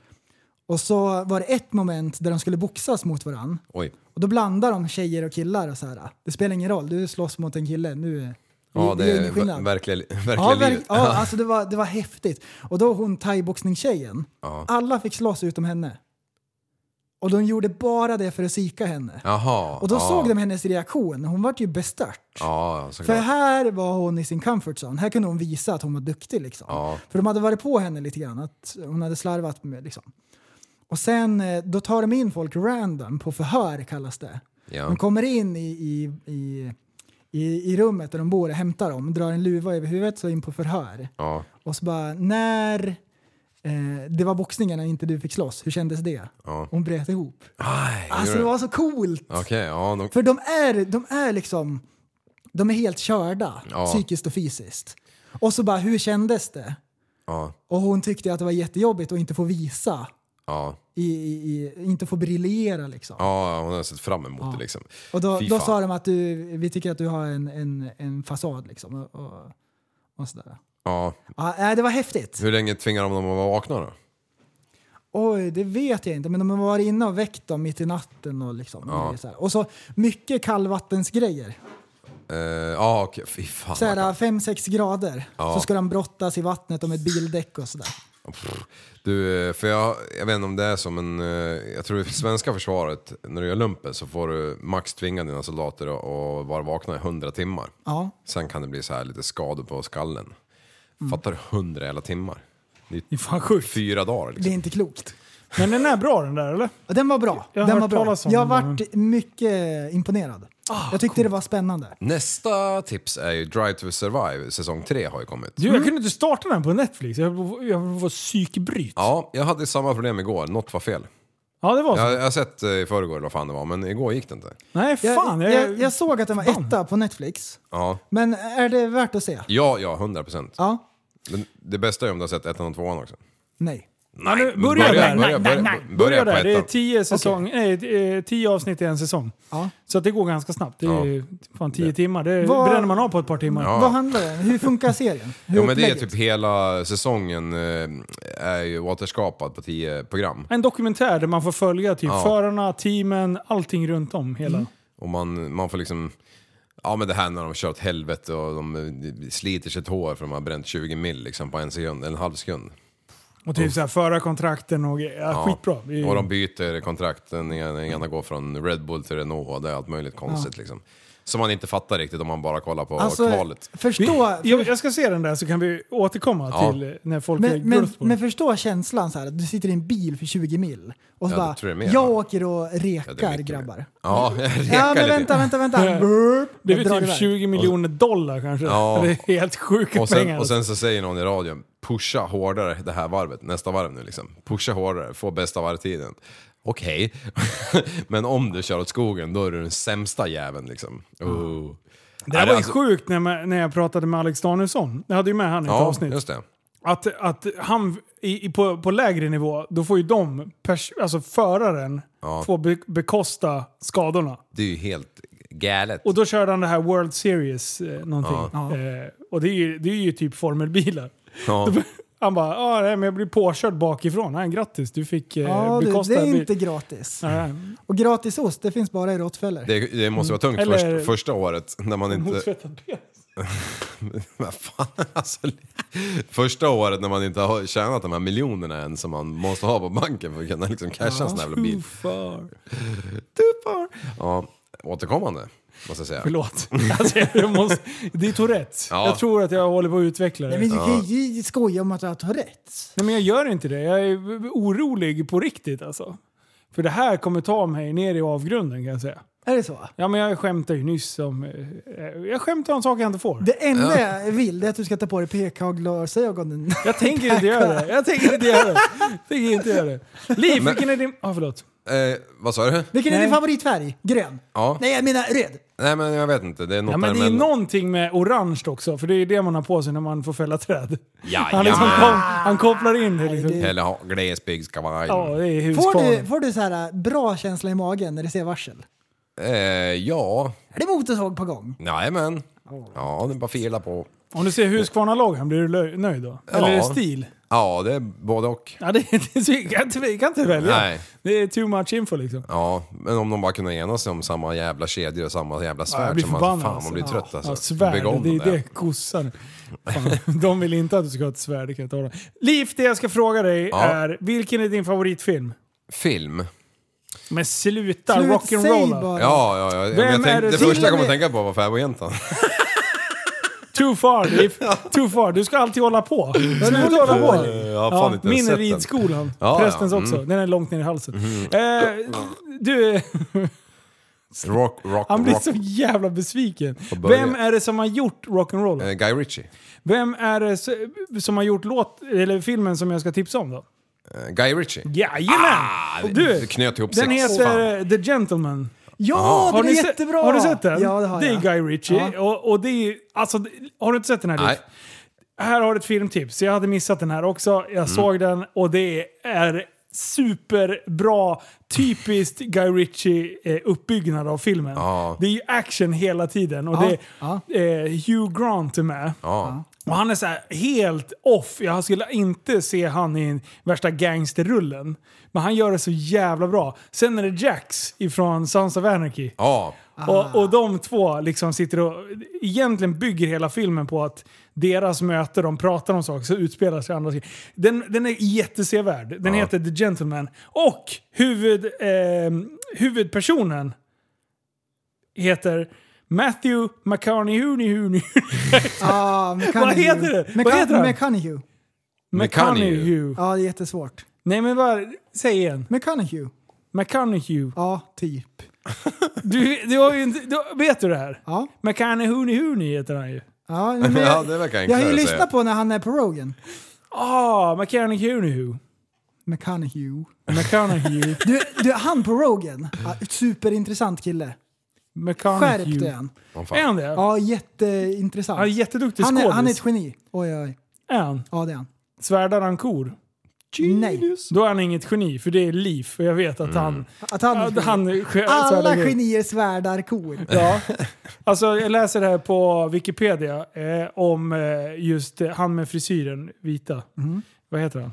F: Och så var det ett moment där de skulle boxas mot varandra.
G: Oj.
F: Och då blandar de tjejer och killar och så här. Det spelar ingen roll, du slåss mot en kille. Nu,
G: Ja,
F: det
G: det
F: gör
G: är
F: ingen skillnad.
G: ver- verkliga, li- verkliga
F: Ja, verk,
G: livet.
F: ja alltså det var, det var häftigt. Och då hon thaiboxningstjejen,
G: Ja.
F: alla fick slåss utom henne. Och de gjorde bara det för att psyka henne.
G: Jaha.
F: Och då
G: ja.
F: såg de hennes reaktion, hon vart ju bestört.
G: Ja,
F: För
G: såklart.
F: här var hon i sin comfort zone, här kunde hon visa att hon var duktig liksom.
G: Ja.
F: För de hade varit på henne lite grann, att hon hade slarvat med liksom. Och sen eh, då tar de in folk random på förhör kallas det.
G: Ja.
F: De kommer in i, i, i, i, i rummet där de bor och hämtar dem, drar en luva över huvudet så in på förhör.
G: Ja.
F: Och så bara, när eh, det var boxningen när inte du fick slåss, hur kändes det?
G: Ja.
F: Hon bröt ihop.
G: Aj,
F: Alltså
G: gör
F: det
G: det.
F: var så coolt!
G: Okej, ja. De,
F: För de är, de är liksom, de är helt körda
G: Ja.
F: psykiskt och fysiskt. Och så bara, hur kändes det?
G: ja,
F: Och hon tyckte att det var jättejobbigt att inte få visa,
G: ja.
F: i, i, i, inte få briljera liksom.
G: Ja, hon har sett fram emot det liksom.
F: Och då,
G: Fy
F: då
G: fan.
F: sa de att du, vi tycker att du har en, en, en fasad liksom. Och, och, och sådär.
G: Ja.
F: Ja, nej, det var häftigt.
G: Hur länge tvingar de dem att vara vakna då?
F: Oj, det vet jag inte. Men de har varit inne och väckt dem mitt i natten och liksom.
G: Ja.
F: grejer Så här. Och så mycket kallvattensgrejer.
G: Eh, Ja, okej. Fy fan.
F: Så här
G: vad-
F: 5-6 grader.
G: Ja.
F: Så ska de brottas i vattnet om ett bildäck och sådär.
G: Du, eh, för jag, jag vet inte om det är som en... eh, Jag tror i svenska försvaret, när du gör lumpen så får du max tvinga dina soldater att- att vara vakna i 100 timmar.
F: Ja.
G: Sen kan det bli så här lite skador på skallen. Fattar du? 100 hela timmar. Det är
E: Mm. Det är fan sjukt.
G: fyra dagar liksom.
F: Det är inte klokt.
E: Men den är bra den där eller?
F: Och Den var bra.
E: Jag har
F: den var
E: hört
F: bra.
E: talas om den,
F: Jag varit mycket imponerad.
G: Ah,
F: jag tyckte det var spännande.
G: Nästa tips är ju Drive to Survive, säsong 3 har ju kommit.
E: Du,
F: Mm.
E: jag kunde inte starta den på Netflix. Jag jag var psykbryt.
G: Ja, jag hade samma problem igår, något var fel.
E: Ja, det var så.
G: Jag, jag har sett eh, i förrgår eller vad fan det var, men igår gick det inte.
E: Nej,
F: Jag,
E: fan.
F: jag, jag,
E: jag,
F: såg att den var etta på Netflix.
G: Ja,
F: Men är det värt att se?
G: ja, ja 100 procent.
F: Ja.
G: Men det bästa är om du har sett ettan och tvåan också.
F: Nej.
E: Ja, nu, börja,
G: börja-
E: där.
G: börja- börja- börja
E: Börja
G: på
E: där. Det är
G: ettan.
E: tio, säsong, nej, eh, tio avsnitt i en säsong.
F: Ja.
E: Så att det går ganska snabbt. Det är ju fan tio timmar. Det
F: Vad-
E: bränner man av på ett par timmar.
G: Ja.
F: Vad handlar den? Hur funkar serien? Hur
G: Ja, men det är
F: upplägget?
G: typ hela säsongen eh, är ju återskapad på tio program.
E: En dokumentär där man får följa typ
G: Ja.
E: förarna, teamen, allting runt om. Hela.
F: Mm.
G: Och man, man får liksom... Ja men det här när de kör åt helvete och de eh, sliter sitt hår för de har bränt 20 mil liksom på en sekund, en halv sekund.
E: Och typ såhär förarkontrakten och grejer. ja, skitbra. Det är ju-
G: Och de byter kontrakt, den ena den ena går från Red Bull till Renault och det är allt möjligt konstigt liksom. Som man inte fattar riktigt om man bara kollar på
F: Alltså,
G: kvalet.
F: förstå,
E: jag, jag ska se den där så kan vi återkomma
G: Ja.
E: till eh, när folk är
F: men, men,
E: gulf på
F: men
E: den.
F: förstå känslan så här, att du sitter i en bil för 20 mil och så
G: Ja, det
F: bara,
G: tror jag
F: jag,
G: med, va?
F: åker och rekar
G: mycket mer.
F: grabbar.
G: Ja, jag rekar
F: Ja men
G: lite.
F: vänta, vänta, vänta. Burp,
E: Det är
F: och drar
E: väl typ
F: iväg.
E: 20 miljoner dollar kanske.
G: Ja.
E: Det är helt sjuka
G: Och sen,
E: pengar.
G: och sen så säger någon i radion, pusha hårdare det här varvet, nästa varv nu liksom. Pusha hårdare, få bästa varvtiden. Okej, men om du kör åt skogen då är du den sämsta jäveln liksom. Oh.
E: Det här var ju sjukt när, man- när jag pratade med Alex Danielsson. Jag hade ju med han i ett
G: Ja,
E: avsnitt.
G: just det.
E: Att, att han i, i, på, på lägre nivå, då får ju de, pers, alltså föraren, får be, bekosta skadorna.
G: Det är ju helt galet.
E: Och då körde han det här World Series eh, någonting. Eh, och det är, ju, det är ju typ formelbilar.
G: Ja.
E: Han bara ah, nej, men jag blir påkörd bakifrån. Nej, grattis, du fick eh,
F: Ja du,
E: bekosta...
F: det är
E: bil."
F: inte gratis.
E: Nej,
F: Och gratis ost, det finns bara i Rottweiler.
G: Det, det måste vara tungt
E: Mm. Eller-
G: först, första året när man inte...
E: motsvettad penis.
G: Vad fan, alltså, första året när man inte har tjänat de här miljonerna än som man måste ha på banken för att kunna liksom casha en sån här jävla bil.
E: Far.
G: Ja, återkommande måste jag säga.
E: Förlåt. Alltså, jag måste, det är Tourettes.
G: Ja.
E: Jag tror att jag håller på att utveckla det.
F: Nej, men du kan ju skoja om att du har Tourettes.
E: Nej, men jag gör inte det. Jag är orolig på riktigt alltså. För det här kommer ta mig ner i avgrunden kan jag säga.
F: Är det så?
E: Ja, men jag skämtar ju nyss om... eh, Jag skämtar om saker jag inte får.
F: Det enda jag vill det är att du ska ta på dig PK-glasögonen.
E: Jag tänker inte göra det. Jag tänker inte göra det. Jag tänker inte göra det. Liv, vilken är din... Ja, förlåt.
G: Eh, vad sa du?
F: Vilken är din
E: Nej.
F: favoritfärg? Grön?
G: Ja.
F: Nej, jag menar röd.
G: Nej men jag vet inte, det är något
E: Ja, men det är
G: däremellan.
E: någonting med orange också, för det är det man har på sig när man får fälla träd. Han, liksom
G: Jajamän.
E: kom, han kopplar in det liksom.
G: Eller ha glesbygdskavaj.
E: Ja, det är
F: Får
E: huskvarn.
F: du, får du så här äh, bra känsla i magen när du ser varsel?
G: Eh, ja,
F: Är det motorsåg på gång?
G: jajamän. Ja, det är bara fila på.
E: Om du ser Husqvarna-loggan, blir du lö- nöjd då?
G: Ja.
E: Eller är det stil?
G: Ja, det är både och.
E: Ja, det, det så vi kan, inte, vi kan inte välja.
G: Nej.
E: Det är too much info liksom.
G: Ja, men om de bara kunde enas om samma jävla kedjor och samma jävla svärd.
E: Ja, jag blir
G: så man-
E: förbannad.
G: Fan, man
E: alltså.
G: blir trött alltså.
E: Ja, svärd,
G: Bygga om
E: det är
G: dem där.
E: det kossan. Fan, de vill inte att du ska ha ett svärd. Det kan jag tala om. Liv, det jag ska fråga dig
G: Ja.
E: är, vilken är din favoritfilm?
G: Film.
E: Men sluta
F: Slut, säg
E: rock'n'rolla.
F: bara.
G: Ja, ja, ja. Men
E: Vem
G: jag
E: är
G: tänkte,
E: det
G: det
E: som-
G: första jag kommer att tänka på var Fäbodjäntan.
E: Too far Liv. Too far. Du ska alltid hålla på. Sluta hålla på.
G: Jag har fan inte
E: min
G: sett
E: är
G: den.
E: ridskolan.
G: Ja, Mm.
E: Prästens
G: ja,
E: också. Den är långt ner i halsen. Eh, du,
G: Rock, rock,
E: han blir
G: rock.
E: så jävla besviken.
G: börja.
E: Vem är det som har gjort rock'n'roll?
G: Eh, Guy Ritchie.
E: Vem är det s- som har gjort låt, eller filmen som jag ska tipsa om då?
G: Eh, Guy Ritchie.
E: Jajamän! Och du,
G: det Ah, knöt ihop
E: den
G: sex.
E: heter
G: Fan.
E: eh, The Gentleman.
F: Ja,
G: Aha.
F: den är
E: se-
F: jättebra!
E: har du sett den?
F: Ja, det har jag.
E: är Guy Ritchie.
F: Ja.
E: Och, och det är, alltså, det- har du inte sett den här?
G: Nej.
E: Liv? Här har du ett filmtips. Jag hade missat den här också.
G: Mm.
E: Jag såg den och det är superbra, typiskt Guy Ritchie-uppbyggnad av filmen.
G: Ja.
E: Det är ju action hela tiden och
F: Ja.
E: det är, eh, Hugh Grant är med.
G: Ja.
E: Och han är så här helt off. Jag skulle inte se han i värsta gangsterrullen. Men han gör det så jävla bra. Sen är det Jax ifrån Sons of Anarchy.
G: Ja.
E: Och, och de två liksom sitter och egentligen bygger hela filmen på att deras möte, de pratar om saker, så utspelar sig andra saker. Den, den är jättesevärd. Den heter The Gentleman. Och huvud, eh, huvudpersonen heter Matthew McConaughey.
F: Ja, McConaughey.
E: Vad heter det?
F: Mc-
E: Vad heter han?
F: McConaughey.
E: McConaughey.
F: Ja, det är jättesvårt.
E: Nej men vad, säg igen.
F: McConaughey.
E: McConaughey.
F: Ja, typ.
E: Du, du har ju inte, du, vet du det här?
F: Ja.
E: McConaughey heter han ju.
F: Ja, men jag,
G: Ja, det verkar
F: jag har
G: enklare
F: ju
G: att säga.
F: lyssnat på när han är på Rogan.
E: Ah, McConaughey.
F: McConaughey.
E: McConaughey.
F: Du, du, han på Rogan. Ja, superintressant kille. Skärp dig
E: McConaughey.
F: han.
G: Åh, fan.
E: Är han det? Ja.
F: Ja, jätteintressant.
E: Han är jätteduktig
F: han, är,
E: skådis.
F: han är ett geni. Oj, oj.
E: Är han?
F: Ja, det är han.
E: Svärdar han kor?
F: Nej.
E: Då är han inget geni, för det är liv. Och jag vet att han...
F: Att han,
E: att han sk-
F: alla
E: svärdar kor.
F: genier svärdar kor.
E: Alltså, Ja. Alltså, jag läser det här på Wikipedia eh, om eh, just eh, han med frisyren, vita.
F: Mm.
E: Vad heter han?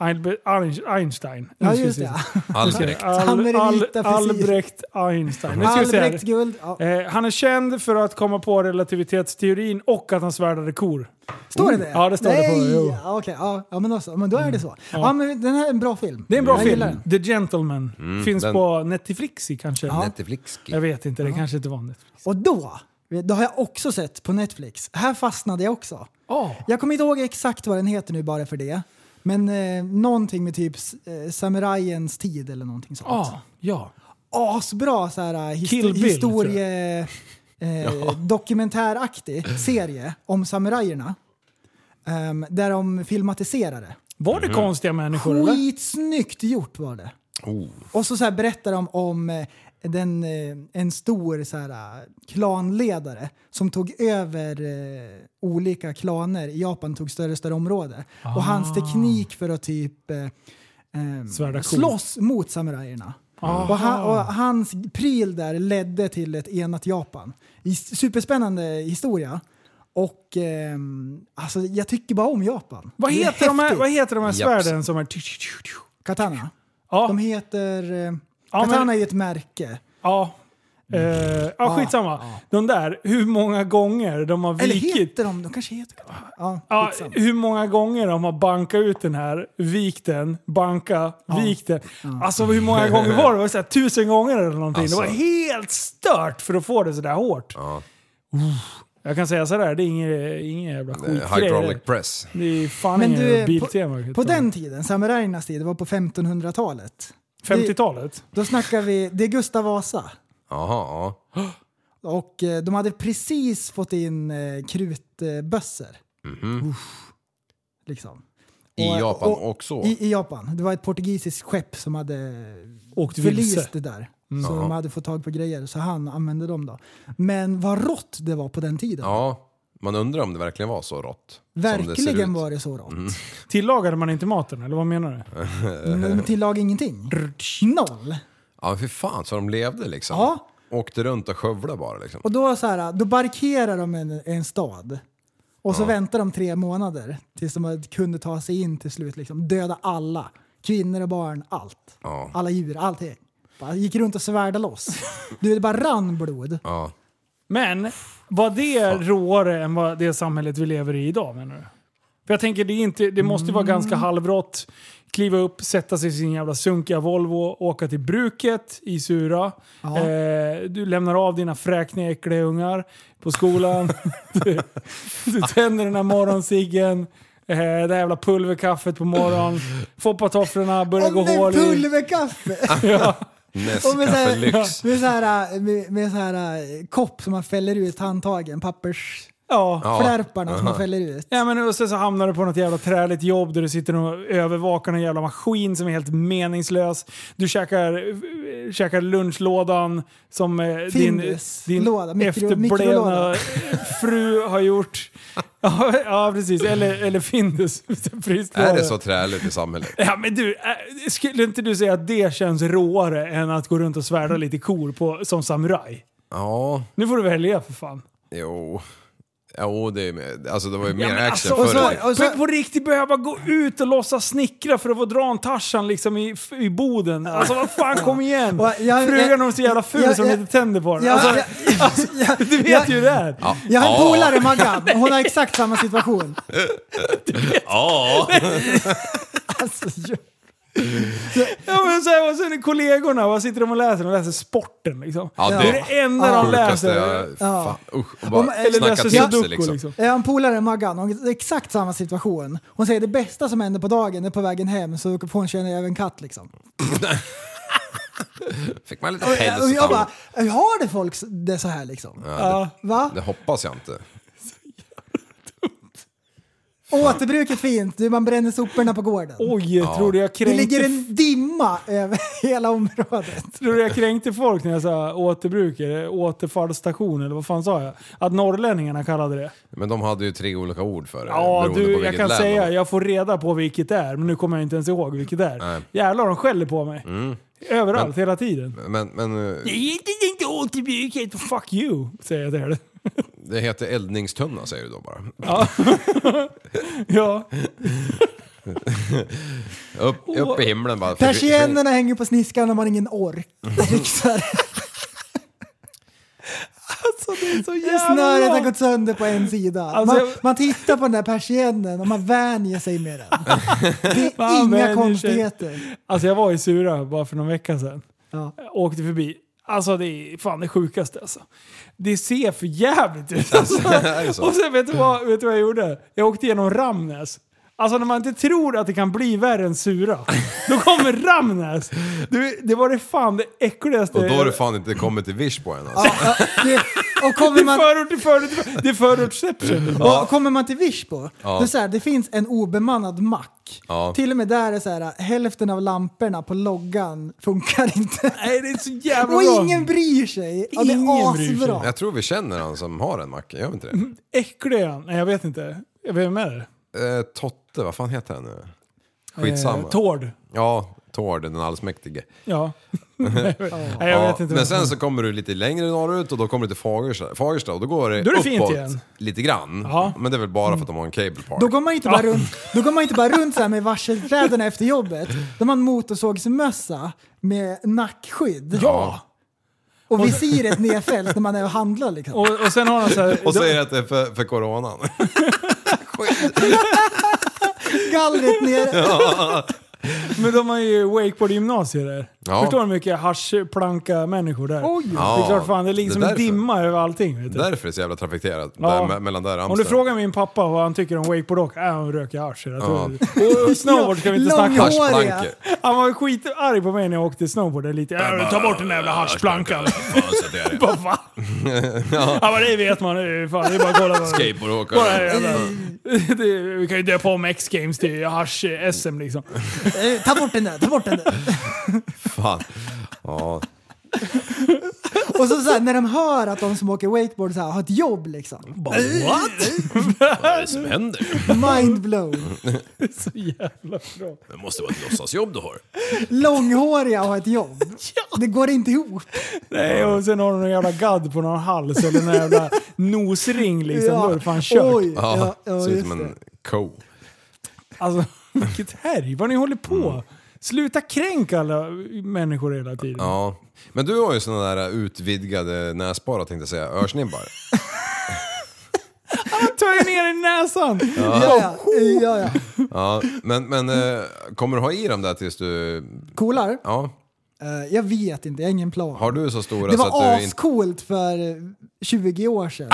E: Albert Einstein. Einstein.
F: Ja, just det.
G: Albrecht.
F: Han med den
E: Al-
F: vita frisyren.
E: Albrecht Einstein. Nu ska vi se här.
F: Albrecht guld. Ja.
E: Eh, han är känd för att komma på relativitetsteorin och att han svärdade kor. Mm.
F: Står det det?
E: Oh, Ja, det står det på-
F: Nej.
E: jo. Mm.
F: Ja, okej. Ja, ja, men, också, men då är det så. Ja. men den här är en bra film.
E: Det är en bra
F: jag
E: film.
F: gillar den.
E: The Gentleman. Finns
G: Mm, den-
E: på Netflixi kanske?
G: Netflixki.
E: Jag vet inte, det kanske inte var Netflix.
F: Och då, då har jag också sett på Netflix. Här fastnade jag också.
E: Oh.
F: Jag kommer inte ihåg exakt vad den heter nu bara för det. Men eh, någonting med typ eh, samurajens tid eller någonting sånt.
E: Ah, ja.
F: Asbra så här eh, histo-
E: Kill Bill,
F: historie... Eh, Dokumentäraktig serie om samurajerna. ehm, där de filmatiserar det.
E: Var det
G: Mhm.
E: konstiga människor eller?
F: Skitsnyggt gjort var det.
E: Oh.
F: Och så, så här berättar de om eh, den, eh, en stor så här, eh, klanledare som tog över eh, olika klaner i Japan, tog större och större område. Och hans teknik för att typ eh, eh,
E: Ah. Svärda kor.
F: slåss mot samurajerna.
E: Aha.
F: Och, han, och hans pryl där ledde till ett enat Japan. I- Superspännande historia. Och ehm, alltså, jag tycker bara om Japan.
E: Vad
F: Det är
E: heter, de här,
F: häftigt.
E: vad heter de här
G: Japs.
E: svärden som är...
F: Katana.
E: Ja,
F: De heter... Eh,
E: Ja,
F: Katana
E: men-
F: är ju ett märke.
E: ja. Eh, ja, skitsamma. De där, hur många gånger de har
F: Ah, Eller
E: vikit...
F: heter de? De kanske heter... Ja,
E: Ja,
F: skitsamma.
E: hur många gånger de har bankat ut den här, vikt den, banka,
F: Ah.
E: vikt den. Alltså hur många gånger var det? det? Var så här, tusen gånger eller någonting. Det var
G: Alltså.
E: helt stört för att få det sådär hårt.
G: Ja. eh,
E: Uff. Jag kan säga sådär, det är ingen, ingen jävla skitgrej.
G: Hydraulic press.
E: Det är fan
F: Men
E: ingen
F: du,
E: biltema.
F: på, på den tiden, samurajernas tid, det var på 1500-talet.
E: 50-talet?
F: Då snackar vi, det är Gustav Vasa.
G: Jaha, ja.
F: Och eh, de hade precis fått in eh, krutbössor. Uff. Liksom.
G: Mhm. I
F: Och-
G: Japan
F: och-
G: också.
F: I, I Japan. Det var ett portugisiskt skepp som hade
E: Åkt vilse.
F: förlist det där. Mm, Så de hade fått tag på grejer, så han använde dem då. Men vad rått det var på den tiden.
G: Ja, man undrar om det verkligen var så rått. som det ser
F: Verkligen
G: ut. Mm.
F: var det så rått.
E: Tillagade man inte maten, eller vad menar du?
F: Mm,
G: Eh.
F: De tillagade ingenting. Noll.
G: Ja, fy fan så de levde liksom.
F: Ja.
G: Åkte runt och skövlade bara liksom.
F: Och då, så här, då barkerar de en, en stad. Och så väntar de tre månader tills de kunde ta sig in till slut. Liksom. Döda alla. Kvinnor och barn, allt.
G: Ja.
F: Alla djur, allting. Bara gick runt och svärda loss. Du, det bara rann blod.
G: Ja.
E: Men var det råare än vad det samhället vi lever i idag menar du? För jag tänker, det, är inte, det måste ju vara ganska halvrått. Kliva upp, sätta sig i sin jävla sunkiga Volvo, åka till bruket i Sura.
F: Ja.
E: Eh, du lämnar av dina fräkniga äckliga ungar på skolan. du, du tänder den här morgonsiggen. Eh, det här jävla pulverkaffet på morgonen. Foppatofflorna börjar gå
F: Och med
E: hål i.
F: pulverkaffe!
E: Ja.
F: Och med så
G: Nescafé
F: här, med
G: Lyx.
F: så här, eh, med, med så här eh, kopp som man fäller ut handtagen, pappersflärparna
E: Ja.
F: som man fäller ut.
E: Ja, men och sen så hamnar du på något jävla träligt jobb där du sitter och övervakar en jävla maskin som är helt meningslös. Du käkar, eh, käkar lunchlådan som eh, din,
F: Findus.
E: din
F: Låda, mikro-
E: efterblivna
F: mikrolåda.
E: fru har gjort. Ja, ja precis. Eller, eller Findus.
G: Är
E: Frystlåda.
G: det så träligt i samhället?
E: Ja, men du, eh, skulle inte du säga att det känns råare än att gå runt och svärda lite kor på, som samuraj?
G: Ja,
E: Nu får du välja för fan.
G: jo. Jo, det är mer- alltså det var ju mer
E: men
G: action
E: alltså,
G: förr.
E: och så, på, på riktigt behöva gå ut och låtsas snickra för att få dra en tarsan liksom i, i boden. Alltså vad fan, kom igen!
F: Och jag-
E: Frugan hon är så jävla ful
F: jag-
E: som
F: jag-
E: inte tänder på den.
F: jag-
E: alltså,
F: jag- jag-
E: du vet
F: jag-
E: ju det här.
G: Ja.
F: Jag har en
G: Ja.
F: polare, Maggan, och hon har exakt samma situation.
G: Ja,
F: Alltså, ju-
E: Ja, men så här, och sen är kollegorna, vad sitter de och läser? De läser sporten liksom.
G: ja,
E: Det är det enda de
G: sjukaste
E: läser.
G: jag...
F: Ja.
G: Fan, usch. Och
F: Om-
G: bara
F: eller
E: Eller
G: snacka
E: läser
G: till sig
E: sudoku liksom.
G: liksom.
F: Jag har en polare, Maggan, och exakt samma situation. Hon säger det bästa som händer på dagen är på vägen hem så får hon känna över en katt liksom.
G: Fick man lite
F: Och,
G: päls
F: och
G: och
F: jag
G: allt.
F: bara, "Hur har det folk s- det så här liksom?
E: Ja.
F: Va?
G: Det hoppas jag inte.
F: Återbruket fint, du, man bränner soporna på gården.
E: Oj, tror du jag
F: det ligger
E: kränkte,
F: en dimma över hela området.
E: tror du jag kränkte folk när jag sa återbruk, eller återfallsstation eller vad fan sa jag? Att norrlänningarna kallade det.
G: Men de hade ju tre olika ord för det.
E: Ja,
G: beroende på
E: du, jag
G: vilket
E: kan
G: län
E: säga
G: de-
E: jag får reda på vilket det är, men nu kommer jag inte ens ihåg vilket det är.
G: Nej. Mm.
E: Jävlar, de skäller på mig. Överallt, hela tiden.
G: Men, men eh,
E: Det är inte återbruket, fuck you, säger jag till er.
G: det heter eldningstunna säger du då bara.
E: Ja,
G: Upp, upp i himlen bara.
F: Persiennerna hänger på sniskan och man har ingen ork. Liksom. Fixar.
E: Alltså, så
F: Snöret har
E: jävla...
F: gått sönder på en sida.
E: Alltså,
F: Man,
E: jag-
F: man tittar på den där persiennen och man vänjer sig med den. Det
E: Man
F: är
E: vänjer
F: inga
E: sig.
F: konstigheter.
E: Alltså jag var i Sura bara för någon vecka sedan.
F: Ja.
E: Jag åkte förbi. Alltså det är fan det sjukaste alltså. Det ser för jävligt ut. Alltså.
G: är det så?
E: Och sen vet du, vad, vet du vad jag gjorde? Jag åkte igenom Ramnäs. Alltså när man inte tror att det kan bli värre än Sura, då kommer Ramnäs! Du, det var det fan det äckligaste...
G: Och då har du fan inte kommit till Virsbo än alltså.
F: Ja, det, och
E: Det
F: kommer
E: är
F: man,
E: förort till förort, till förort. Det är förortsception.
F: och kommer man till Virsbo, då så här, det finns en obemannad mack.
G: Ja.
F: Till och med där är så här, hälften av lamporna på loggan funkar inte.
E: Nej, det är så jävla
F: Och
E: bra.
F: ingen bryr sig. Ja, det är
E: Ingen bryr sig.
F: asbra.
G: Jag tror vi känner han som har en macka, gör vi inte det?
E: Äcklig är han. Nej, jag vet inte. Vem är det?
G: Eh, Totte, vad fan heter han nu?
E: Eh,
G: Skitsamma.
E: Tord.
G: Ja, Tord den allsmäktige.
E: Ja. Nej, jag
G: Ja,
E: vet inte.
G: men
E: vem.
G: sen så kommer du lite längre norrut och då kommer du till Fagersta, Fagersta och då går det,
E: Då är det
G: uppåt
E: fint igen.
G: lite grann.
E: Ja.
G: Men det är väl bara för att de har en cable park.
F: Då går man inte bara runt, då går man inte bara runt så här med varselkläderna efter jobbet. Då har man motorsågsmössa med nackskydd.
G: Ja.
F: Och visiret nedfällt när man är och handlar liksom.
E: Och, och sen har han så här...
G: Och säger att det är för, för coronan.
F: Gallret ner.
E: Men de har ju wakeboardgymnasier där.
G: Ja.
E: Förstår du hur mycket haschplanka-människor där?
F: Oj.
E: Det
G: Ja,
E: är klart fan, det ligger
G: det
E: som
G: är
E: en
G: därför.
E: dimma över allting. Vet du?
G: Därför är det så jävla trafikerat.
E: Ja.
G: Där, me- mellan där och
E: Om du
G: Amsterdam.
E: frågar min pappa vad han tycker om wakeboardåk, äh, han röker hasch hela tiden. Och snowboard ska vi inte
F: Ja,
E: snacka om.
F: långhårig.
G: Haschplanker.
E: Han var skitarg på mig när jag åkte snowboard. Det är Lite, äh, ta bort den där jävla haschplankan.
G: Fan, så det är det.
E: Vad fan? Ja men det vet man. Det är, fan, det är bara att kolla. vad-
G: Skateboardåkare.
E: Bara jävla, det, vi kan ju döpa om X-games till hasch-SM liksom.
F: Eh, Ta bort den där, ta bort den där.
G: Fan. Ja.
F: Och så, så här, när de hör att de som åker wakeboard så här, har ett jobb liksom.
E: What?
G: Vad är det som händer?
F: Mind blown.
E: Så jävla bra.
G: Det måste vara ett låtsasjobb du har.
F: Långhåriga och har ett jobb. Det går inte ihop.
E: Nej, och sen har de någon jävla gadd på någon hals eller någon jävla nosring liksom. Då är det fan kört.
F: Oj, ja,
G: Ja,
F: ja,
G: ser ut som
F: just det.
G: en ko.
E: Alltså, vilket härj. Vad ni håller på.
G: Mm.
E: Sluta kränka alla människor hela tiden.
G: Ja. Men du har ju såna där eh, utvidgade näsborrar tänkte jag säga, örsnibbar.
E: Ta er ner i näsan!
F: Ja, ja, ja, ja.
G: Ja. Men, men eh, kommer du ha i dem där tills du...
F: Coolar?
G: Ja.
F: Eh, jag vet inte, jag har ingen plan.
G: Har du så stora
F: det
G: så
F: var
G: att du inte...
F: ascoolt för eh, 20 år sedan.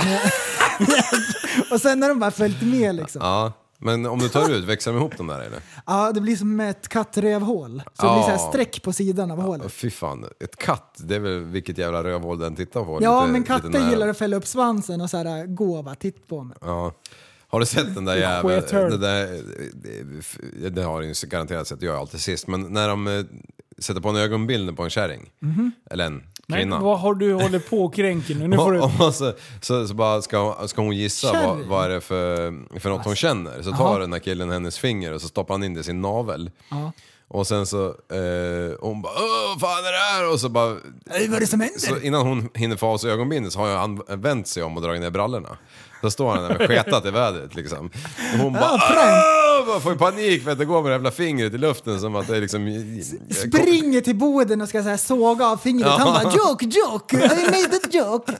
F: och sen när de bara följt med liksom. Ja.
G: Ja. Men om du tar ut, växer de ihop de där eller?
F: det blir som ett kattrövhål. Så det blir
G: Ja.
F: så här streck på sidan av hålet.
G: Fy fan, ett katt, det är väl vilket jävla rövhål den tittar på.
F: Ja,
G: Lite-
F: men
G: lite
F: katter
G: nära.
F: gillar att fälla upp svansen och så här eh, gå va, titt på mig.
G: Ja. Har du sett den där jäveln?
E: skethörn.
G: Det, där, det, det har du ju garanterat sett, det gör jag alltid sist. Men när de eh, sätter på en ögonbild på en kärring,
F: Mhm.
G: eller en
E: Nej,
G: kvinna.
E: vad har du hållit på och kränker nu? nu får du...
G: och, och så, så, så bara ska, ska hon gissa vad,
F: Kärring? Alltså,
G: vad är det för, för något hon känner. Så tar den här killen hennes finger och så stoppar han in det i sin navel. Och sen så, eh, hon bara "Åh, vad fan är det här? Och så bara...
F: Ey, vad är det som händer?
G: Så innan hon hinner få av sig ögonbindeln så har ju han vänt sig om och dragit ner brallorna. Då står han där med sketat i vädret liksom. Och hon bara... "Åh!" Bara får ju panik för att det går med det jävla fingret i luften som att det är liksom...
F: Springer till boden och ska så här såga av fingret. Han bara joke, joke, I made a joke.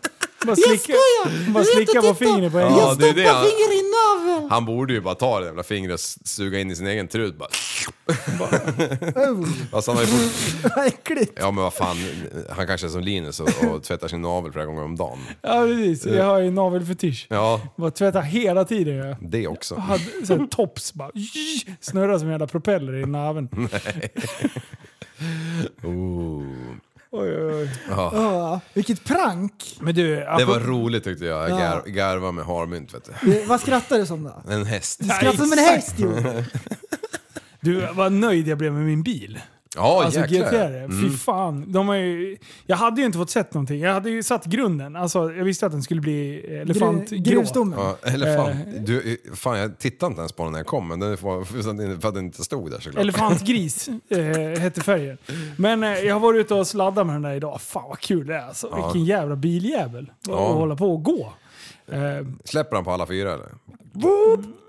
E: Bara
F: Jag
E: slicka,
F: skojar!
E: bara
F: Vet du,
E: slicka på
F: titta!
E: fingret på en
F: Jag
E: gång.
G: Ja,
F: stoppar
G: det är det han-
F: fingret i naveln!
G: Han borde ju bara ta det jävla fingret och suga in i sin egen trut bara.
F: Oh,
G: Alltså, han har ju fort...
F: vad äckligt.
G: Ja men vad fan, han kanske är som Linus och, och tvättar sin navel flera gånger om dagen.
E: Ja, precis. Jag har ju navelfetisch.
G: Ja,
E: Bara tvätta hela tiden. Jag
G: det också.
E: hade så här, tops bara snurra som en jävla propeller i naveln.
G: Mm. Ooh.
E: Oj, oj, oj.
F: Ja, vilket prank.
E: Men du,
G: Det
E: apropå-
G: var roligt tyckte jag, jag gar, garva med harmynt vet du.
F: Eh, Vad skrattar du som då?
G: En häst.
F: Du skrattar som en häst ju.
E: du vad nöjd jag blev med min bil.
G: Ja
E: Alltså
G: jäklar. Mm.
E: GTR, fy fan. De har ju, jag hade ju inte fått sett någonting. Jag hade ju satt grunden. Alltså, jag visste att den skulle bli
F: Gru-
E: elefantgrå.
F: Gruvstommen.
G: Ja, eller
E: Eh.
G: fan, du, fan jag tittade inte ens på den när jag kom men det var för att den inte stod där såklart.
E: Elefantgris eh, hette färgen. Men eh, jag har varit ute och sladdat med den där idag. Fan vad kul det är alltså. Vilken jävla biljävel. Att
G: Ja.
E: hålla på och gå. Eh,
G: Släpper han på alla fyra eller?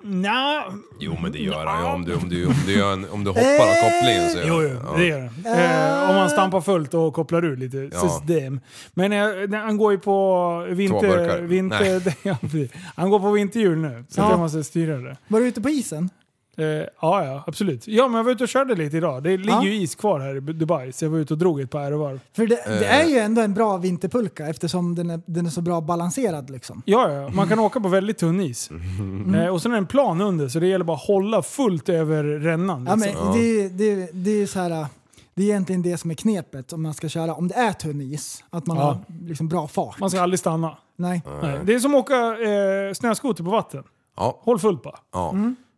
E: Nja,
G: Jo men det gör han ju om du, om du, om du, gör en, om du hoppar av kopplingen så
E: Eh, Jo,
G: gör
E: jo,
G: han
E: det
G: det.
E: gör den. Eh, om man stampar fullt och kopplar ur lite
G: Ja.
E: system. Men eh, när han går ju på
G: Två
E: vinter...
G: burkar.
E: vinter ja, precis. han går på vinterhjul nu, så
F: Ja.
E: att jag måste styra det.
F: Var du ute på isen?
E: Eh, ja, ja, absolut. Ja, men jag var ute och körde lite idag. Det ligger
F: Ja.
E: ju is kvar här i Dubai, så jag var ute och drog ett par aerovarv.
F: För det, det
G: Eh.
F: är ju ändå en bra vinterpulka eftersom den är, den är så bra balanserad liksom.
E: Ja, ja, man kan åka på väldigt tunn is. Eh, och sen är det en plan under, så det gäller bara att hålla fullt över rännan.
F: Ja,
E: Liksom.
F: men det, det, det är ju så här... eh, Det är egentligen det som är knepet om man ska köra, om det är tunn is, att man
E: Ja.
F: har liksom bra fart.
E: Man ska aldrig stanna.
F: Nej.
E: Nej. Det är som att åka eh, snöskoter på vatten.
G: Ja,
E: Håll fullt bara.
G: ja.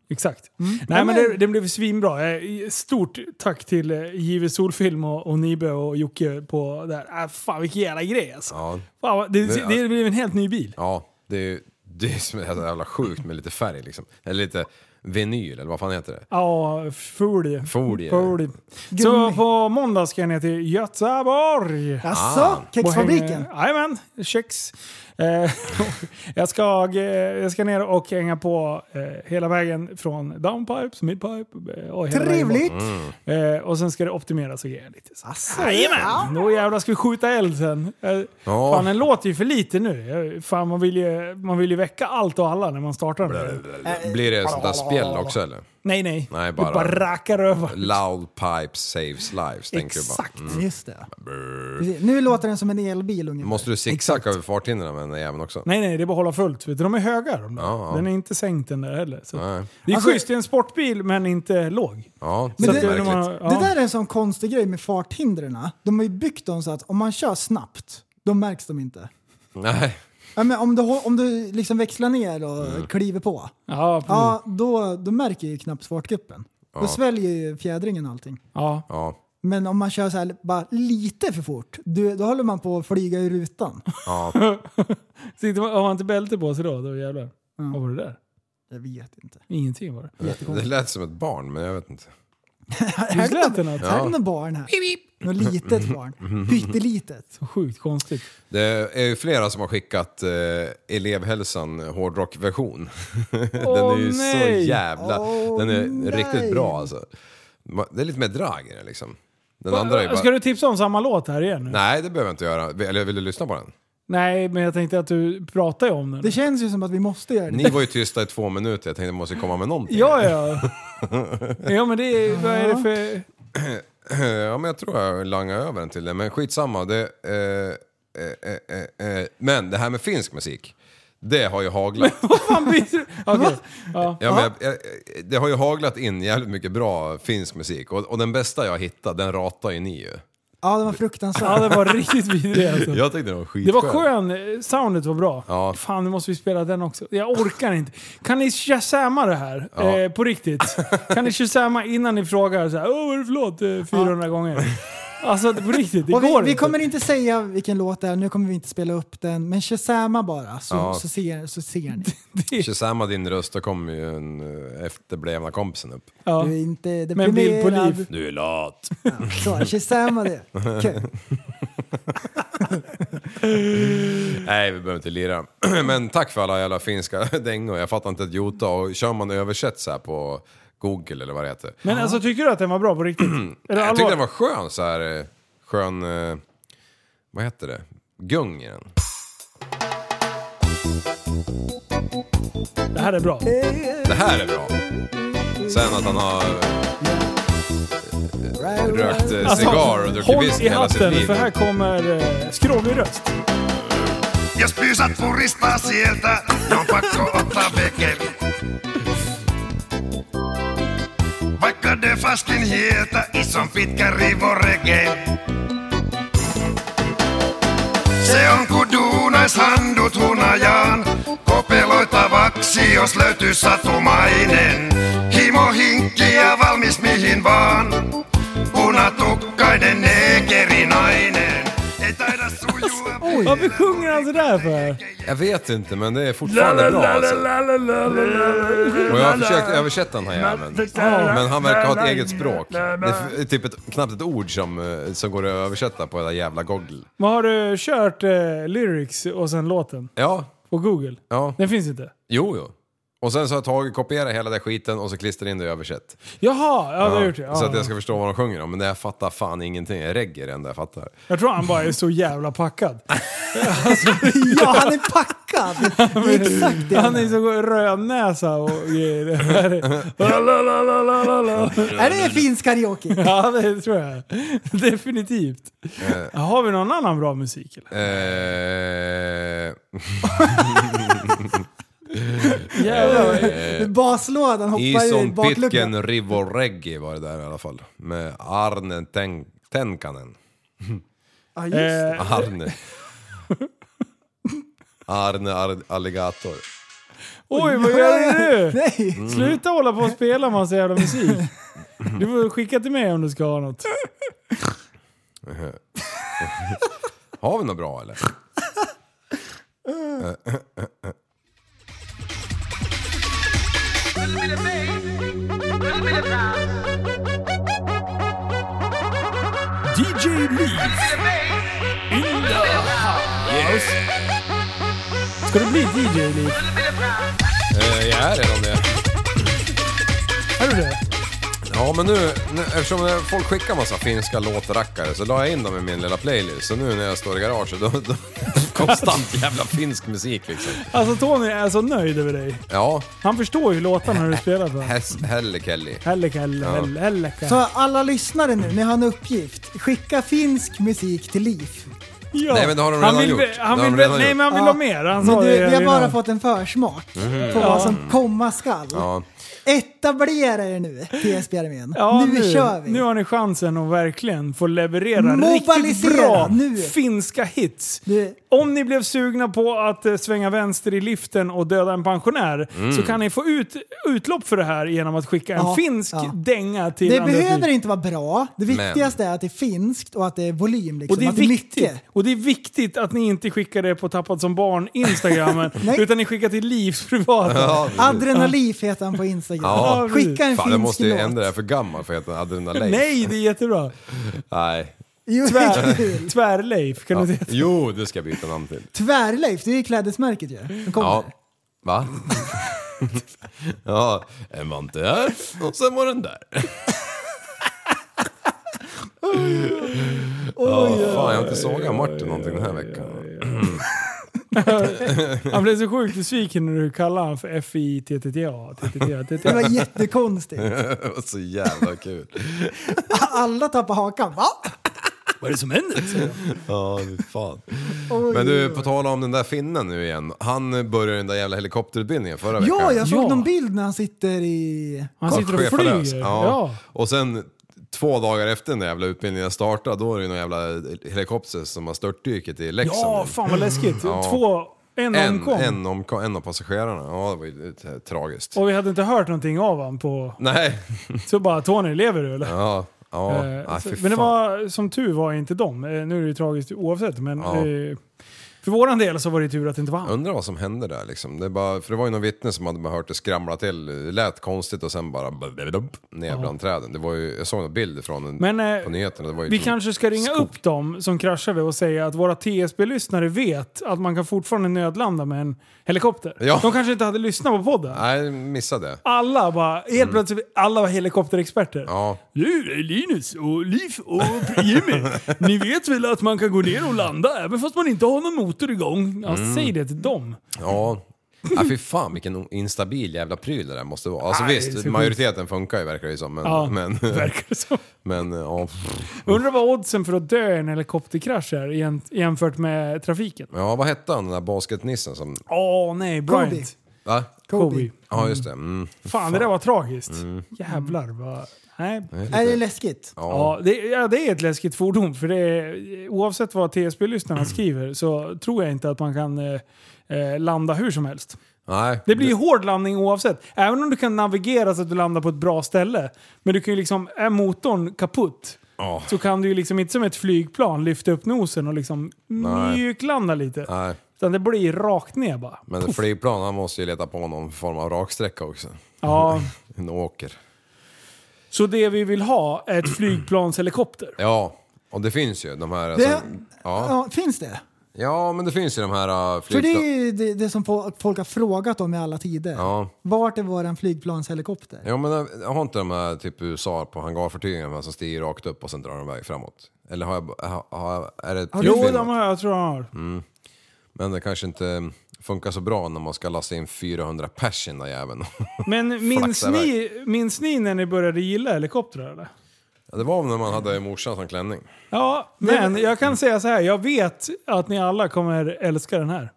E: Exakt.
F: Ja,
E: Nej men
F: men-
E: det, det blev svinbra. Eh, Stort tack till eh, JW Solfilm och, och Nibe och Jocke på det här. Äh, fan vilken jävla grej alltså.
G: ja.
E: Fan, vad- det,
G: Det-
E: det, blev en helt ny bil.
G: Ja, det är ju det är som är så jävla sjukt med lite färg liksom. Eller lite, vinyl, eller vad fan heter det?
E: Ja, folie.
G: Folie.
E: Folie. Så
F: Gummi.
E: på måndag ska jag ner till Göteborg.
F: Jaså?
G: Ah.
F: Kexfabriken?
E: Och hänger- Jajamän, kex. Eh, jag, ska, eh, jag ska ner och hänga på eh, hela vägen från downpipes, midpipe eh, och hela
F: Trevligt!
G: Mm.
E: Vägen. bort. Eh, och sen ska det optimeras och grejer lite. Så.
F: Asså.
E: Jajamän! Då jävlar ska vi skjuta eld sen. Eh,
G: Ja.
E: Fan, den låter ju för lite nu. Jag- Fan, man, vill ju, man vill ju väcka allt och alla när man startar den.
G: Blir det sånt där spjäll också eller?
E: Nej, nej.
G: Nej,
E: Du
G: bara-
E: bara rackar över.
G: Loud pipe saves lives, tänker du bara. Mm.
E: Exakt.
F: Just det. Precis. Nu låter den som en elbil ungefär.
G: Måste du zigzacka över farthindrarna med den där jäveln också?
E: Nej, nej, det är bara att hålla fullt. Vet du. De är höga de där.
G: Ja, ja.
E: Den är inte sänkt den där heller. Så.
G: Nej.
E: Det är
F: Alltså-
E: schysst, det är en sportbil men inte låg.
G: Ja,
E: Så
G: det
E: att
G: är
E: det- de
G: märkligt.
E: har- ja.
F: Det där är en sån konstig grej med farthindren. De har ju byggt dem så att om man kör snabbt, då märks de inte.
G: Nej.
F: Ja, men om, du, hå- om du liksom växlar ner och
E: Mm.
F: kliver på,
E: Ja, precis.
F: ja, då, då märker ju knappt fartguppen. Då sväljer ju fjädringen allting.
E: Ja.
G: Ja.
F: Men om man kör så här, bara lite för fort, du, då håller man på att flyga i rutan.
E: Sitter man, har man inte bälte på sig då, då jävlar. Vad var det där?
F: Jag vet inte.
E: Ingenting var det.
G: Det lät som ett barn, men jag vet inte.
E: Visst lät det något?
F: Är det något barn här? Något litet barn?
E: Mm.
F: Pyttelitet?
E: Så sjukt konstigt.
G: Det är ju flera som har skickat eh, elevhälsan hårdrockversion. den
E: Åh,
G: är ju så
E: nej.
G: jävla...
F: Åh,
G: den är
F: nej.
G: riktigt bra alltså. Ma- Det är lite mer drag i den liksom. Den andra är ju bara...
E: Ska du tipsa om samma låt här igen? nu?
G: Nej, det behöver jag inte göra. Vi- Eller vill du lyssna på den?
E: Nej, men jag tänkte att du pratar ju om den.
F: Det känns ju som att vi måste göra det.
G: Ni var ju tysta i två minuter. Jag tänkte jag måste komma med någonting.
E: Ja, ja. ja, men det är, vad är det för...
G: ja, men jag tror jag langade över den till det. Men skitsamma. Det, eh, eh, eh, eh, eh. Men det här med finsk musik, det har ju haglat.
E: Vad fan blir det? Okej. Ja.
G: Ja, men jag, jag, det har ju haglat in jävligt mycket bra finsk musik och, och den bästa jag hittade, den ratar ju ni ju.
F: Ja, det var fruktansvärt.
E: ja, det var riktigt vidrigt alltså.
G: Jag tyckte den var skitskön.
E: Det var skön, eh, soundet var bra.
G: Ja.
E: Fan, nu måste vi spela den också. Jag orkar inte. Kan ni shazama det här? Eh, på riktigt. Kan ni shazama innan ni frågar så här, Åh, vad är det för låt? Eh, 400 gånger. Alltså på riktigt, det
F: Och
E: går
F: vi, vi
E: inte.
F: kommer inte säga vilken låt det är, nu kommer vi inte spela upp den, men Shazama bara, så,
G: Ja.
F: så, ser, så ser ni.
G: Shazama din röst, då kom ju en eh, efterblivna kompisen upp.
E: Ja.
F: Du är inte
E: Med en bild på
F: deprimerad.
E: liv.
G: Du är lat.
F: Så, Shazama det. Kul.
G: Nej, vi behöver inte lira. Men tack för alla jävla finska dängor. Jag fattar inte ett jota och kör man översätt så här på Google eller vad det heter.
E: Men alltså tycker du att den var bra på riktigt? Eller
G: Mm. Jag tyckte den var skön så här, eh, skön, eh, vad heter det, gung i den.
E: Det här är bra.
G: Det här är bra. Sen att han har eh, rökt eh, cigarr och druckit
E: Alltså, håll
G: whisky
E: i
G: hela sitt
E: hatten
G: liv.
E: för här kommer eh, skrovlig röst.
I: Jos pysät puristaa sieltä, on pakko ottaa vekeli. Vaikka defastin hieltä, ison pitkä rivorege. Se on ku duunaishandut hunajaan, kopeloitavaksi jos löytyy satumainen. Himo hinkkiä valmis mihin vaan, punatukkainen negerinainen. Ei taida sujua...
E: Varför sjunger han sådär för?
G: Jag vet inte men det är fortfarande bra alltså. Och jag har försökt översätta den här jäveln. Men han verkar ha ett eget språk. Det är typ ett, knappt ett ord som, eh, som går att översätta på det där jävla Google.
E: Men har du kört eh, lyrics och sen låten
G: Ja,
E: på Google?
G: ja,
E: Den finns inte?
G: jo, jo. Och sen så har jag tagit, kopierat hela den skiten och så klistrat in det i översätt.
E: Jaha, ja, det har jag gjort. Ja,
G: Så att
E: ja.
G: jag ska förstå vad de sjunger om. Men det jag fattar fan ingenting. Jag regger det enda jag fattar.
E: Jag tror han bara är så jävla packad.
F: Ja, han är packad! Det är exakt det.
E: Han är så rödnäsa och grejer. Det här är- La, la, la, la, la, la, la.
F: Är det finsk karaoke?
E: Ja, det tror jag. Definitivt. Har vi någon annan bra musik? Eller?
G: Eh,
E: Eh, Jävlar.
F: Baslådan hoppar ju i
G: Ison
F: bakluckan.
G: Pitken Rivorreggi var det där i alla fall. Med Arne Ten Tenkanen.
F: Ja, just det.
E: Eh,
G: Arne. Arne Ar Alligator.
E: Oj, vad gör du nu?
F: Nej,
E: Sluta hålla på och spela massa jävla musik. Du får skicka till mig om du ska ha något.
G: Har vi något bra eller?
E: liv. Ska du bli DJ, Liv?
G: Eh, jag är redan det.
E: Är du det?
G: Ja, men nu, nu eftersom eh, folk skickar massa finska låtrackare så la jag in dem i min lilla playlist. Så nu när jag står i garaget, då, då konstant jävla finsk musik liksom.
E: Alltså Tony är så nöjd över dig.
G: Ja,
E: Han förstår ju låtarna när du spelar på dem.
G: Hes- Helle Kelly.
E: Helleka, helleka, helleka,
F: Så
E: helleka.
F: alla lyssnare nu, ni har en uppgift. Skicka finsk musik till Liv.
E: Ja.
G: Nej, men det har de
E: han
G: redan
E: vill,
G: gjort.
E: Han
G: Det har
E: vill,
G: de redan
E: nej,
G: gjort.
E: men han vill
F: Ja.
E: ha mer. Han
F: Men
E: sa
F: du,
E: det Mm.
F: vi har bara
E: innan.
F: fått en försmak på vad som komma skall.
G: Ja.
F: Etablera er nu, TSB-armén.
E: Ja,
F: nu, kör vi.
E: Nu har ni chansen att verkligen få leverera riktigt
F: Mobilisera
E: bra
F: nu.
E: finska hits.
F: Du-
E: Om ni blev sugna på att eh, svänga vänster i liften och döda en pensionär
G: Mm.
E: så kan ni få ut, utlopp för det här genom att skicka en
F: Ja,
E: finsk
F: ja.
E: dänga till
F: det
E: Anders
F: behöver
E: Wijk.
F: inte vara bra. Det
G: Men-
F: viktigaste är att det är finskt och att det är volym. Liksom.
E: och det, är
F: att det är
E: viktigt,
F: mycket.
E: och det är viktigt att ni inte skickar det på Tappat som barn Instagrammen
F: Nej.
E: utan ni skickar till Livs privata.
F: Ah,
G: Ja,
F: Adrenalif heter han på Instagram.
G: Ja.
F: Skicka en
G: Fan, jag
F: finsk
G: måste ju
F: låt.
G: ändra det här för gammal för att heta Adrenalin.
E: Nej, det är jättebra.
G: Nej.
F: Jo, det är kul.
E: Tvär, tvärleif kan
G: Ja.
E: du säga.
G: Jo, det ska jag byta namn till.
F: Tvärleif, det är ju klädesmärket ju. Den kommer.
G: Ja. Va? ja, en var inte där och sen var den där. Ja, fan, jag har inte sågat Martin någonting den här veckan.
E: Han blev så sjukt besviken när du kallade honom för FITTTA.
F: Det var jättekonstigt.
G: Det var så jävla kul.
F: Alla tappar hakan. Va?
E: Vad är det som händer?
G: Ja, fy fan. Men du, på tal om den där finnen nu igen. Han började den där jävla helikopterutbildningen förra veckan.
F: Ja, jag såg
E: Ja.
F: någon bild när han sitter i...
E: Han sitter och
G: Chefredös.
E: flyger.
G: Ja.
E: Ja.
G: Och sen två dagar efter den där jävla utbildningen startade, då är det någon jävla helikopter som har störtdyket i Leksand.
E: ja, fan vad läskigt.
G: Ja.
E: Två, en,
G: en,
E: omkom.
G: en, omkom, en av passagerarna. Ja, det var ju eh, tragiskt.
E: Och vi hade inte hört någonting av honom på...
G: Nej.
E: Så bara, Tony, lever du eller?
G: Ja, ja.
E: Eh,
G: nej,
E: så-
G: fy
E: men det
G: fan.
E: var, som tur var inte dem. Eh, Nu är det ju tragiskt oavsett, men
G: Ja.
E: eh, för våran del så var det tur att det inte var han.
G: Undrar vad som hände där liksom. Det, bara, för det var ju någon vittne som hade bara hört det skramla till. Det lät konstigt och sen bara ner bland träden. Det var ju, jag såg en bild från en,
E: Men eh,
G: på nyheterna. Det var ju
E: vi
G: som-
E: kanske ska ringa
G: skog.
E: upp dem som kraschade och säga att våra TSB-lyssnare vet att man kan fortfarande nödlanda med en helikopter.
G: Ja.
E: De kanske inte hade lyssnat på podden.
G: Nej, missade det.
E: Alla bara, helt plötsligt, alla var helikopterexperter.
G: Mm. Ja.
E: Du, Linus och Liv och Jimmy. ni vet väl att man kan gå ner och landa även fast man inte har någon motor igång? Ja,
G: Mm.
E: säg det till dem.
G: Ja. Ja, fy fan vilken instabil jävla pryl det där måste vara. Alltså
E: Nej, det är
G: visst,
E: så
G: majoriteten funkar ju verkar det ju som. Men,
E: Ja,
G: men,
E: verkar det som.
G: men ja.
E: Undrar vad oddsen för att dö i en helikopterkrasch är jäm- jämfört med trafiken.
G: ja, vad hette han den där basketnissen som...
E: Åh nej, Bryant.
F: Kobe.
E: Kobe.
G: Va?
E: Kobe.
G: Ja, just det. Mm.
E: Fan, det där var tragiskt. Jävlar vad... Nej.
F: Är det läskigt?
E: Ja det, ja, det är ett läskigt fordon. För det är, oavsett vad TSB-lyssnarna
G: Mm.
E: skriver så tror jag inte att man kan eh, eh, landa hur som helst.
G: Nej.
E: Det blir ju hård landning oavsett. Även om du kan navigera så att du landar på ett bra ställe. Men du kan ju liksom, är motorn kaputt
G: Ja.
E: så kan du ju liksom inte som ett flygplan lyfta upp nosen och liksom
G: Nej.
E: mjuklanda lite.
G: Nej.
E: Utan det blir rakt ner bara.
G: Men ett flygplan, han måste ju leta på någon form av raksträcka också.
E: Ja.
G: En åker.
E: Så det vi vill ha är ett flygplanshelikopter.
G: Ja, och det finns ju de här...
F: Det,
G: Som, ja.
F: ja, finns det?
G: ja, men det finns ju de här uh,
F: För det är
G: flygplan...
F: ju det, det som fo- folk har frågat om i alla tider.
G: Ja.
F: Vart är våran flygplanshelikopter?
G: Ja, men äh, jag- jag har inte de här typ USA på hangarfartygen men som stiger rakt upp och sen drar de iväg framåt? Eller har jag... b- Har, har, är det
E: Jo,
G: filmat?
E: de har, jag tror jag har.
G: Mm. Men det kanske inte funkar så bra när man ska lasta in 400 pers i den där jäveln.
E: Men minns
G: Flaxar
E: ni, minns ni när ni började gilla helikoptrar eller?
G: Ja, det var när man hade morsan som klänning.
E: Ja, men jag kan säga så här. Jag vet att ni alla kommer älska den här.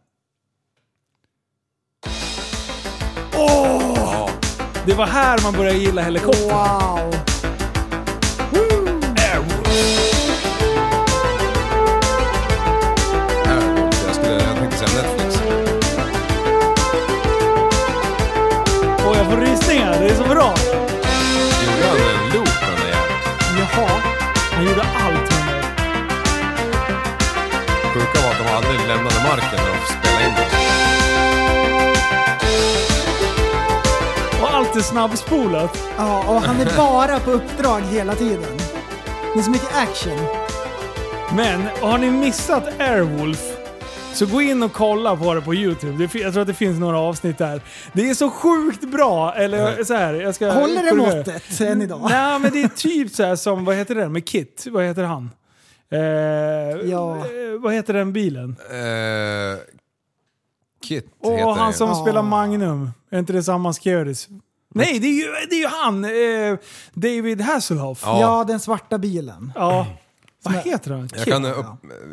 E: Åh! Det var här man började gilla helikopter.
F: Wow!
G: Här, så jag, skulle, jag tänkte säga Netflix.
E: Och jag får rysningar. Det är så bra.
G: Gjorde han en loop den där jäveln?
E: Jaha. Han gjorde allt med mig.
G: Sjuka var att de aldrig lämnade marken när de spelade in den.
E: Och allt är snabbspolat.
F: Ja, och han är bara på uppdrag hela tiden. Det är så mycket action.
E: Men har ni missat Airwolf så gå in och kolla på det på Youtube. Det, fin- jag tror att det finns några avsnitt där. Det är så sjukt bra! Eller så här, jag ska...
F: Håller det
E: korrigera.
F: måttet än idag?
E: Nej, men det är typ så här som, vad heter den med Kit? Vad heter han? Eh,
F: Ja.
E: eh, Vad heter den bilen?
G: Eh, Kit heter
E: Och han
G: ju.
E: som
F: Ja.
E: spelar Magnum. Är inte det samma Sköris? Nej, det är ju, det är ju han! Eh, David Hasselhoff. Ja.
G: Ja. Mm.
F: Ja, den svarta bilen.
E: Vad heter han?
G: Jag
E: Kit?
G: kan upp,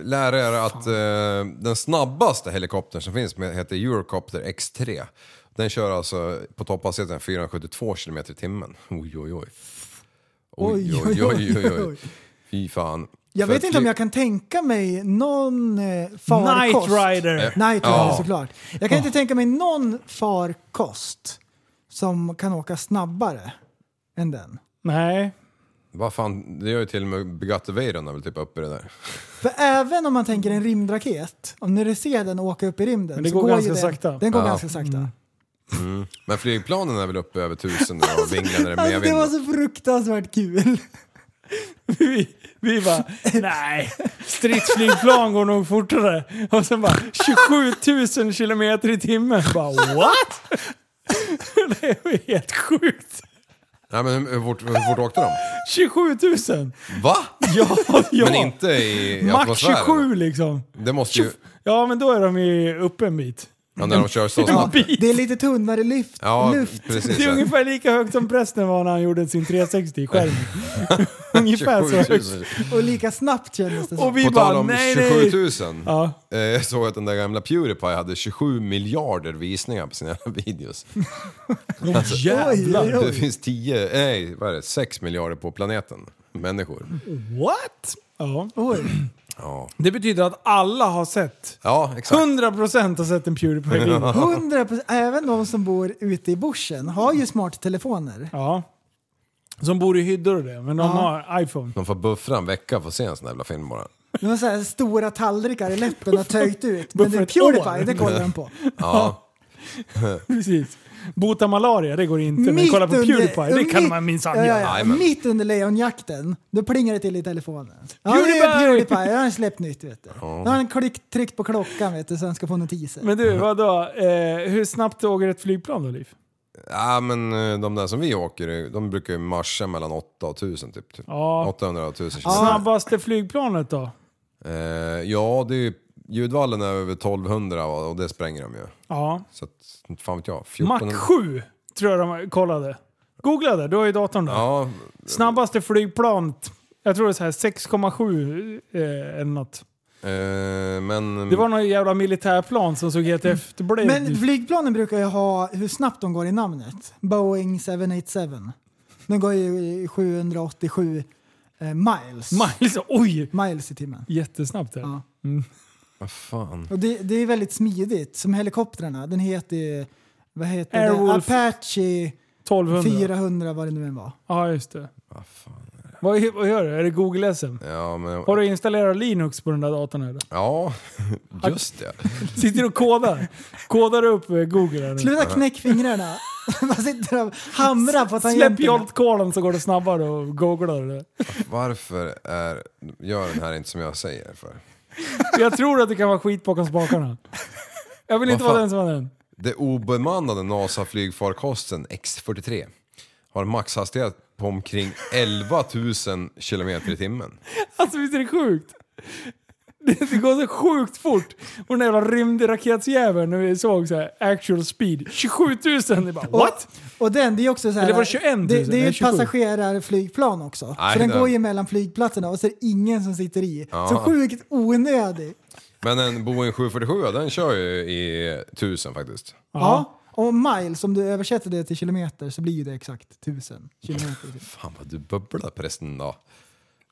G: lära er att eh, den snabbaste helikoptern som finns med heter Eurocopter X3. Den kör alltså på topphastigheten 472 km i timmen. Oj, oj, oj. Oj, oj, oj, oj, oj. Fy fan.
F: Jag
G: För
F: vet
G: att
F: inte om
G: fly-
F: jag kan tänka mig någon eh, farkost.
E: Knight
G: Eh.
E: Rider.
F: Night Rider
G: Ja.
F: såklart. Jag kan inte tänka mig någon farkost som kan åka snabbare än den.
E: Nej.
G: Vad fan, det gör ju till och med Bugatti Veyron är väl typ uppe i det där.
F: För även om man tänker en rymdraket, om ni ser den åka upp i rymden
E: Men det
F: så
E: går
F: ju
E: ganska
F: den,
E: sakta.
F: Den går
G: Ja.
F: ganska sakta.
G: Men flygplanen är väl uppe över tusen nu och vinglar när det är
F: Alltså, det
G: medvind.
F: var så fruktansvärt kul.
E: Vi, vi bara, nej, stridsflygplan går nog fortare. Och sen bara 27 000 kilometer i timmen. Bara what? Det är ju helt sjukt.
G: Nej men hur hur fort, hur fort åkte de?
E: 27 000?
G: Va?
E: Ja, ja.
G: Men inte i, i
E: Max
G: atmosfären?
E: 27 liksom.
G: Det måste ju...
E: Ja, men då är de ju uppe en bit.
G: Ja, när de kör så
E: En
G: snabbt.
E: bit.
F: Det är lite tunnare lyft.
G: Ja,
F: luft.
G: precis.
E: Det är ungefär lika högt som prästen var när han gjorde sin 360 i skärmen. ungefär så
G: 27
E: högt.
G: 000.
F: Och lika snabbt kändes det som.
E: Och vi
G: På tal
E: bara,
G: om
E: nej
G: 27
E: nej.
G: 000.
E: Ja.
G: Eh, Jag såg att den där gamla Pewdiepie hade 27 miljarder visningar på sina videos.
E: Åh,
F: Oj,
E: jävlar.
F: oj,
G: Det finns 10, nej vad är det, 6 miljarder på planeten människor.
E: What? Ja.
F: Oj.
G: Ja,
E: Det betyder att alla har sett.
G: ja exakt.
E: 100% har sett en Pewdiepie-video.
F: 100%, även de som bor ute i bushen har ju smarttelefoner.
E: Ja. Som bor i hyddor och det, men de
F: Ja.
E: har iPhone.
G: De får buffra en vecka för att se en sån där jävla film bara.
F: De har så här stora tallrikar i läppen och töjt ut. Men det är
E: Buffert år.
F: Pewdiepie, det kollar de på.
G: Ja,
E: Precis. Bota malaria, det går inte. Men
F: Mitt
E: kolla på
F: under-
E: Pewdiepie, det kan
F: mitt-
E: man minsann
F: ja, ja,
E: göra.
F: ja.
G: Jajamän.
F: Mitt under lejonjakten, då plingar det till i telefonen. Ja, det
E: Pewdiepie!
F: är Pewdiepie, han har släppt nytt vet du. Då har han klick, tryckt på klockan vet du, så han ska få notiser.
E: Men du, vadå? Eh, hur snabbt åker ett flygplan då, Liv?
G: ja men eh, de där som vi åker, de brukar ju marscha mellan 8 och 1000 typ. typ.
E: Ja.
G: 800 och 1000
E: Snabbaste flygplanet då?
G: Eh, ja, det är ju, ljudvallen är över 1200 och och det spränger de ju.
E: Ja.
G: Så att, inte fan vet jag.
E: Mach
G: 1400.
E: 7 tror jag de kollade. Googla det, du har ju datorn där.
G: Ja,
E: Snabbaste flygplanet. Jag tror det är så här 6,7 eh, eller något.
G: eh, men...
E: Mm. Det var någon jävla militärplan som såg helt efterblivet
F: Men
E: ut.
F: flygplanen brukar ju ha hur snabbt de går i namnet. Boeing 787. Den går ju i 787 eh, miles.
E: Miles, liksom, oj!
F: miles i timmen.
E: Jättesnabbt där.
F: Ja.
G: Vad fan.
F: Och det, det är väldigt smidigt, som helikoptrarna. Den heter ju, vad heter
E: Airwolf.
F: det? Apache
E: 1200.
F: 400 vad det nu än var.
E: Ja, just det.
G: Vad fan.
E: Vad, vad gör du? Är det Google SM?
G: Ja, men...
E: Har du installerat Linux på den där datorn eller?
G: Ja, just det.
E: Sitter du och kodar? Kodar du upp eh, Google? Här nu?
F: Sluta knäck fingrarna. Man sitter och hamrar på
E: Släpp
F: tangenterna.
E: jolt-koden så går det snabbare och googlar det.
G: Varför är, gör den här inte som jag säger för?
E: Jag tror att det kan vara skit bakom spakarna. Jag vill inte
G: Vad
E: vara
G: fan?
E: den som var den.
G: Det obemannade NASA-flygfarkosten X-43 har maxhastighet på omkring 11 000 kilometer i timmen.
E: Alltså visst är det sjukt? Det, det går så sjukt fort. Och den där jävla rymdraketsjäveln när vi såg så här, actual speed. 27 000! Det är bara what?
F: Och den, det är också så här,
E: Eller var det 21 000?
F: det, det är ju
E: Nej,
F: ett
E: 27.
F: passagerarflygplan också.
G: Nej,
F: så den
G: det-
F: går ju mellan flygplatserna och så är det ingen som sitter i. Så
G: Ja.
F: sjukt onödig.
G: Men en Boeing 747 den kör ju i 1000 faktiskt.
F: Ja. Och miles, om du översätter det till kilometer så blir ju det exakt tusen kilometer. Typ.
G: Fan vad du bubblar förresten då.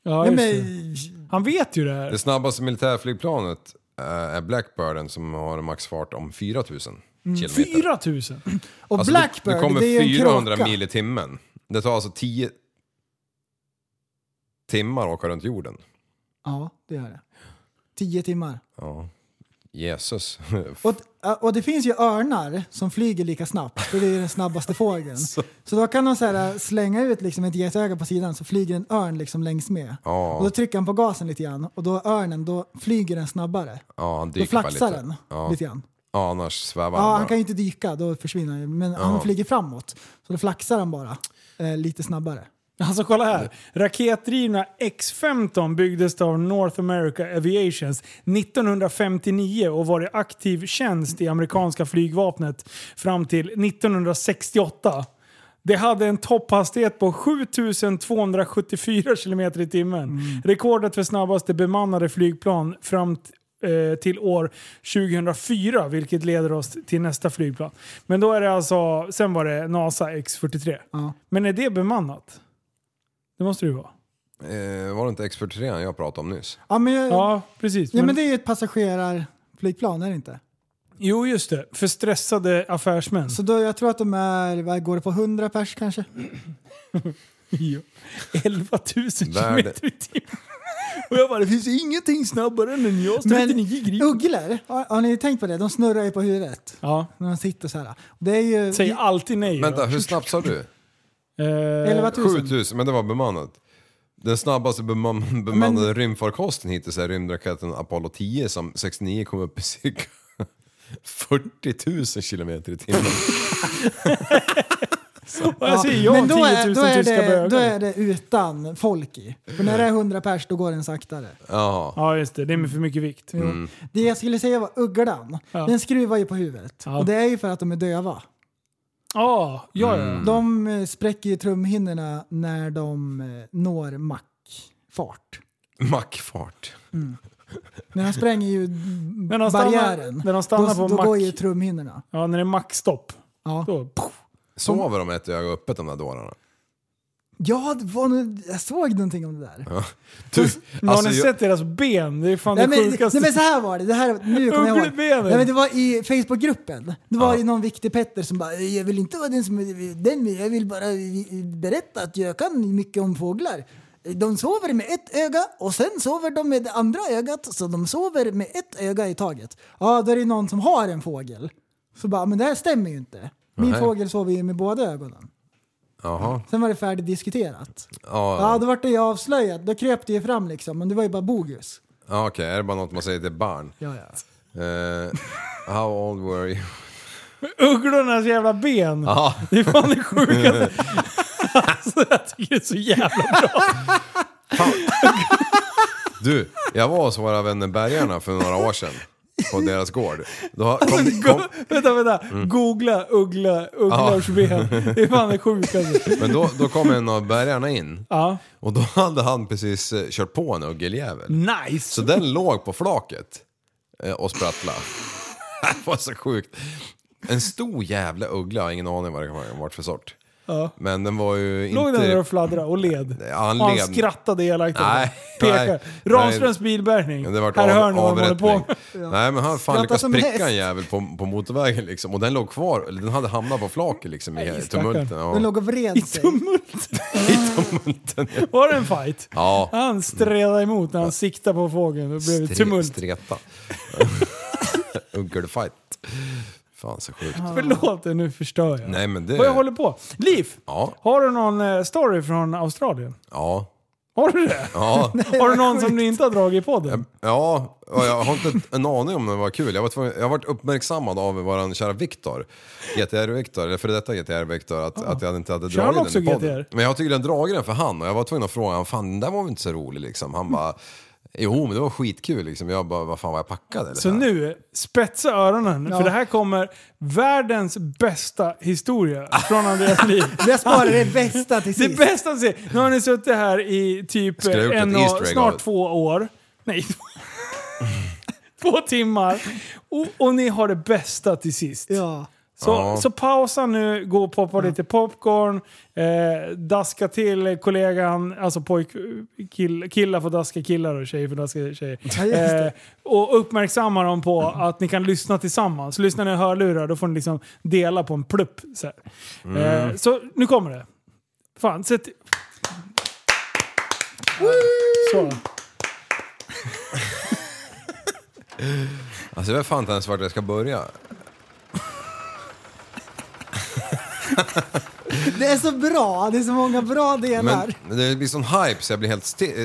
E: Ja,
F: Nej,
E: just det.
F: men,
E: Han vet ju det här.
G: Det snabbaste militärflygplanet eh, är Blackbirden som har en maxfart om 4000 kilometer.
E: 4 000!
F: och
G: Alltså, det-
F: Blackbird,
G: det kommer
F: Mm. det är ju en
G: 400
F: kråka.
G: mil i timmen. Det tar alltså 10 timmar att åka runt jorden.
F: Ja, det gör det. Tio timmar.
G: Ja. Jesus.
F: Och, eh, och det finns ju örnar som flyger lika snabbt, för det är den snabbaste fågeln. Så, då kan de så här, slänga ut liksom ett getöga på sidan så flyger en örn liksom längs med.
G: Ja.
F: Och då trycker han på gasen lite grann och då örnen, då flyger den snabbare.
G: Ja, han
F: Då
G: dyker bara
F: flaxar
G: lite.
F: den
G: Ja.
F: lite grann.
G: Ja, annars svävar
F: Ja,
G: han,
F: han
G: bara.
F: kan ju inte dyka, då försvinner han ju. Men han flyger framåt. Så då flaxar han bara eh, lite snabbare.
E: Alltså kolla här. Raketdrivna X-15 byggdes av North America Aviations 1959 och var i aktiv tjänst i amerikanska flygvapnet fram till 1968. Det hade en topphastighet på 7274 km i timmen.
F: Mm.
E: Rekordet för snabbaste bemannade flygplan fram t- eh, till år 2004, vilket leder oss till nästa flygplan. Men då är det alltså, sen var det NASA X43.
F: Ja.
E: Men är det bemannat? Det måste det ju vara.
G: Eh, var det inte X43 jag pratade om nyss?
F: Ja, men, jag, ja,
E: Ja, precis.
F: men,
E: Men,
F: det är ju ett passagerarflygplan, är det inte?
E: Jo, just det. För stressade affärsmän.
F: Så då, jag tror att de är, vad går det på, 100 pers kanske?
E: Ja. 11 000
G: Världen.
E: kilometer i timmen. Och jag bara, det finns ingenting snabbare än en JAS 39 Gripen.
F: ugglor, har, har ni tänkt på det? De snurrar ju på huvudet
E: Ja,
F: när de sitter så här. Det är ju...
E: säg alltid nej. då.
G: Vänta, hur snabbt sa du?
E: Eh,
F: 11 000.
G: 7000, men det var bemannat. Den snabbaste beman bemannade rymdfarkosten hittills är rymdraketen Apollo 10 som 69 kom upp i cirka 40 000 kilometer i timmen.
E: och jag säger ja,
F: men då
E: 10
F: är,
E: 000
F: då, är
E: tyska
F: det,
E: bögar.
F: då är det utan folk i. För när det är 100 pers då går den saktare.
G: Ja,
E: Ja, just det. Det är med för mycket vikt.
F: Jo. Det jag skulle säga var ugglan.
E: Ja.
F: Den skruvar ju på huvudet.
E: Ja.
F: Och det är ju för att de är döva.
E: Ah, ja, ja.
G: Mm.
F: De eh, spräcker ju trumhinnorna när de eh, når mackfart.
G: mackfart.
F: När de spränger ju
E: När de stannar-
F: barriären,
E: när de stannar
F: då,
E: på
F: då
E: mack.
F: går ju trumhinnorna.
E: ja, när det är maxstopp.
F: Ja.
E: Då, poff.
G: Sover de med ett öga öppet de där dårarna?
F: Ja, det var, nog- jag såg någonting om det där.
G: Du,
E: Men
G: alltså,
E: har ni
G: jag-
E: sett deras ben? Det är fan
F: Nej,
E: det
F: men,
E: sjukaste.
F: nej men så här var det, det här, nu kommer jag ihåg.
E: Ugglebenet.
F: Nej, men det var i Facebookgruppen. Det var ju någon viktig Petter som bara “Jag vill inte vara den som är den, jag vill bara berätta att jag kan mycket om fåglar”. De sover med ett öga och sen sover de med det andra ögat så de sover med ett öga i taget. Ja, då är det någon som har en fågel. Så bara “men det här stämmer ju inte”. Min
G: Nej.
F: fågel sover ju med båda ögonen.
G: Jaha.
F: Sen var det färdigdiskuterat. Ja,
G: Ja,
F: då vart det ju avslöjat. Då kröp det ju fram liksom, men det var ju bara bogus.
G: ja, okej. Är det bara något man säger till barn?
F: Ja, ja.
G: Eh, how old were you?
E: Ugglornas jävla ben.
G: Ja.
E: Det är fan det sjukaste. alltså, jag tycker det är så jävla
G: Du, jag var hos våra vänner bergarna för några år sedan. På deras gård. Då kom, Mm. det- kom,
E: Vänta, vänta. Googla uggla, ugglars ben. Det är fan det sjukaste.
G: men då, då kom en av bergarna in.
E: Ja.
G: Och då hade han precis eh, kört på en uggeljävel.
E: Nice!
G: Så den låg på flaket eh, och sprattlade. det var så sjukt. En stor jävla uggla, jag har ingen aning vad det kan vara för sort. Men den var ju
E: Låg
G: inte...
E: den där och fladdrade och led?
G: Ja, han
E: och han
G: led.
E: skrattade elakt.
G: Nej,
E: Pekade.
G: nej,
E: Ramströms
G: Ja,
E: bilbärgning.
G: Det vart
E: Här hör
G: av,
E: ni vad de håller på
G: avrättning.
E: med.
G: Nej men han hade fan
F: Skratta
G: lyckats
F: som häst.
G: pricka en jävel på, på motorvägen liksom. Och den låg kvar, eller den hade hamnat på flaket liksom i
E: stackaren.
G: tumulten. Ja.
F: Den låg och
E: I
F: vred sig.
E: tumult. Var det en fight?
G: Ja.
E: Han stredade emot när han siktade på fågeln. Då blev det
G: Stre-
E: tumult.
G: Streta. Uggelfight. Fan så sjukt.
E: Förlåt, nu förstör jag.
G: Nej men det...
E: Vad jag håller på. Liv,
G: Ja.
E: har du någon eh, story från Australien?
G: Ja.
E: Har du det?
G: Ja.
E: Har du någon som du inte har dragit i podden?
G: Ja, och jag har inte en aning om det var kul. Jag var tvungen, jag har varit uppmärksammad av vår kära Viktor, GTR-Viktor, eller före detta GTR-Viktor, att, att jag inte hade
E: Kör han
G: dragit
E: också
G: den i podden.
E: GTR?
G: Men jag har tydligen dragit den för han och jag var tvungen att fråga honom, fan den där var väl inte så rolig liksom. Han bara, jo men det var skitkul liksom. Jag bara, vad fan var jag packad eller?
E: Så nu, spetsa öronen, för det här kommer världens bästa historia från Andreas liv.
F: Jag sparar det bästa till
E: Det
F: sist.
E: bästa att se. Nu har ni suttit här i typ
G: Skulle jag gjort
E: en
G: ett Easter
E: och,
G: egg av
E: snart
G: det?
E: två år. Nej, två timmar. Och, och ni har det bästa till sist.
F: Ja. Mm.
E: Så,
G: Ja.
E: så pausa nu, gå och poppa lite popcorn, eh, daska till kollegan, alltså pojk, kill, killar får daska killar och tjejer får daska tjejer.
F: just det.
E: Eh, och uppmärksamma dem på att ni kan lyssna tillsammans. Lyssnar ni i hörlurar då får ni liksom dela på en plupp. Så, här.
F: Mm.
E: Eh, så nu kommer det. Fan, sätt... Så.
G: Alltså jag vet fan inte ens vart jag ska börja.
F: Det är så bra, det är så många bra delar.
G: Men det blir sån hype så jag blir helt, sti-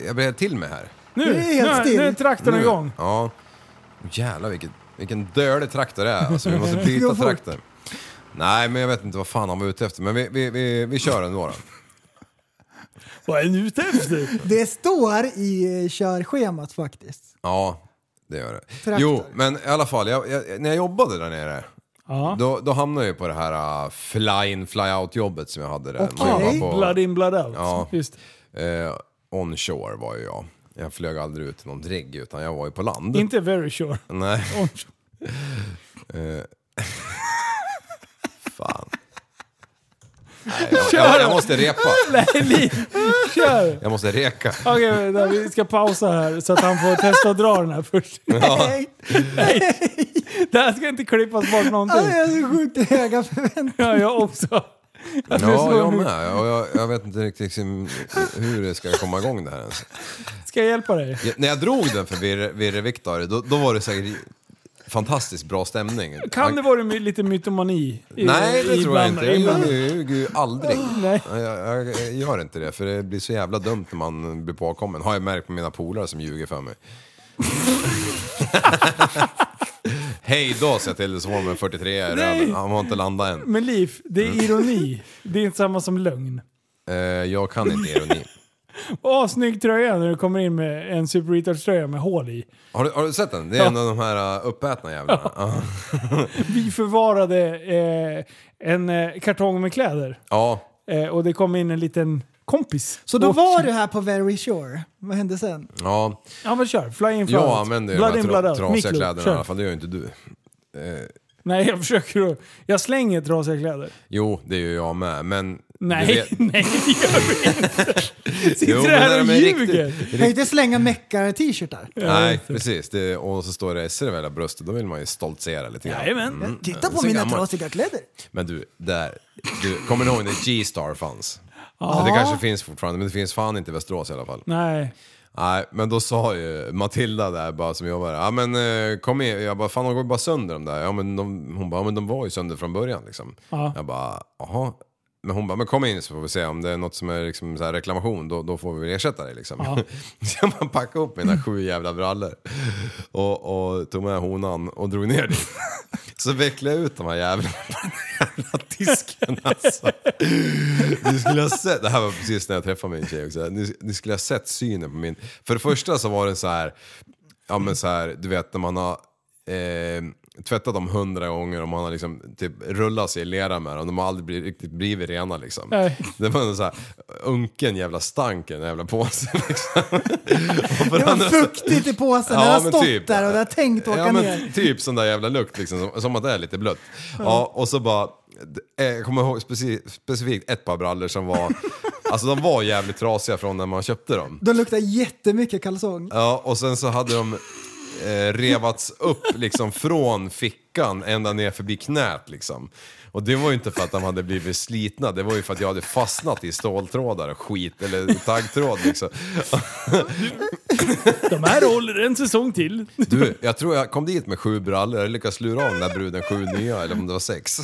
G: eh, jag blir helt till med här.
E: Nu,
F: Det är helt
E: nu,
F: still.
E: nu är traktorn
G: Nu-
E: igång.
G: Ja. Jävlar vilket, vilken dölig traktor det är. Alltså, vi måste byta
F: Går fort.
G: traktor. Nej, men jag vet inte vad fan han var ute efter. Men vi, vi, vi, vi kör ändå då.
E: Vad är ni ute efter?
F: Det står i eh, körschemat faktiskt.
G: Ja, det gör det.
F: Traktor.
G: Jo, men i alla fall. Jag, jag, när jag jobbade där nere,
E: Ja.
G: då, då hamnade jag ju på det här uh, fly-in, fly-out-jobbet som jag hade där.
F: Okej.
G: När jag var på-
E: Blood in, blood out.
G: Ja.
E: Just.
G: Eh, onshore var ju jag. Jag flög aldrig ut i någon rigg, utan jag var ju på land.
E: Inte very sure.
G: Nej.
E: Om-
G: Eh. Fan. Nej, jag, jag, jag måste repa.
E: Nej, Li- kör!
G: Jag måste reka.
E: Okej, vänta, vi ska pausa här så att han får testa att dra den här först.
F: Nej,
E: Det här ska inte klippas bort
F: alltså,
E: någonting.
F: jag är så sjukt höga förväntningar.
E: Ja, jag också.
G: Ja, jag med. Och jag, jag vet inte riktigt liksom hur det ska komma igång det här ens.
E: Ska jag hjälpa dig?
G: Ja, när jag drog den för Virre, Virre Viktor, då, då var det säkert fantastiskt bra stämning.
E: Kan det vara my- lite mytomani? i-
G: Nej, det
E: i
G: tror
E: bland-
G: jag inte. Jag
E: i bland-
G: gör det ju aldrig.
E: Nej.
G: Jag, jag, jag gör inte det, för det blir så jävla dumt när man blir påkommen. Har jag märkt på mina polare som ljuger för mig. Hej då, säger jag till så var de en 43 i
E: Nej.
G: röven. Han har inte landat än.
E: Men Liv, det
G: Mm.
E: är ironi. Det är inte samma som lögn.
G: Eh, jag kan inte ironi.
E: Åh, snygg tröja när du kommer in med en Super Retards-tröja med hål i.
G: Har du, har du sett den? Det är en av de här uh, uppätna jävlarna. Ja.
E: Vi förvarade eh, en eh, kartong med kläder
G: Ja.
E: eh, och det kom in en liten kompis.
F: Så då
E: Och-
F: var du här på Very Sure. Vad hände sen?
G: ja.
E: Ja men kör, fly in, fly
G: Jag
E: out.
G: använder ju de
E: blood
G: här
E: in, blood
G: tra-
E: out.
G: trasiga
E: Miklo,
G: kläderna i
E: kör.
G: alla fall. Det gör ju inte du.
E: Nej jag försöker att... Jag slänger trasiga kläder.
G: Jo, det gör jag med. Men... Du
E: Nej,
G: vet-
E: nej det gör vi inte. Sitter
G: Jo,
E: du
G: men
E: här
G: när
E: och
G: de är
E: ljuger?
F: Jag kan ju inte slänga meckar-t-shirtar.
G: Nej, precis. Det, och så står det SR över hela bröstet, då vill man ju stoltsera lite grann.
E: Jajamän.
F: Titta
G: Så
F: på mina
G: gammal.
F: trasiga kläder.
G: Men du, där, du, kommer du ihåg när G-Star fanns? Det kanske finns fortfarande, men det finns fan inte i Västerås i alla fall.
E: Nej.
G: Nej, men då sa ju Matilda där bara som jag var ja men eh, kom in. Jag bara, fan de går ju bara sönder de där. Ja, men de, hon bara, ja men de var ju sönder från början liksom.
E: Ja.
G: Jag bara, jaha. Men hon bara, men kom in så får vi se om det är något som är liksom så här reklamation, då, då får vi väl ersätta det liksom. Så jag bara packade upp mina sju jävla brallor och, och tog med honan och drog ner dit. Så vecklade jag ut de här jävla, jävla disken alltså. Ni skulle ha sett, det här var precis när jag träffade min tjej också. Ni, ni skulle ha sett synen på min... För det första så var det så här, ja men så här, du vet när man har eh, tvättat dem hundra gånger och man har liksom typ rullat sig i lera med dem. De har aldrig blivit, riktigt blivit rena liksom.
E: Nej.
G: Det var en så här unken jävla stank i den jävla påsen liksom. Och för
F: Det var
G: andra-
F: fuktigt i påsen. Den har
G: men typ.
F: stått där och det har tänkt åka
G: ja, men
F: ner.
G: Typ sån där jävla lukt liksom, som, som att det är lite blött. Ja, och så bara, eh, jag kommer ihåg speci- specifikt ett par brallor som var, alltså de var jävligt trasiga från när man köpte dem.
F: De luktar jättemycket kalsong.
G: Ja, och sen så hade de eh, revats upp liksom från fickan ända ner förbi knät liksom. Och det var ju inte för att de hade blivit slitna, det var ju för att jag hade fastnat i ståltrådar och skit, eller taggtråd liksom.
E: De här håller en säsong till.
G: Du, jag tror jag kom dit med sju brallor, jag lyckades lura av den där bruden sju nya, eller om det var sex.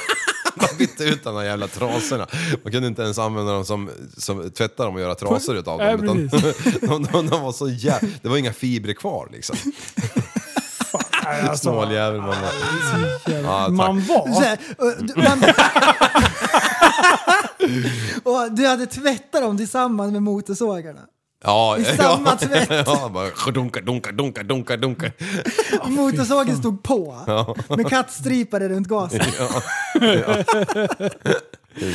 G: Man bytte ut de där jävla trasorna. Man kunde inte ens använda dem som, som tvätta dem och göra trasor utav
E: Ja,
G: dem. Utan de, de, de var så jävla... Det var inga fibrer kvar liksom. Snåljävel man var. alltså. Ja, tack.
E: Man
F: Så
E: var...
F: här, och du- man... och du hade tvättat dem tillsammans med motorsågarna.
G: Ja,
F: I samma tvätt.
G: Ja, bara dunka, dunka, dunka, dunka, dunka.
F: Motorsågen stod på med kattstripare runt gasen.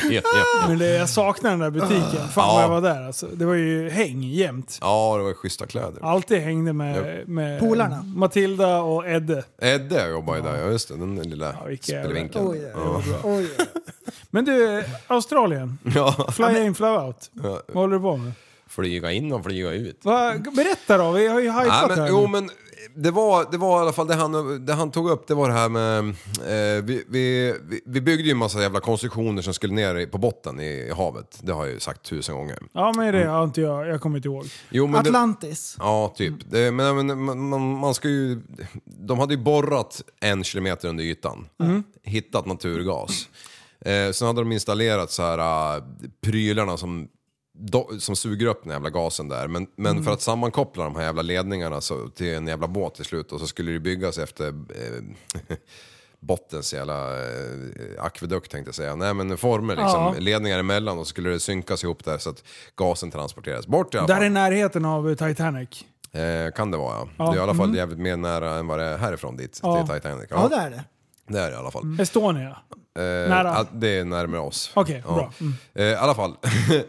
G: Ja, ja.
E: Men det, jag saknar den där butiken. Fan
G: Ja.
E: vad jag var där alltså. Det var ju häng jämt.
G: ja, det var schyssta kläder.
E: Alltid hängde med, med
F: Polarna.
E: Matilda och Edde.
G: Edde jobbar ju där, ja just det, den lilla
E: vilken jävla-
G: spelvinkeln.
F: Oj, oj, oj.
E: Men du, Australien.
G: Ja.
E: Fly in, fly out. Vad håller du på med?
G: Flyga in och flyga ut.
E: Va, berätta då, vi har ju hajpat
G: Nej, men,
E: här.
G: jo men det, var, det var i alla fall det han, det han tog upp, det var det här med... Eh, vi, vi, vi- vi byggde ju en massa jävla konstruktioner som skulle ner i- på botten i, i havet. Det har jag ju sagt tusen gånger.
E: Ja, men det har inte jag. Jag kommer inte ihåg.
G: Jo, Mm. men det-
F: Atlantis.
G: Ja, typ.
E: Mm.
G: Det, men, men man- man, man ska ju... De hade ju borrat en kilometer under ytan.
E: Mm.
G: Hittat naturgas. Eh, sen hade de installerat så här äh, prylarna som, do, som suger upp den jävla gasen där. Men, men
E: Mm.
G: för att sammankoppla de här jävla ledningarna så, till en jävla båt till slut och så skulle det byggas efter eh, bottens jävla eh, akvedukt tänkte jag säga. Nej men former liksom,
E: Ja.
G: ledningar emellan och så skulle det synkas ihop där så att gasen transporteras bort i alla
E: Där
G: fall.
E: i närheten av Titanic.
G: Eh, kan det vara
E: Ja. Mm.
G: ja. Det är i alla fall jävligt mer nära än vad det är härifrån dit
E: Ja. Mm.
G: till Titanic.
F: Ja, det är det.
G: det är det i alla fall.
E: Estonia.
G: Eh,
E: Nära.
G: ja, det är närmare oss.
E: Okej, bra. Mm.
G: Eh, I alla fall.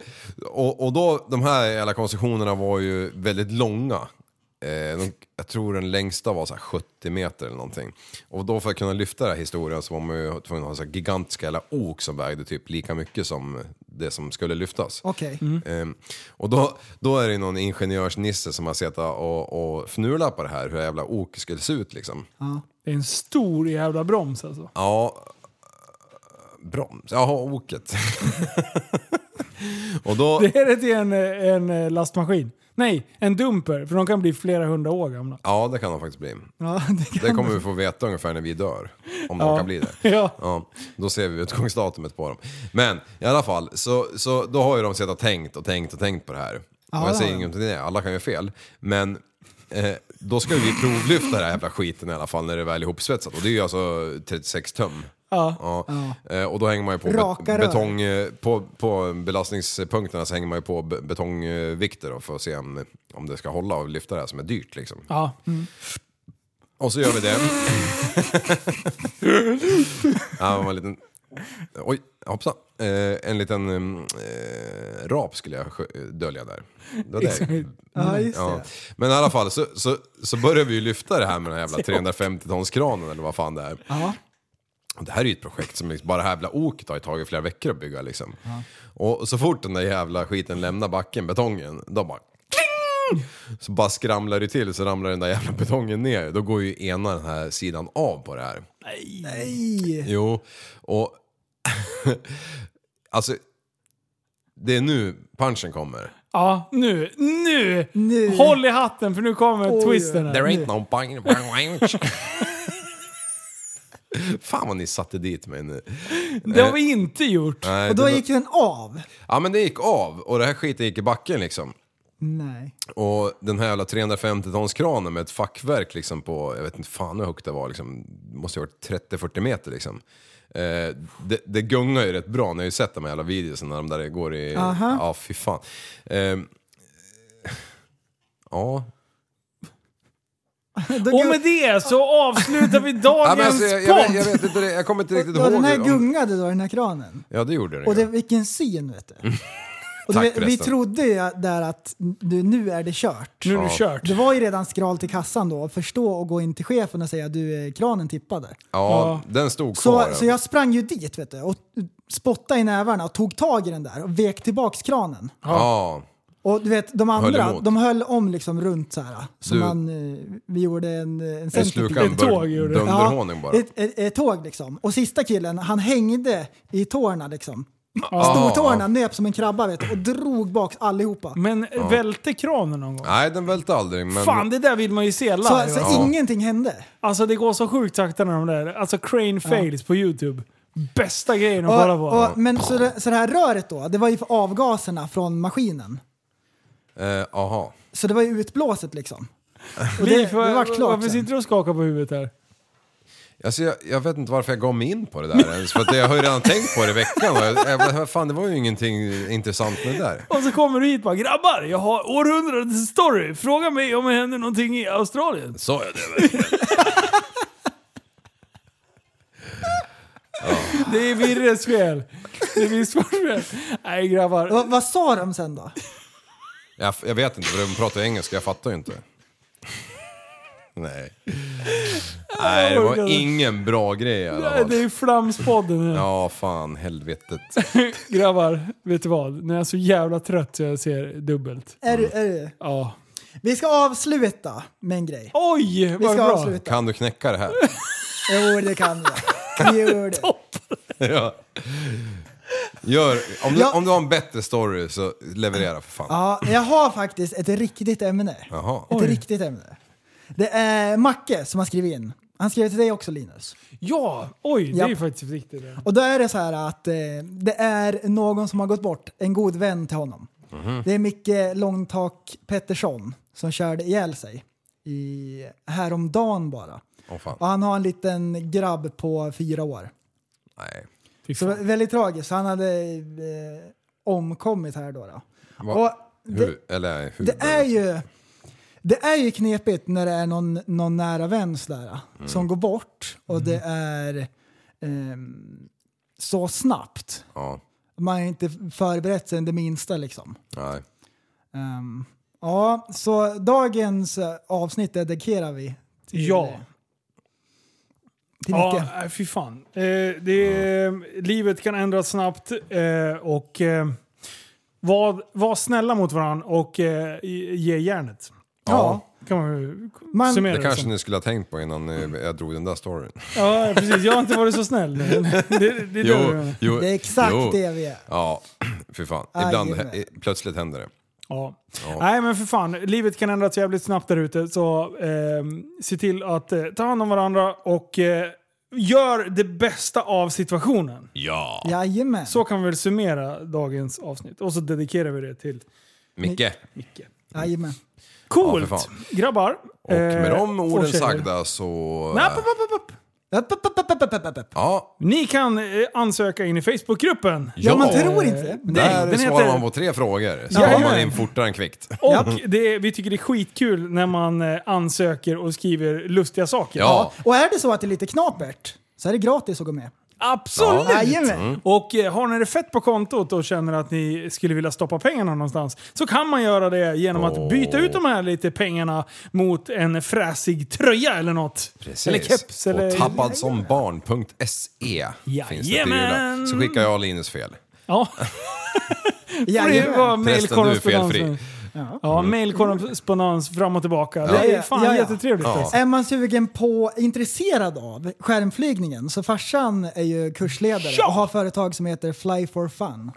G: och, och då, de här alla konstruktionerna var ju väldigt långa. Eh, de, jag tror den längsta var så här 70 meter eller någonting. Och då för att kunna lyfta den här historien så var man ju tvungen att ha så här gigantiska jävla ok som vägde typ lika mycket som det som skulle lyftas.
F: Okej.
G: Ehm, och då, då är det någon ingenjörsnisse som har suttit och, och fnulat på det här, hur jävla ok skulle se ut liksom.
E: Det är en stor jävla broms alltså.
G: Ja, broms, jaha oket. och då,
E: Det är det till en, en eh, lastmaskin. Nej, en dumper. För de kan bli flera hundra år gamla.
G: ja det kan de faktiskt bli.
F: Ja, det kan...
G: Det kommer vi få veta ungefär när vi dör, om de kan bli det.
E: Ja.
G: Ja, då ser vi utgångsdatumet på dem. Men i alla fall, så, så då har ju de suttit och tänkt och tänkt och tänkt på det här. och jag
F: det
G: säger
F: har de.
G: inget om det, alla kan ju fel. Men eh, då ska vi provlyfta den här jävla skiten i alla fall när det är väl är ihopsvetsat. Och det är ju alltså 36 tum.
E: Ja.
G: Eh, och då hänger man ju på be-
F: Raka rör.
G: betong... eh, På, på belastningspunkterna så hänger man ju på be- betongvikter då för att se om, om det ska hålla och lyfta det här som är dyrt liksom.
E: Ja. Mm.
G: Och så gör vi det. ja, det var en liten... Oj, hoppsan. Eh, en liten em, eh, rap skulle jag skö- dölja där. Det var det.
F: Ja, just det.
G: Ja. Men i alla fall så, så, så börjar vi ju lyfta det här med den här jävla 350-tonskranen eller vad fan det är. Och det här är ju ett projekt som liksom, bara det här jävla oket har ju tagit flera veckor att bygga liksom. Och så fort den där jävla skiten lämnar backen, betongen, då bara kling! så bara skramlar det till så ramlar den där jävla betongen ner. Då går ju ena den här sidan av på det här.
F: Nej.
G: Jo, och alltså det är nu punchen kommer.
E: Ja, nu, nu,
F: Nu.
E: Håll i hatten för nu kommer twisten. Här.
G: There ain't no bang, bang, bang. Fan vad ni satte dit mig nu.
E: Det
G: Eh.
E: har vi inte gjort.
G: Nej,
F: Och då
G: det var-
F: gick den av.
G: Ja men det gick av och det här skiten gick i backen liksom.
F: Nej.
G: Och den här jävla 350-tonskranen med ett fackverk liksom på, jag vet inte fan hur högt det var liksom, Det måste ju ha varit 30-40 meter liksom. Eh, det, det gungar ju rätt bra, ni har ju sett de här jävla videosen när de där går i,
F: Aha.
G: ja fy fan. Eh, ja,
F: Då
E: Och med det så avslutar vi
G: ja men
E: dagens
G: alltså, jag, jag, vet, jag
E: podd.
G: vet inte, det- jag kommer inte riktigt
F: och, och
G: ihåg.
F: den här
G: om-
F: gungade då, den här kranen.
G: Ja det gjorde den
F: Och det,
G: ju.
F: vilken syn vet du. Och
G: Tack
F: det, vi
G: förresten.
F: trodde ju där att du, nu är det kört.
E: Nu är det kört.
F: Det var ju redan skral till kassan då. Förstå och gå in till chefen och säga du, eh, kranen tippade.
G: Ja, den stod kvar.
F: Så, så jag sprang ju dit vet du och spottade i nävarna och tog tag i den där och vek tillbaks kranen.
G: Ja.
F: Och du vet, de
G: Höll
F: andra,
G: emot.
F: de höll om liksom runt så här. Så
G: Du-
F: man, eh, vi gjorde en, eh, en
G: En
F: centipede.
G: slukad
E: tåg gjorde det.
G: dunderhonung bara.
F: Ett, ett, ett tåg liksom. Och sista killen, han hängde i tårna liksom.
G: Ja.
F: Stortårna nöp som en krabba vet du, och drog bak allihopa.
E: Men välte kranen någon gång?
G: Nej den välte aldrig men...
E: Fan, det där vill man ju se live.
F: Så, så
E: alltså.
F: ingenting hände.
E: alltså det går så sjukt sakta när de där... Alltså crane fails på YouTube. Bästa grejen att kolla på.
F: Och, och, men så det, så det här röret då, det var ju för avgaserna från maskinen.
G: Eh, aha.
F: Så det var ju utblåset liksom. Och det,
E: Liv,
F: det vart klart
E: varför
F: sen.
E: sitter du och skakar på huvudet här?
G: Alltså jag, jag vet inte varför jag gav mig in på det där ens, för att jag har ju redan tänkt på det i veckan. Och jag, jag, vad fan, det var ju ingenting intressant med det där.
E: Och så kommer du hit och bara “Grabbar, jag har århundradets story. Fråga mig om det händer någonting i Australien”.
G: Sa jag det verkligen?
E: Det är Virres fel. Det är Virres fel. Nej grabbar.
F: Vad- vad sa de sen då?
G: Jag, jag vet inte, för de pratar ju engelska, jag fattar ju inte. Nej. Nej, det var ingen bra grej i alla
E: Nej,
G: fall.
E: Det är Flamspodden nu.
G: Ja, fan, helvetet.
E: Grabbar, vet du vad? Nu är jag så jävla trött så jag ser dubbelt.
F: Är, du- är, du-
E: Ja.
F: Vi ska avsluta med en grej.
E: Oj,
F: Vi
E: vad
F: ska
E: bra!
F: avsluta.
G: Kan du knäcka det här?
F: Jo, det kan vi. Vi gör det.
G: ja. Gör, om, du,
F: Ja.
G: om du har en bättre story så leverera för fan.
F: Ja, jag har faktiskt ett riktigt ämne.
G: Jaha.
F: Ett riktigt ämne. Det är Macke som har skrivit in. Han skrev till dig också Linus.
E: Ja, oj, det är ju
F: Japp.
E: faktiskt riktigt. det.
F: Och då är det så här att eh, det är någon som har gått bort, en god vän till honom. Det är Micke Långtak Pettersson som körde ihjäl sig i, häromdagen bara.
G: Åh
F: Och
G: fan.
F: han har en liten grabb på fyra år.
G: Nej.
E: Fy
F: Så
E: fan.
F: väldigt tragiskt. Han hade eh, omkommit här då. då.
G: Va-
F: Och det,
G: Hur, eller hur?
F: det är ju... Det är ju knepigt när det är någon, någon nära vän sådär,
E: Mm.
F: som går bort och det är ehm, så snabbt.
G: Ja.
F: Man har inte förberett sig det minsta liksom.
G: Nej.
F: Ehm, ja, så dagens eh, avsnitt dedikerar vi till,
E: Ja.
F: till Micke.
E: Ja, nej, fy fan. Eh, det, eh, livet kan ändras snabbt eh, och eh, var, var snälla mot varandra och eh, ge järnet.
F: Ja.
E: Kan man, ju
F: Man-
E: summera
G: Det
E: det
G: kanske
E: som.
G: ni skulle ha tänkt på innan eh, jag drog den där storyn.
E: Ja, precis. Jag har inte varit så snäll. Det, det, det, är det.
G: jo,
F: Det är exakt
G: jo.
F: det vi är.
G: Ja, för fan.
F: Aj,
G: Ibland,
F: jajamän.
G: eh, plötsligt händer det.
E: Ja. Nej men för fan, livet kan ändras jävligt snabbt där ute. Så eh, se till att eh, ta hand om varandra och eh, gör det bästa av situationen.
G: Ja.
F: Jajamän.
E: Så kan vi väl summera dagens avsnitt. Och så dedikerar vi det till
G: Micke.
E: Micke.
F: Jajamän.
E: Coolt!
G: Ja, för fan.
E: Grabbar. eh,
G: Och med de orden sagda
E: Nej,
G: så...
E: upp, upp, upp, upp.
F: Upp, upp, upp, upp, upp, upp, upp, upp.
G: Ja,
E: Ni kan eh, ansöka in i Facebookgruppen.
F: Ja,
G: Ja.
F: man tror inte det. men det-
G: där
E: den
G: svarar
E: heter-
G: man på tre frågor.
E: Ja,
G: Så kommer man
E: jajamän.
G: in fortare än kvickt.
E: Och det, vi tycker det är skitkul när man eh, ansöker och skriver lustiga saker.
G: Ja.
F: Och är det så att det är lite knapert så är det gratis att gå med.
E: Absolut!
F: Ja. Jajamän.
G: Mm.
E: Och eh, har ni det fett på kontot och känner att ni skulle vilja stoppa pengarna någonstans så kan man göra det genom att byta ut de här lite pengarna mot en fräsig tröja eller något.
G: Precis.
E: Eller keps
G: På
E: eller...
G: tappadsombarn.se finns det till
E: Jajamän.
G: jula. Så skickar jag Linus fel.
E: Ja. Det var
F: Jajamän.
G: Förresten, du är felfri. Mm.
E: mailkorrespondens. Ja, mailkorrespondens fram och tillbaka. Det är
F: Ja.
E: fan
F: Ja, ja.
E: jättetrevligt alltså.
G: Ja.
E: faktiskt.
F: Är man sugen på, intresserad av skärmflygningen så farsan är ju kursledare
E: Ja.
F: och har företag som heter flyforfun.se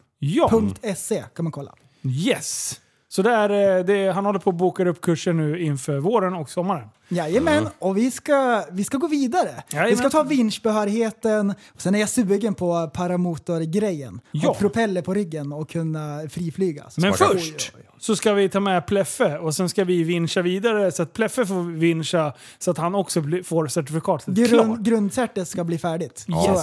E: Ja,
F: E, kan man kolla.
E: yes. Så där, eh, det, han håller på att boka upp kurser nu inför våren och sommaren.
F: Jajamän, och vi ska, vi ska gå vidare. Vi
E: Mm. Jajamän.
F: ska ta vinschbehörigheten, och sen är jag sugen på paramotorgrejen.
E: Ja.
F: Ha propeller på ryggen och kunna friflyga. Så
E: Men
F: ska-
E: först så ska vi ta med Pleffe och sen ska vi vincha vidare så att Pleffe får vincha så att han också blir- får certifikatet klart.
F: Grund, grundcertet ska bli färdigt. Så är det.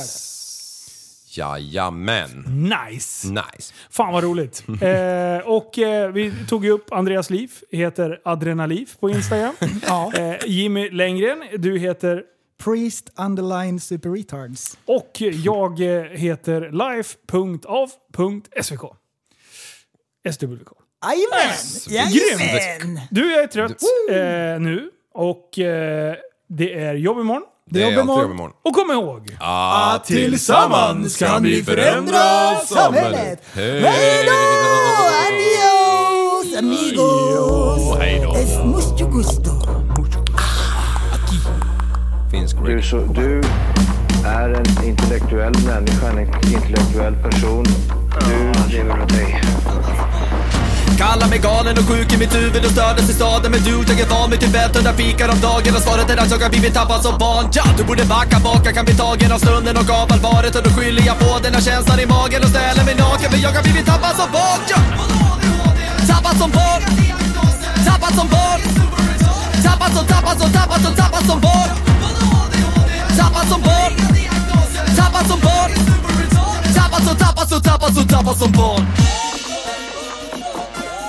G: Jajamän.
E: Nice!
G: Nice.
E: Fan vad roligt. eh, och eh, vi tog ju upp Andreas Liv, heter Adrenaliv på Instagram.
F: Ja.
E: eh, Jimmy Längren, du heter
F: Priest underline super retards.
E: Och jag eh, heter life.av.svk. SWK.
F: Jajamän!
E: Grymt! Du, jag är trött eh, nu och eh, det är jobb imorgon.
G: Det är alltid jobb imorgon.
E: Och kom ihåg!
G: Att
F: tillsammans kan vi förändra samhället.
G: Hej
F: Oh,
G: då!
F: adios Oh, amigos! Es mucho gusto!
G: Finsk
C: Du, är
G: Rick.
C: så, du är en intellektuell människa, en intellektuell person. Du lever av dig.
A: Kallar mig galen och sjuk i mitt huvud och stördes i staden Men du, jag är van vid Tibet och där fikar om dagen Och svaret är att jag har blivit tappad som barn ja, Du borde backa bak, jag kan bli tagen av stunden och av allvaret Och då skyller jag på den här känslan i magen och ställer mig naken För jag har blivit tappad som barn ja. Tappad som barn Tappad som barn Tappad som, tappad som, tappad som, tappad som barn Tappad som barn Tappad som barn Tappad som, tappad som, tappad som, tappad som barn